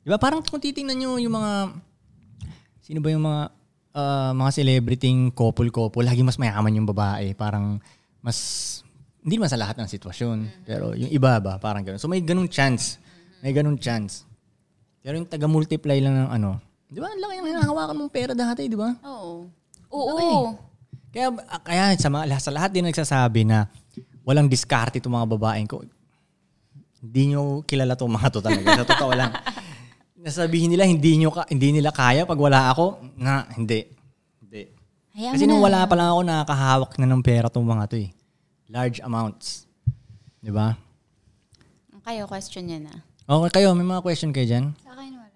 Speaker 2: Di ba? Parang kung titingnan nyo yung mga... Sino ba yung mga ah, mga celebrating couple-couple, lagi mas mayaman yung babae. Parang mas... Hindi naman sa lahat ng sitwasyon. Pero yung iba ba, parang ganun. So may ganung chance. May ganung chance. Pero yung taga-multiply lang ng ano. Di ba? Ang laki ng hinahawakan mong pera dati, di ba?
Speaker 5: Oo. Oo.
Speaker 2: Kaya, kaya sa, mga, sa lahat din nagsasabi na walang diskarte itong mga babaeng ko, hindi nyo kilala itong mga to talaga. Sa totoo lang. Nasabihin nila, hindi, nyo ka, hindi nila kaya pag wala ako, na, hindi. Hindi.
Speaker 5: Hayaan
Speaker 2: Kasi
Speaker 5: mo
Speaker 2: nung
Speaker 5: na.
Speaker 2: wala pa lang ako, nakakahawak na ng pera itong mga to eh. Large amounts. Di ba?
Speaker 5: Kayo, question niya na.
Speaker 2: Okay, kayo, may mga question kayo dyan?
Speaker 3: Sa akin wala.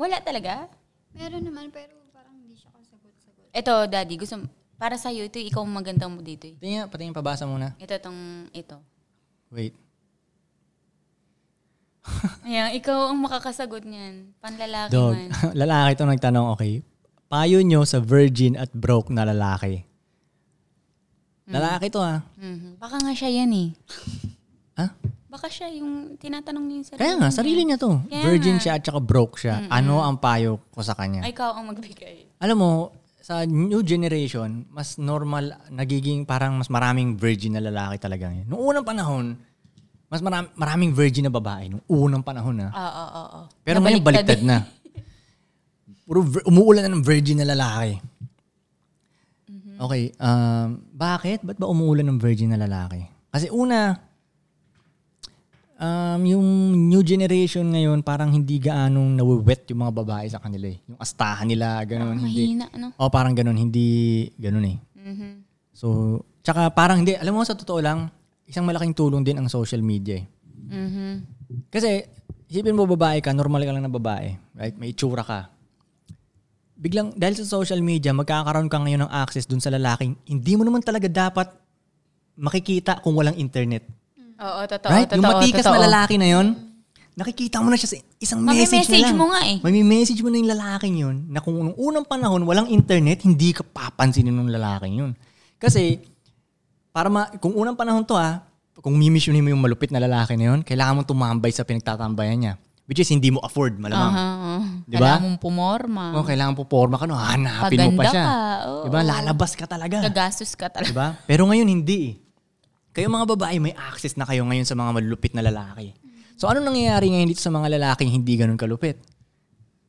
Speaker 5: Wala talaga?
Speaker 3: Meron naman pero parang hindi siya kasagot-sagot.
Speaker 5: Ito, daddy, gusto mo- para sa iyo ito, ikaw ang maganda mo dito. eh.
Speaker 2: Tingnan, patingin pabasa muna.
Speaker 5: Ito tong ito.
Speaker 2: Wait.
Speaker 5: Ayan, ikaw ang makakasagot niyan. Panlalaki
Speaker 2: Dog,
Speaker 5: man.
Speaker 2: lalaki to nagtanong, okay. Payo nyo sa virgin at broke na lalaki.
Speaker 5: Mm.
Speaker 2: Lalaki to ah. ha.
Speaker 5: Mhm. Baka nga siya yan eh.
Speaker 2: Ha?
Speaker 5: Baka siya yung tinatanong niya yung sarili.
Speaker 2: Kaya nga, sarili niya to.
Speaker 5: Kaya
Speaker 2: virgin
Speaker 5: nga.
Speaker 2: siya at saka broke siya. Ano ang payo ko sa kanya?
Speaker 5: Ay, Ah, ikaw ang magbigay.
Speaker 2: Alam mo, sa new generation, mas normal, nagiging parang mas maraming virgin na lalaki talaga ngayon. Noong unang panahon, mas maram- maraming virgin na babae. Noong unang panahon ah. na.
Speaker 5: Oo, oo, oo.
Speaker 2: Pero ngayon, baliktad
Speaker 4: eh.
Speaker 2: na. Puro vir- umuulan na ng virgin na lalaki. Okay, um, bakit? Ba't ba umuulan ng virgin na lalaki? Kasi una, um, yung new generation ngayon, parang hindi gaanong nawiwet yung mga babae sa kanila eh. Yung astahan nila, ganun. hindi,
Speaker 5: Mahina, ano? Mhm.
Speaker 2: o parang ganun, hindi ganun eh. So, tsaka parang hindi, alam mo sa totoo lang, isang malaking tulong din ang social media eh.
Speaker 5: Mhm.
Speaker 2: Kasi, isipin mo babae ka, normal ka lang na babae, right? May itsura ka. Biglang, dahil sa social media, magkakaroon ka ngayon ng access dun sa lalaking, hindi mo naman talaga dapat makikita kung walang internet.
Speaker 5: Oo, totoo,
Speaker 2: right?
Speaker 5: totoo,
Speaker 2: yung matikas
Speaker 5: totoo.
Speaker 2: na lalaki na yon, nakikita mo na siya sa isang message na
Speaker 5: Mamimessage
Speaker 2: lang.
Speaker 5: mo nga eh.
Speaker 2: Mamimessage mo na yung lalaking yun na kung nung unang panahon walang internet, hindi ka papansinin ng lalaking yun. Kasi, para ma- kung unang panahon to ah, kung mimisyonin mo yung malupit na lalaki na yun, kailangan mong tumambay sa pinagtatambayan niya. Which is, hindi mo afford, malamang.
Speaker 5: Oo.
Speaker 2: Di
Speaker 5: Kailangan
Speaker 2: ba?
Speaker 5: mong pumorma.
Speaker 2: Oh, kailangan po porma ka, no? hanapin mo
Speaker 5: Paganda
Speaker 2: pa siya.
Speaker 5: ka, oo.
Speaker 2: Diba? Lalabas ka talaga.
Speaker 5: Gagastos ka talaga.
Speaker 2: Diba? Pero ngayon hindi eh. Kayo mga babae, may access na kayo ngayon sa mga malulupit na lalaki. So ano nangyayari ngayon dito sa mga lalaking hindi ganun kalupit?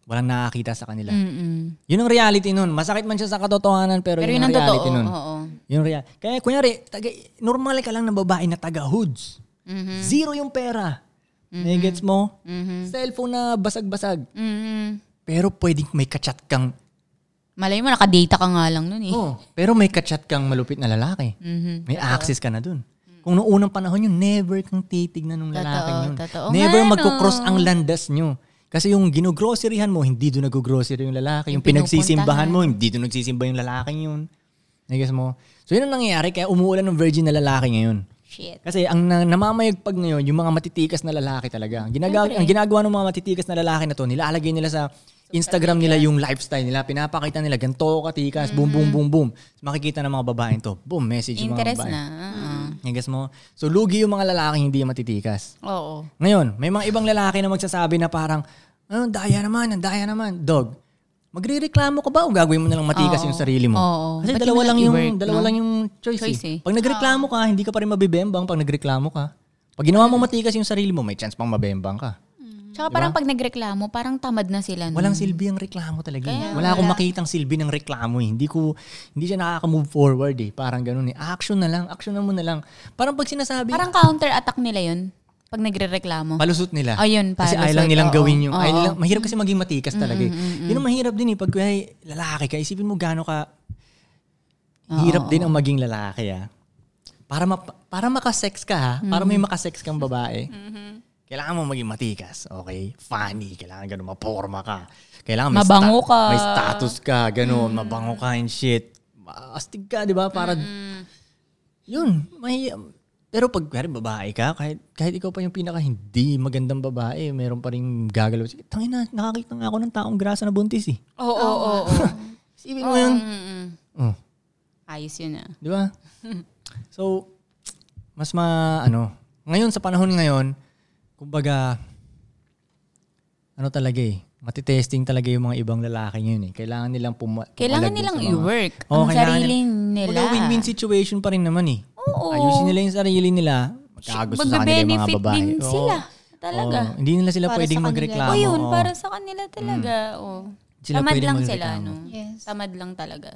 Speaker 2: Walang nakakita sa kanila.
Speaker 5: Mm-mm.
Speaker 2: Yun ang reality nun. Masakit man siya sa katotohanan, pero,
Speaker 5: Pero yun
Speaker 2: yun ang
Speaker 5: ang
Speaker 2: reality
Speaker 5: totoo.
Speaker 2: nun.
Speaker 5: Oo.
Speaker 2: Yun ang real- Kaya kunyari, taga, normal ka lang na babae na taga-hoods.
Speaker 5: Mhm.
Speaker 2: Zero yung pera. Nagets mo?
Speaker 5: Mhm.
Speaker 2: Cellphone na basag-basag.
Speaker 5: Mhm.
Speaker 2: Pero pwedeng may kachat kang...
Speaker 5: Malay mo, nakadata ka nga lang nun eh.
Speaker 2: Oh, pero may kachat kang malupit na lalaki.
Speaker 5: Mhm.
Speaker 2: May access ka na dun. Kung noong unang panahon yun, never kang titignan ng lalaking
Speaker 5: Totoo,
Speaker 2: yun.
Speaker 5: totoo oh.
Speaker 2: Never
Speaker 5: nga, no.
Speaker 2: magkukross ang landas nyo. Kasi yung ginugroceryhan mo, hindi doon nag-grocery yung lalaki. Yung,
Speaker 5: Yung pinupuntahan.
Speaker 2: pinagsisimbahan mo, hindi doon nagsisimba yung lalaking yun. Nagigets mo? So yun ang nangyayari, kaya umuulan ng virgin na lalaki ngayon.
Speaker 5: Shit.
Speaker 2: Kasi ang na- namamayagpag ngayon, yung mga matitikas na lalaki talaga. Ginaga- ang ginagawa ng mga matitikas na lalaki na to, nilalagay nila sa Instagram nila yung lifestyle nila. Pinapakita nila, ganito ako katikas, boom, boom, boom, boom. Makikita ng mga babaeng to, boom, message yung
Speaker 5: Mm-hmm.
Speaker 2: mga
Speaker 5: Interest
Speaker 2: babae. Mm.
Speaker 5: na.
Speaker 2: Yung guess mo? So, lugi yung mga lalaki hindi matitikas.
Speaker 5: Oo. Oo.
Speaker 2: Ngayon, may mga ibang lalaki na magsasabi na parang, ano, daya naman, ang daya naman. Dog, magrereklamo ka ba o gagawin mo na lang matikas
Speaker 5: Oo.
Speaker 2: yung sarili mo?
Speaker 5: Oo.
Speaker 2: Kasi
Speaker 5: Ba't
Speaker 2: dalawa
Speaker 5: yun
Speaker 2: lang
Speaker 5: ang
Speaker 2: yung
Speaker 5: i-work,
Speaker 2: dalawa
Speaker 5: no?
Speaker 2: lang yung choice. eh.
Speaker 5: Choice eh.
Speaker 2: Pag nagreklamo ka, hindi ka pa rin mabibembang pag nagreklamo ka. Pag ginawa mo matikas yung sarili mo, may chance pang mabembang ka.
Speaker 5: Tsaka parang pag nagreklamo, parang tamad na sila. nun.
Speaker 2: Walang silbi ang reklamo talaga. eh. wala akong makitang silbi ng reklamo eh. Hindi ko hindi siya nakaka-move forward eh. Parang ganoon eh. Action na lang, action na mo na lang. Parang pag sinasabi,
Speaker 5: Parang counter-attack nila yun pag nagre-reklamo.
Speaker 2: Palusot nila.
Speaker 5: Ayun,
Speaker 2: Kasi
Speaker 5: Oh, palusot,
Speaker 2: ayaw lang nilang
Speaker 5: oo.
Speaker 2: gawin yung...
Speaker 5: Oo.
Speaker 2: Ayaw lang, mahirap kasi maging matikas talaga eh. Yun ang mahirap din eh. Pag kunyari, lalaki ka, isipin mo gaano ka... Hirap din ang maging lalaki ah. Para, mapa- para makasex ka ha. Para
Speaker 5: Mm-hmm.
Speaker 2: may makasex kang babae. Kailangan mo maging matikas. Okay? Funny. Kailangan ganun. Maporma ka. Kailangan may,
Speaker 5: Mabango
Speaker 2: sta-
Speaker 5: ka. Mm-hmm.
Speaker 2: may status ka. Ganun. Mabango
Speaker 5: Mm-hmm.
Speaker 2: ka and shit. Astig ka, di ba? Para... Yun. May, Pero pag kunyari, babae ka, kahit, kahit ikaw pa yung pinaka hindi magandang babae, meron pa rin gagalaw. Sige, tangin na, nakakita nga ako ng taong grasa na buntis eh.
Speaker 5: Oo, oo, oo. oo.
Speaker 2: Isipin mo yun.
Speaker 5: Mm-mm.
Speaker 2: Oh,
Speaker 5: Ayos yun ah.
Speaker 2: di ba? so, mas ma, ano, ngayon sa panahon ngayon, kumbaga, ano talaga eh, matitesting talaga yung mga ibang lalaki ngayon eh. Kailangan nilang puma-
Speaker 5: Kailangan
Speaker 2: pumalag dun
Speaker 5: nilang
Speaker 2: sa mga-
Speaker 5: i-work
Speaker 2: Oo,
Speaker 5: ang
Speaker 2: kailangan
Speaker 5: sarili
Speaker 2: nila-
Speaker 5: nila.
Speaker 2: Kumbaga, win-win situation pa rin naman eh.
Speaker 5: Oo.
Speaker 2: Ayusin nila yung sarili nila. Magkagusto sa kanila yung mga
Speaker 5: Magbe-benefit
Speaker 2: babae.
Speaker 5: din
Speaker 2: Oo.
Speaker 5: sila. Talaga.
Speaker 2: Oo. hindi nila sila
Speaker 3: Para sa
Speaker 2: pwedeng
Speaker 3: kanila.
Speaker 2: magreklamo.
Speaker 5: O yun,
Speaker 2: oo. Mm.
Speaker 5: para sa kanila talaga. Oh.
Speaker 2: Sila
Speaker 5: Tamad
Speaker 2: pwedeng
Speaker 5: lang
Speaker 2: magreklamo.
Speaker 5: sila. No?
Speaker 3: Yes.
Speaker 5: Tamad lang talaga.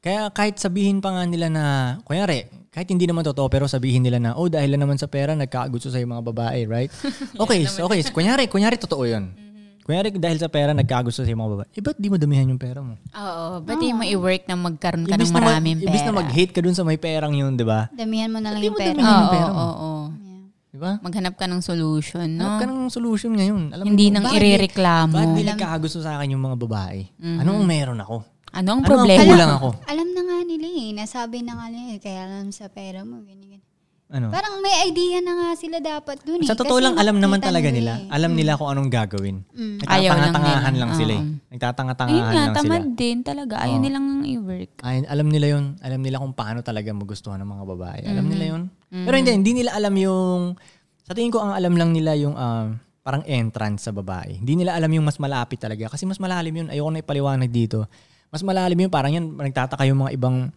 Speaker 2: Kaya kahit sabihin pa nga nila na, kunyari, kahit hindi naman totoo, pero sabihin nila na, oh, dahil lang naman sa pera, nagkagusto sa'yo mga babae, right? Okay, so, okay. so Kunyari, kunyari totoo yun.
Speaker 5: Mm-hmm.
Speaker 2: Kunyari, dahil sa pera, nagkagusto sa'yo mga babae. Eh, ba't di mo damihan yung pera mo?
Speaker 5: Oo. Ah. Ba't hindi mo i-work na magkaroon ka ng
Speaker 2: na, mag-
Speaker 5: maraming pera?
Speaker 2: ibis na mag-hate ka dun sa may perang yun, di ba?
Speaker 3: Damihan mo na lang
Speaker 2: Hindi
Speaker 3: yung
Speaker 2: mo
Speaker 3: pera. Oh.
Speaker 2: damihan yung pera
Speaker 5: Oo,
Speaker 2: mo.
Speaker 5: oo, oo.
Speaker 3: Yeah.
Speaker 2: Di ba?
Speaker 5: Maghanap ka ng solution,
Speaker 2: Hanap
Speaker 5: no?
Speaker 2: ka ng solution ngayon. Alam
Speaker 5: Hindi
Speaker 2: mo,
Speaker 5: nang
Speaker 2: bakit-
Speaker 5: irereklamo.
Speaker 2: Bakit di nagkagusto sa akin yung mga babae? Anong meron ako?
Speaker 5: Ano ang
Speaker 2: Ano ang
Speaker 5: problema?
Speaker 2: kulang ako?
Speaker 3: Alam na nga nila eh. Nasabi na nga nila eh. Kaya alam sa pera mo. Ganyan, ganyan.
Speaker 2: Ano?
Speaker 3: Parang may idea na nga sila dapat dun eh.
Speaker 2: Sa totoo
Speaker 3: Kasi
Speaker 2: lang, alam naman
Speaker 3: nakita
Speaker 2: talaga
Speaker 3: nila
Speaker 2: nila.
Speaker 3: eh.
Speaker 2: Alam nila kung anong gagawin.
Speaker 3: Mm.
Speaker 5: Mm. Ayaw lang
Speaker 2: Nagtatangatangahan
Speaker 5: nila.
Speaker 2: lang sila eh.
Speaker 5: Oo. Ayun
Speaker 2: Nagtatangatangahan
Speaker 5: nga,
Speaker 2: lang sila.
Speaker 5: tamad din talaga. Ayaw
Speaker 2: Oo.
Speaker 5: nilang i-work.
Speaker 2: Ay, alam nila yun. Alam nila kung paano talaga magustuhan ng mga babae. Alam nila yun.
Speaker 5: Mm-hmm.
Speaker 2: Pero hindi, hindi nila alam yung... Sa tingin ko, ang alam lang nila yung ah, parang entrance sa babae. Hindi nila alam yung mas malapit talaga. Kasi mas malalim yun. Ayoko na ipaliwanag dito. Mas malalim yun. Parang yan, nagtataka yung mga ibang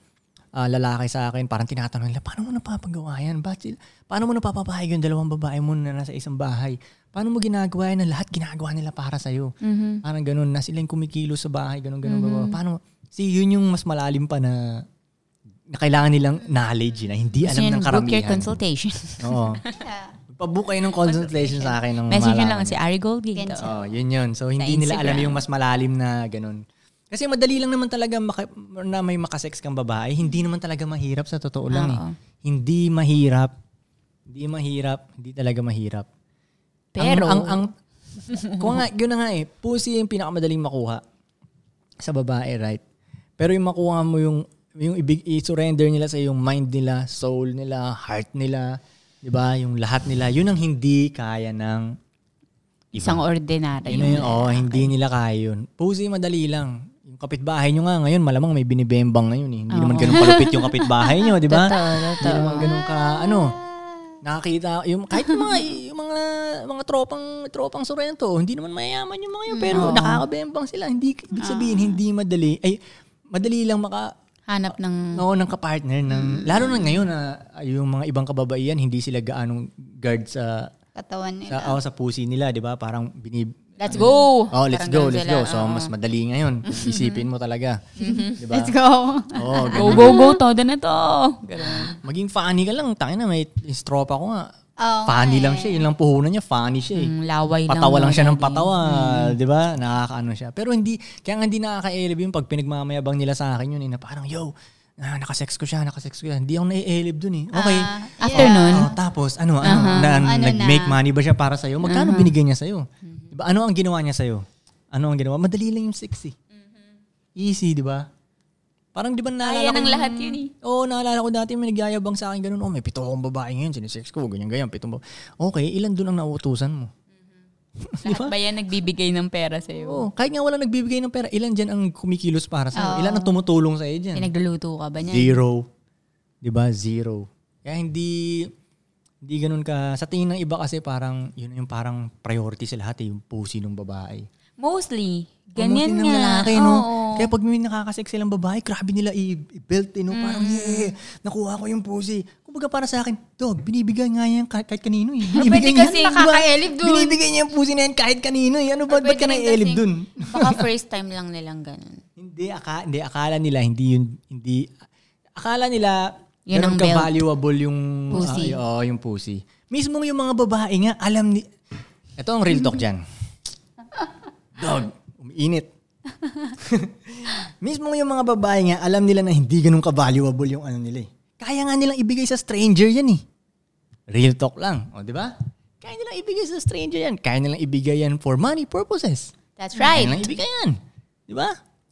Speaker 2: ah, lalaki sa akin. Parang tinatanong nila, paano mo napapagawa yan? Ba't sila- paano mo napapapahayag yung dalawang babae mo na nasa isang bahay? Paano mo ginagawa yan na lahat ginagawa nila para sa'yo?
Speaker 5: Mm-hmm.
Speaker 2: Parang ganun, na sila yung kumikilo sa bahay, ganun, ganun. baba. Paano? See, yun yung mas malalim pa na, na kailangan nilang knowledge eh, na hindi alam
Speaker 5: Gusto niyo
Speaker 2: ng
Speaker 5: book your
Speaker 2: karamihan.
Speaker 5: consultation.
Speaker 2: Oo. Pagbook kayo ng consultation sa akin. Ng
Speaker 5: Message niyo lang
Speaker 2: malaman.
Speaker 5: si Ari Goldgate.
Speaker 3: Ganyan.
Speaker 2: Oo, Ah, yun yun. So, hindi nila alam
Speaker 5: Instagram.
Speaker 2: yung mas malalim na ganun. Kasi madali lang naman talaga maka- na may makasex kang babae. Hindi naman talaga mahirap sa totoo lang eh.
Speaker 5: Oo.
Speaker 2: Hindi mahirap. Hindi mahirap. Hindi talaga mahirap. Ang-
Speaker 5: Pero-
Speaker 2: ang, ang, kung nga, yun na nga eh. Pussy yung pinakamadaling makuha sa babae, right? Pero yung makuha mo yung yung ibig i-surrender nila sa yung mind nila, soul nila, heart nila, 'di ba? Yung lahat nila, yun ang hindi kaya ng iba.
Speaker 5: Isang ordinary.
Speaker 2: Yun oh. na yun. Oo, hindi nila kaya yun. Pusi, madali lang. Yung kapitbahay nyo nga ngayon, malamang may binibembang ngayon eh. Hindi naman ganun kalupit yung kapitbahay nyo, di ba? Hindi naman ganun ka, ano, nakakita, yung, kahit yung mga, yung mga, mga tropang, tropang Sorrento, hindi naman mayaman yung mga yun, pero nakakabembang sila. Hindi, ibig sabihin, hindi madali, ay, madali lang maka,
Speaker 5: Hanap ng...
Speaker 4: Mm.
Speaker 2: Oo, ng kapartner. Ng, Lalo na ngayon na yung mga ibang kababaihan, hindi sila gaanong guard sa
Speaker 3: Katawan nila.
Speaker 2: sa, oh, sa pusi nila, di ba? Parang binib...
Speaker 5: Let's go!
Speaker 2: Oh, let's
Speaker 5: Parang ganun
Speaker 2: go, let's
Speaker 5: sila. Mm-hmm.
Speaker 2: go. So, mas madali ngayon. Isipin mo talaga. di ba?
Speaker 3: Let's go.
Speaker 2: Oh,
Speaker 5: Go, go, go! Ano? Todo na to!
Speaker 2: maging funny ka lang. Tangin na, may istropa ko nga.
Speaker 3: Oo,
Speaker 2: funny lang siya. Yun lang puhunan niya, funny siya eh.
Speaker 5: Ang Mm, laway lang.
Speaker 2: Patawa lang siya ng
Speaker 5: muna din. Mm.
Speaker 2: patawa, 'di ba? Nakakaano siya. Pero hindi kaya nga hindi nakaka-elib yung pag pinagmamayabang nila sa akin yun eh, na parang yo, ah, nakasex ko siya, nakasex ko siya. Hindi ako nai-elib dun eh. Okay.
Speaker 5: After nun?
Speaker 2: Oh, tapos ano, ano, na,
Speaker 3: Ano
Speaker 2: nag-make
Speaker 3: na?
Speaker 2: money ba siya para sa'yo? Magkano binigay niya sa'yo?
Speaker 5: Mhm.
Speaker 2: Di ba? Ano ang ginawa niya sa'yo? Ano ang ginawa? Madali lang yung sex eh. Easy, di ba? Parang di ba
Speaker 5: Mhm.
Speaker 2: naalala
Speaker 5: Kaya ng
Speaker 2: ko-
Speaker 5: lahat yun eh.
Speaker 2: Oo, naalala ko dati may nagyayabang sa akin ganun. Oh, may pito akong babae ngayon, sinisex ko, ganyan-ganyan, pitong babae. Okay, ilan dun ang nautusan mo? Di
Speaker 5: Lahat ba
Speaker 2: ba?
Speaker 5: Oh, yan nagbibigay ng pera sa'yo?
Speaker 2: Oo, kahit nga wala nagbibigay ng pera, ilan dyan ang kumikilos para sa'yo? Ilan ang tumutulong sa'yo dyan?
Speaker 5: Pinagluluto ka ba niya?
Speaker 2: Zero. Di ba? Zero. Kaya hindi, hindi ganun ka. Sa tingin ng iba kasi parang, yun yung parang priority sa lahat eh, yung pusi ng babae.
Speaker 5: Mostly.
Speaker 2: Ang
Speaker 5: Ganyan
Speaker 2: unti Oh, ng
Speaker 5: nga.
Speaker 2: lalaki, no?
Speaker 5: Oo.
Speaker 2: Kaya pag may nakakasex silang babae, grabe nila i- i-belt, eh, no?
Speaker 5: Mm.
Speaker 2: Parang, yeah, nakuha ko yung pussy. Kumbaga para sa akin, dog, binibigay nga yan kah- kahit kanino eh. Binibigay
Speaker 5: Ah, kasi
Speaker 2: niya, di ba?
Speaker 5: nakaka-elib dun. Ah,
Speaker 2: Binibigay niya yung pussy na yan kahit kanino eh. Ano ba, ba't
Speaker 5: Pwede
Speaker 2: ka
Speaker 5: rin
Speaker 2: na-elib
Speaker 5: kasi-
Speaker 2: dun?
Speaker 5: Baka first time lang nilang ganun.
Speaker 2: Hindi, aka, hindi, akala nila, hindi yun, hindi, akala nila,
Speaker 5: Yun
Speaker 2: ganun
Speaker 5: ang
Speaker 2: ka
Speaker 5: belt.
Speaker 2: valuable yung,
Speaker 5: Pussy.
Speaker 2: ah, oo, yung pussy. Mismo yung mga babae nga, alam ni, ito ang real talk dyan. Dog, umiinit. Mismo yung mga babae nga, alam nila na hindi ganun ka-valuable yung ano nila eh. Kaya nga nilang ibigay sa stranger yan eh. Real talk lang, o di ba? Kaya nilang ibigay sa stranger yan. Kaya nilang ibigay yan for money purposes.
Speaker 5: That's
Speaker 2: Kaya
Speaker 5: right.
Speaker 2: nang ibigay yan. Di ba?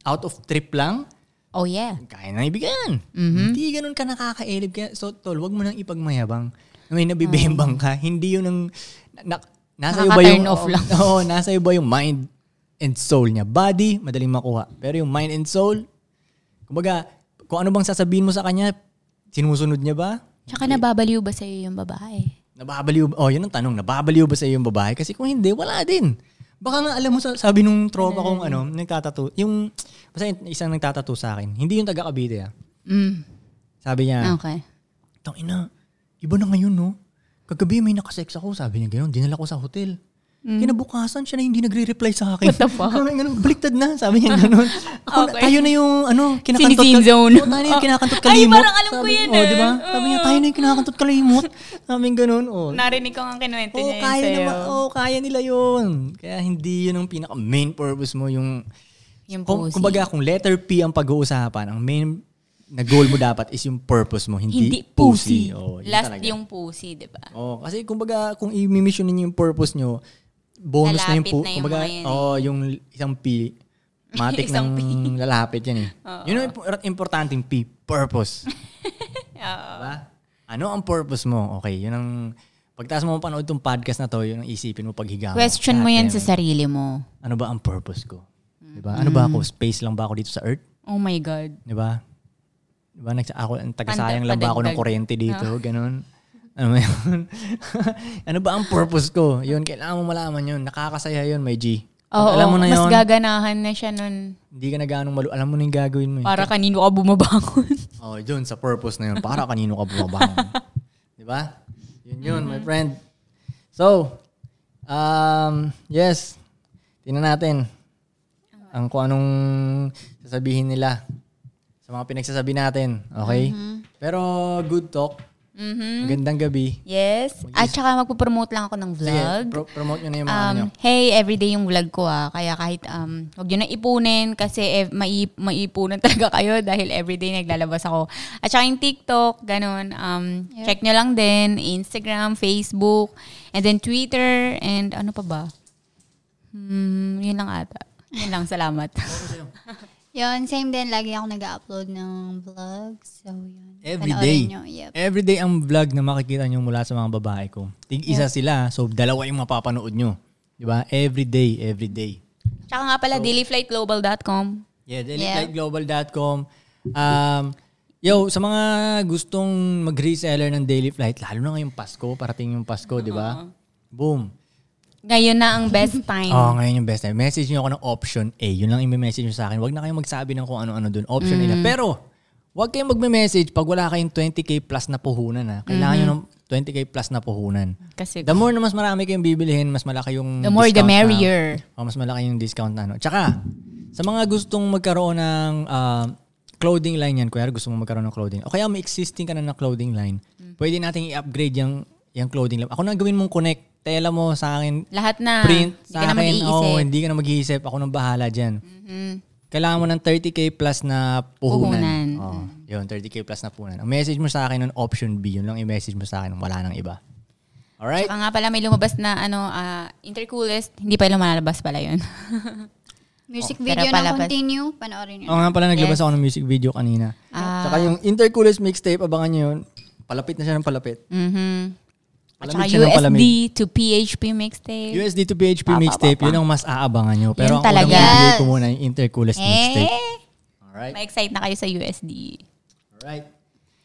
Speaker 2: Out of trip lang,
Speaker 5: Oh yeah.
Speaker 4: Mm-hmm.
Speaker 2: kaya nang ibigay yan. Hindi ganun ka nakakailib. Kaya, so, tol, wag mo nang ipagmayabang. may nabibembang ka, hindi yun ang, na, nasa ba yung,
Speaker 4: Mm-hmm. Nakaka-turn off lang.
Speaker 2: Oo, nasa ba yung mind and soul niya. Body, madaling makuha. Pero yung mind and soul, kumbaga, kung ano bang sasabihin mo sa kanya, sinusunod niya ba?
Speaker 4: Tsaka nababaliw ba sa'yo yung babae?
Speaker 2: Nababaliw Oh, yun ang tanong. Nababaliw ba sa iyo yung babae? Kasi kung hindi, wala din. Baka nga alam mo, sa- sabi nung tropa
Speaker 4: Mm.
Speaker 2: kong ano, nagtatato, yung, basta yung isang nagtatato sa akin, hindi yung taga Cavite ah.
Speaker 4: Mm.
Speaker 2: Sabi niya,
Speaker 4: Okay.
Speaker 2: tang ina, iba na ngayon no. Kagabi may nakasex ako, sabi niya gano'n, dinala ko sa hotel.
Speaker 4: Mm.
Speaker 2: Kinabukasan siya na hindi nagre-reply sa akin. What the fuck? baliktad na, sabi niya gano'n. Ako, na-
Speaker 4: Okay.
Speaker 2: tayo na yung ano, kinakantot.
Speaker 4: Sinisin zone.
Speaker 2: Oh, tayo na yung kinakantot
Speaker 4: Ay,
Speaker 2: kalimot.
Speaker 4: parang alam ko
Speaker 2: Sabi-
Speaker 4: yan,
Speaker 2: Oh, di ba?
Speaker 4: eh.
Speaker 2: Sabi niya, tayo na yung kinakantot kalimot. Sabi niya gano'n. Oh,
Speaker 4: Narinig ko nga kinuwento
Speaker 2: Oo,
Speaker 4: niya yun
Speaker 2: kaya
Speaker 4: sa'yo.
Speaker 2: naman. Oo, kaya nila yun. Kaya hindi yun ang pinaka main purpose mo yung
Speaker 4: Yung
Speaker 2: kung,
Speaker 4: pussy.
Speaker 2: kumbaga kung letter P ang pag-uusapan, ang main na goal mo dapat is yung purpose mo, hindi,
Speaker 4: Hindi pussy.
Speaker 2: Oo, yun
Speaker 4: Last
Speaker 2: talaga.
Speaker 4: yung pussy, di ba?
Speaker 2: Oo, kasi kumbaga kung i-mission ninyo yung purpose nyo, bonus na yung
Speaker 4: Lalapit
Speaker 2: pu-
Speaker 4: na yung
Speaker 2: kumbaga,
Speaker 4: mga yun eh.
Speaker 2: oh, yung isang P, matik
Speaker 4: Isang
Speaker 2: ng lalapit yan eh. Yun ang imp- importanteng P, purpose. Diba? Ano ang purpose mo? Okay, yun ang... Pagtas mo mapanood tong podcast na to, yun ang isipin mo paghiga mo.
Speaker 4: Question mo
Speaker 2: Lahat
Speaker 4: yan sa sarili mo.
Speaker 2: Ano ba ang purpose ko? Diba? Ano ba ako?
Speaker 4: Mm.
Speaker 2: Space lang ba ako dito sa Earth?
Speaker 4: Oh my God.
Speaker 2: Diba? Diba? Nags- ako, ang tagasayang
Speaker 4: Pandar-
Speaker 2: lang ba ako ng
Speaker 4: padagdag. Ah.
Speaker 2: kuryente dito? Ganon. Ano ba yun? ano ba ang purpose ko? Yun, kailangan mo malaman yun. Nakakasaya yun, may G. Pag
Speaker 4: Oo,
Speaker 2: alam mo na
Speaker 4: mas
Speaker 2: yun,
Speaker 4: gaganahan na siya nun.
Speaker 2: hindi ka na ganong malu. Alam mo na yung gagawin mo. eh.
Speaker 4: Para kanino ka bumabangon.
Speaker 2: Oh, yun sa purpose na yun. Para kanino ka bumabangon. 'Di ba? Yun yun,
Speaker 3: Mm-hmm.
Speaker 2: my friend. So, um, yes. Tingnan natin ang kung anong sasabihin nila sa mga pinagsasabi natin, okay?
Speaker 3: Mm-hmm.
Speaker 2: Pero good talk. Magandang gabi.
Speaker 4: yes. At saka magpo-promote lang ako ng
Speaker 2: Sige,
Speaker 4: vlog.
Speaker 2: pro- promote nyo na yung mga ano nyo.
Speaker 4: Um, hey, everyday yung vlog ko ah. Kaya kahit um, huwag nyo na ipunin kasi ev- maip- maipunan talaga kayo dahil everyday naglalabas ako. At saka yung TikTok, ganun. Um, Check nyo lang din. Instagram, Facebook, and then Twitter, and ano pa ba? Hmm, yun lang ata. Yun lang, salamat.
Speaker 3: Yun, same din. Lagi ako nag-upload ng vlogs. So, yun.
Speaker 2: Every
Speaker 3: Panoorin
Speaker 2: day. Oh,
Speaker 3: nyo. Yep.
Speaker 2: Every day ang vlog na makikita nyo mula sa mga babae ko. Tig isa sila, so dalawa yung mapapanood nyo. Di ba? Every day, every day.
Speaker 4: Tsaka nga pala, dailyflightglobal.com.
Speaker 2: Yeah, dailyflightglobal.com. Um, yo, sa mga gustong mag-reseller ng Daily Flight, lalo na ngayong Pasko, parating yung Pasko, di ba? Boom.
Speaker 4: Ngayon na ang best time.
Speaker 2: Oh, ngayon yung best time. Message nyo ako ng option A. Yun lang yung message nyo sa akin. Huwag na kayong magsabi ng kung ano-ano dun. Option A lang. Pero, huwag kayong magme-message pag wala kayong 20k plus na puhunan. Ha. Kailangan nyo ng 20k plus na puhunan.
Speaker 4: Kasi
Speaker 2: The more na mas marami kayong bibilihin, mas malaki yung
Speaker 4: Diba? The more, the
Speaker 2: discount na-
Speaker 4: merrier.
Speaker 2: Oh, mas malaki yung discount na ano. Tsaka, sa mga gustong magkaroon ng ah, clothing line yan, kuya, gusto mo magkaroon ng clothing, o kaya may existing ka na ng clothing line,
Speaker 4: Mm.
Speaker 2: pwede nating i-upgrade yung, yung clothing line. Ako na ang gawin mong connect, tela mo sa akin,
Speaker 4: lahat na.
Speaker 2: print
Speaker 4: Ah,
Speaker 2: sa
Speaker 4: Hindi ka na
Speaker 2: akin,
Speaker 4: mag-iisip.
Speaker 2: oh, hindi ka na mag-iisip, ako nang bahala dyan.
Speaker 4: Mm.
Speaker 2: Kailangan mo ng 30k plus na puhunan.
Speaker 4: Puhunan.
Speaker 2: Oh, yun, 30k plus na puhunan. Ang message mo sa akin nun, option B, yun lang i-message mo sa akin, wala nang iba. Alright?
Speaker 4: Saka nga pala may lumabas na ano, ah, intercoolest. Hindi pa lumalabas pala yun.
Speaker 3: Music
Speaker 4: Oh,
Speaker 3: video
Speaker 4: pero
Speaker 3: na
Speaker 4: palabas.
Speaker 3: continue. Panoorin nyo.
Speaker 2: Oo nga pala, naglabas ako ng music video kanina.
Speaker 4: Ah.
Speaker 2: Saka yung Intercoolest mixtape, abangan nyo yun. Palapit na siya ng palapit.
Speaker 4: mhm At
Speaker 2: Palamig
Speaker 4: saka
Speaker 2: siya ng
Speaker 4: USD
Speaker 2: palamig.
Speaker 4: to PHP mixtape.
Speaker 2: USD to PHP mixtape, yun ang mas aabangan nyo. Pero
Speaker 4: Yun
Speaker 2: ang unang
Speaker 4: talaga.
Speaker 2: bibigay ko muna yung Intercoolest mixtape.
Speaker 4: eh,
Speaker 2: Alright?
Speaker 4: ma-excite na kayo sa USD.
Speaker 2: Alright.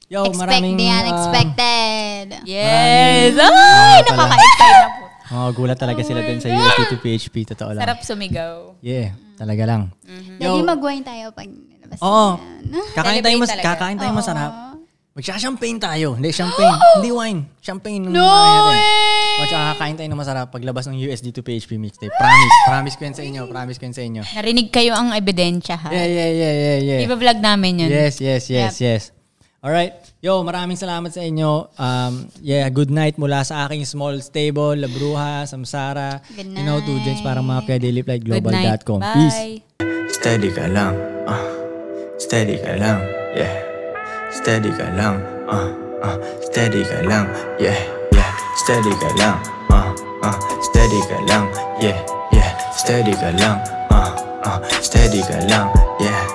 Speaker 2: Yo,
Speaker 3: Expect
Speaker 2: maraming...
Speaker 3: the
Speaker 2: ah,
Speaker 3: unexpected.
Speaker 4: Yes!
Speaker 2: Ah,
Speaker 4: Ay,
Speaker 2: pala.
Speaker 4: nakaka-excite na po.
Speaker 2: oh, gulat talaga sila dun sa USD to PHP. Totoo lang.
Speaker 4: Sarap Mm-hmm. sumigaw.
Speaker 2: Yeah, talaga lang.
Speaker 3: Lagi mag-wine tayo pag nilabas
Speaker 2: Oo.
Speaker 3: yan.
Speaker 2: Kakain tayo, mas,
Speaker 4: talaga.
Speaker 2: kakain tayo masarap. Magsha-champagne tayo. Hindi, champagne. Hindi wine. Champagne. ano No way! O tsaka ah, kakain tayo ng masarap paglabas ng USD to PHP mixtape. Promise. Promise ko yan sa inyo. Promise ko yan sa inyo.
Speaker 4: Narinig kayo ang ebidensya ha.
Speaker 2: Yeah, yeah, yeah, yeah, yeah.
Speaker 4: Di ba vlog namin yun?
Speaker 2: Yes, yes, yes, yes. Alright. Yo, maraming salamat sa inyo. Um, yeah, good night mula sa aking small stable, La Bruja, Samsara, you know, two gents para mafia,
Speaker 4: Good night.
Speaker 2: dailyflightglobal.com. Peace.
Speaker 4: Bye.
Speaker 1: Steady ka lang, ah. Steady ka lang, yeah. Steady ka lang, ah, ah. Steady ka lang, yeah, yeah. Steady ka lang, ah, ah. Steady ka lang, yeah, yeah. Steady ka lang, ah, ah. Steady ka lang, yeah.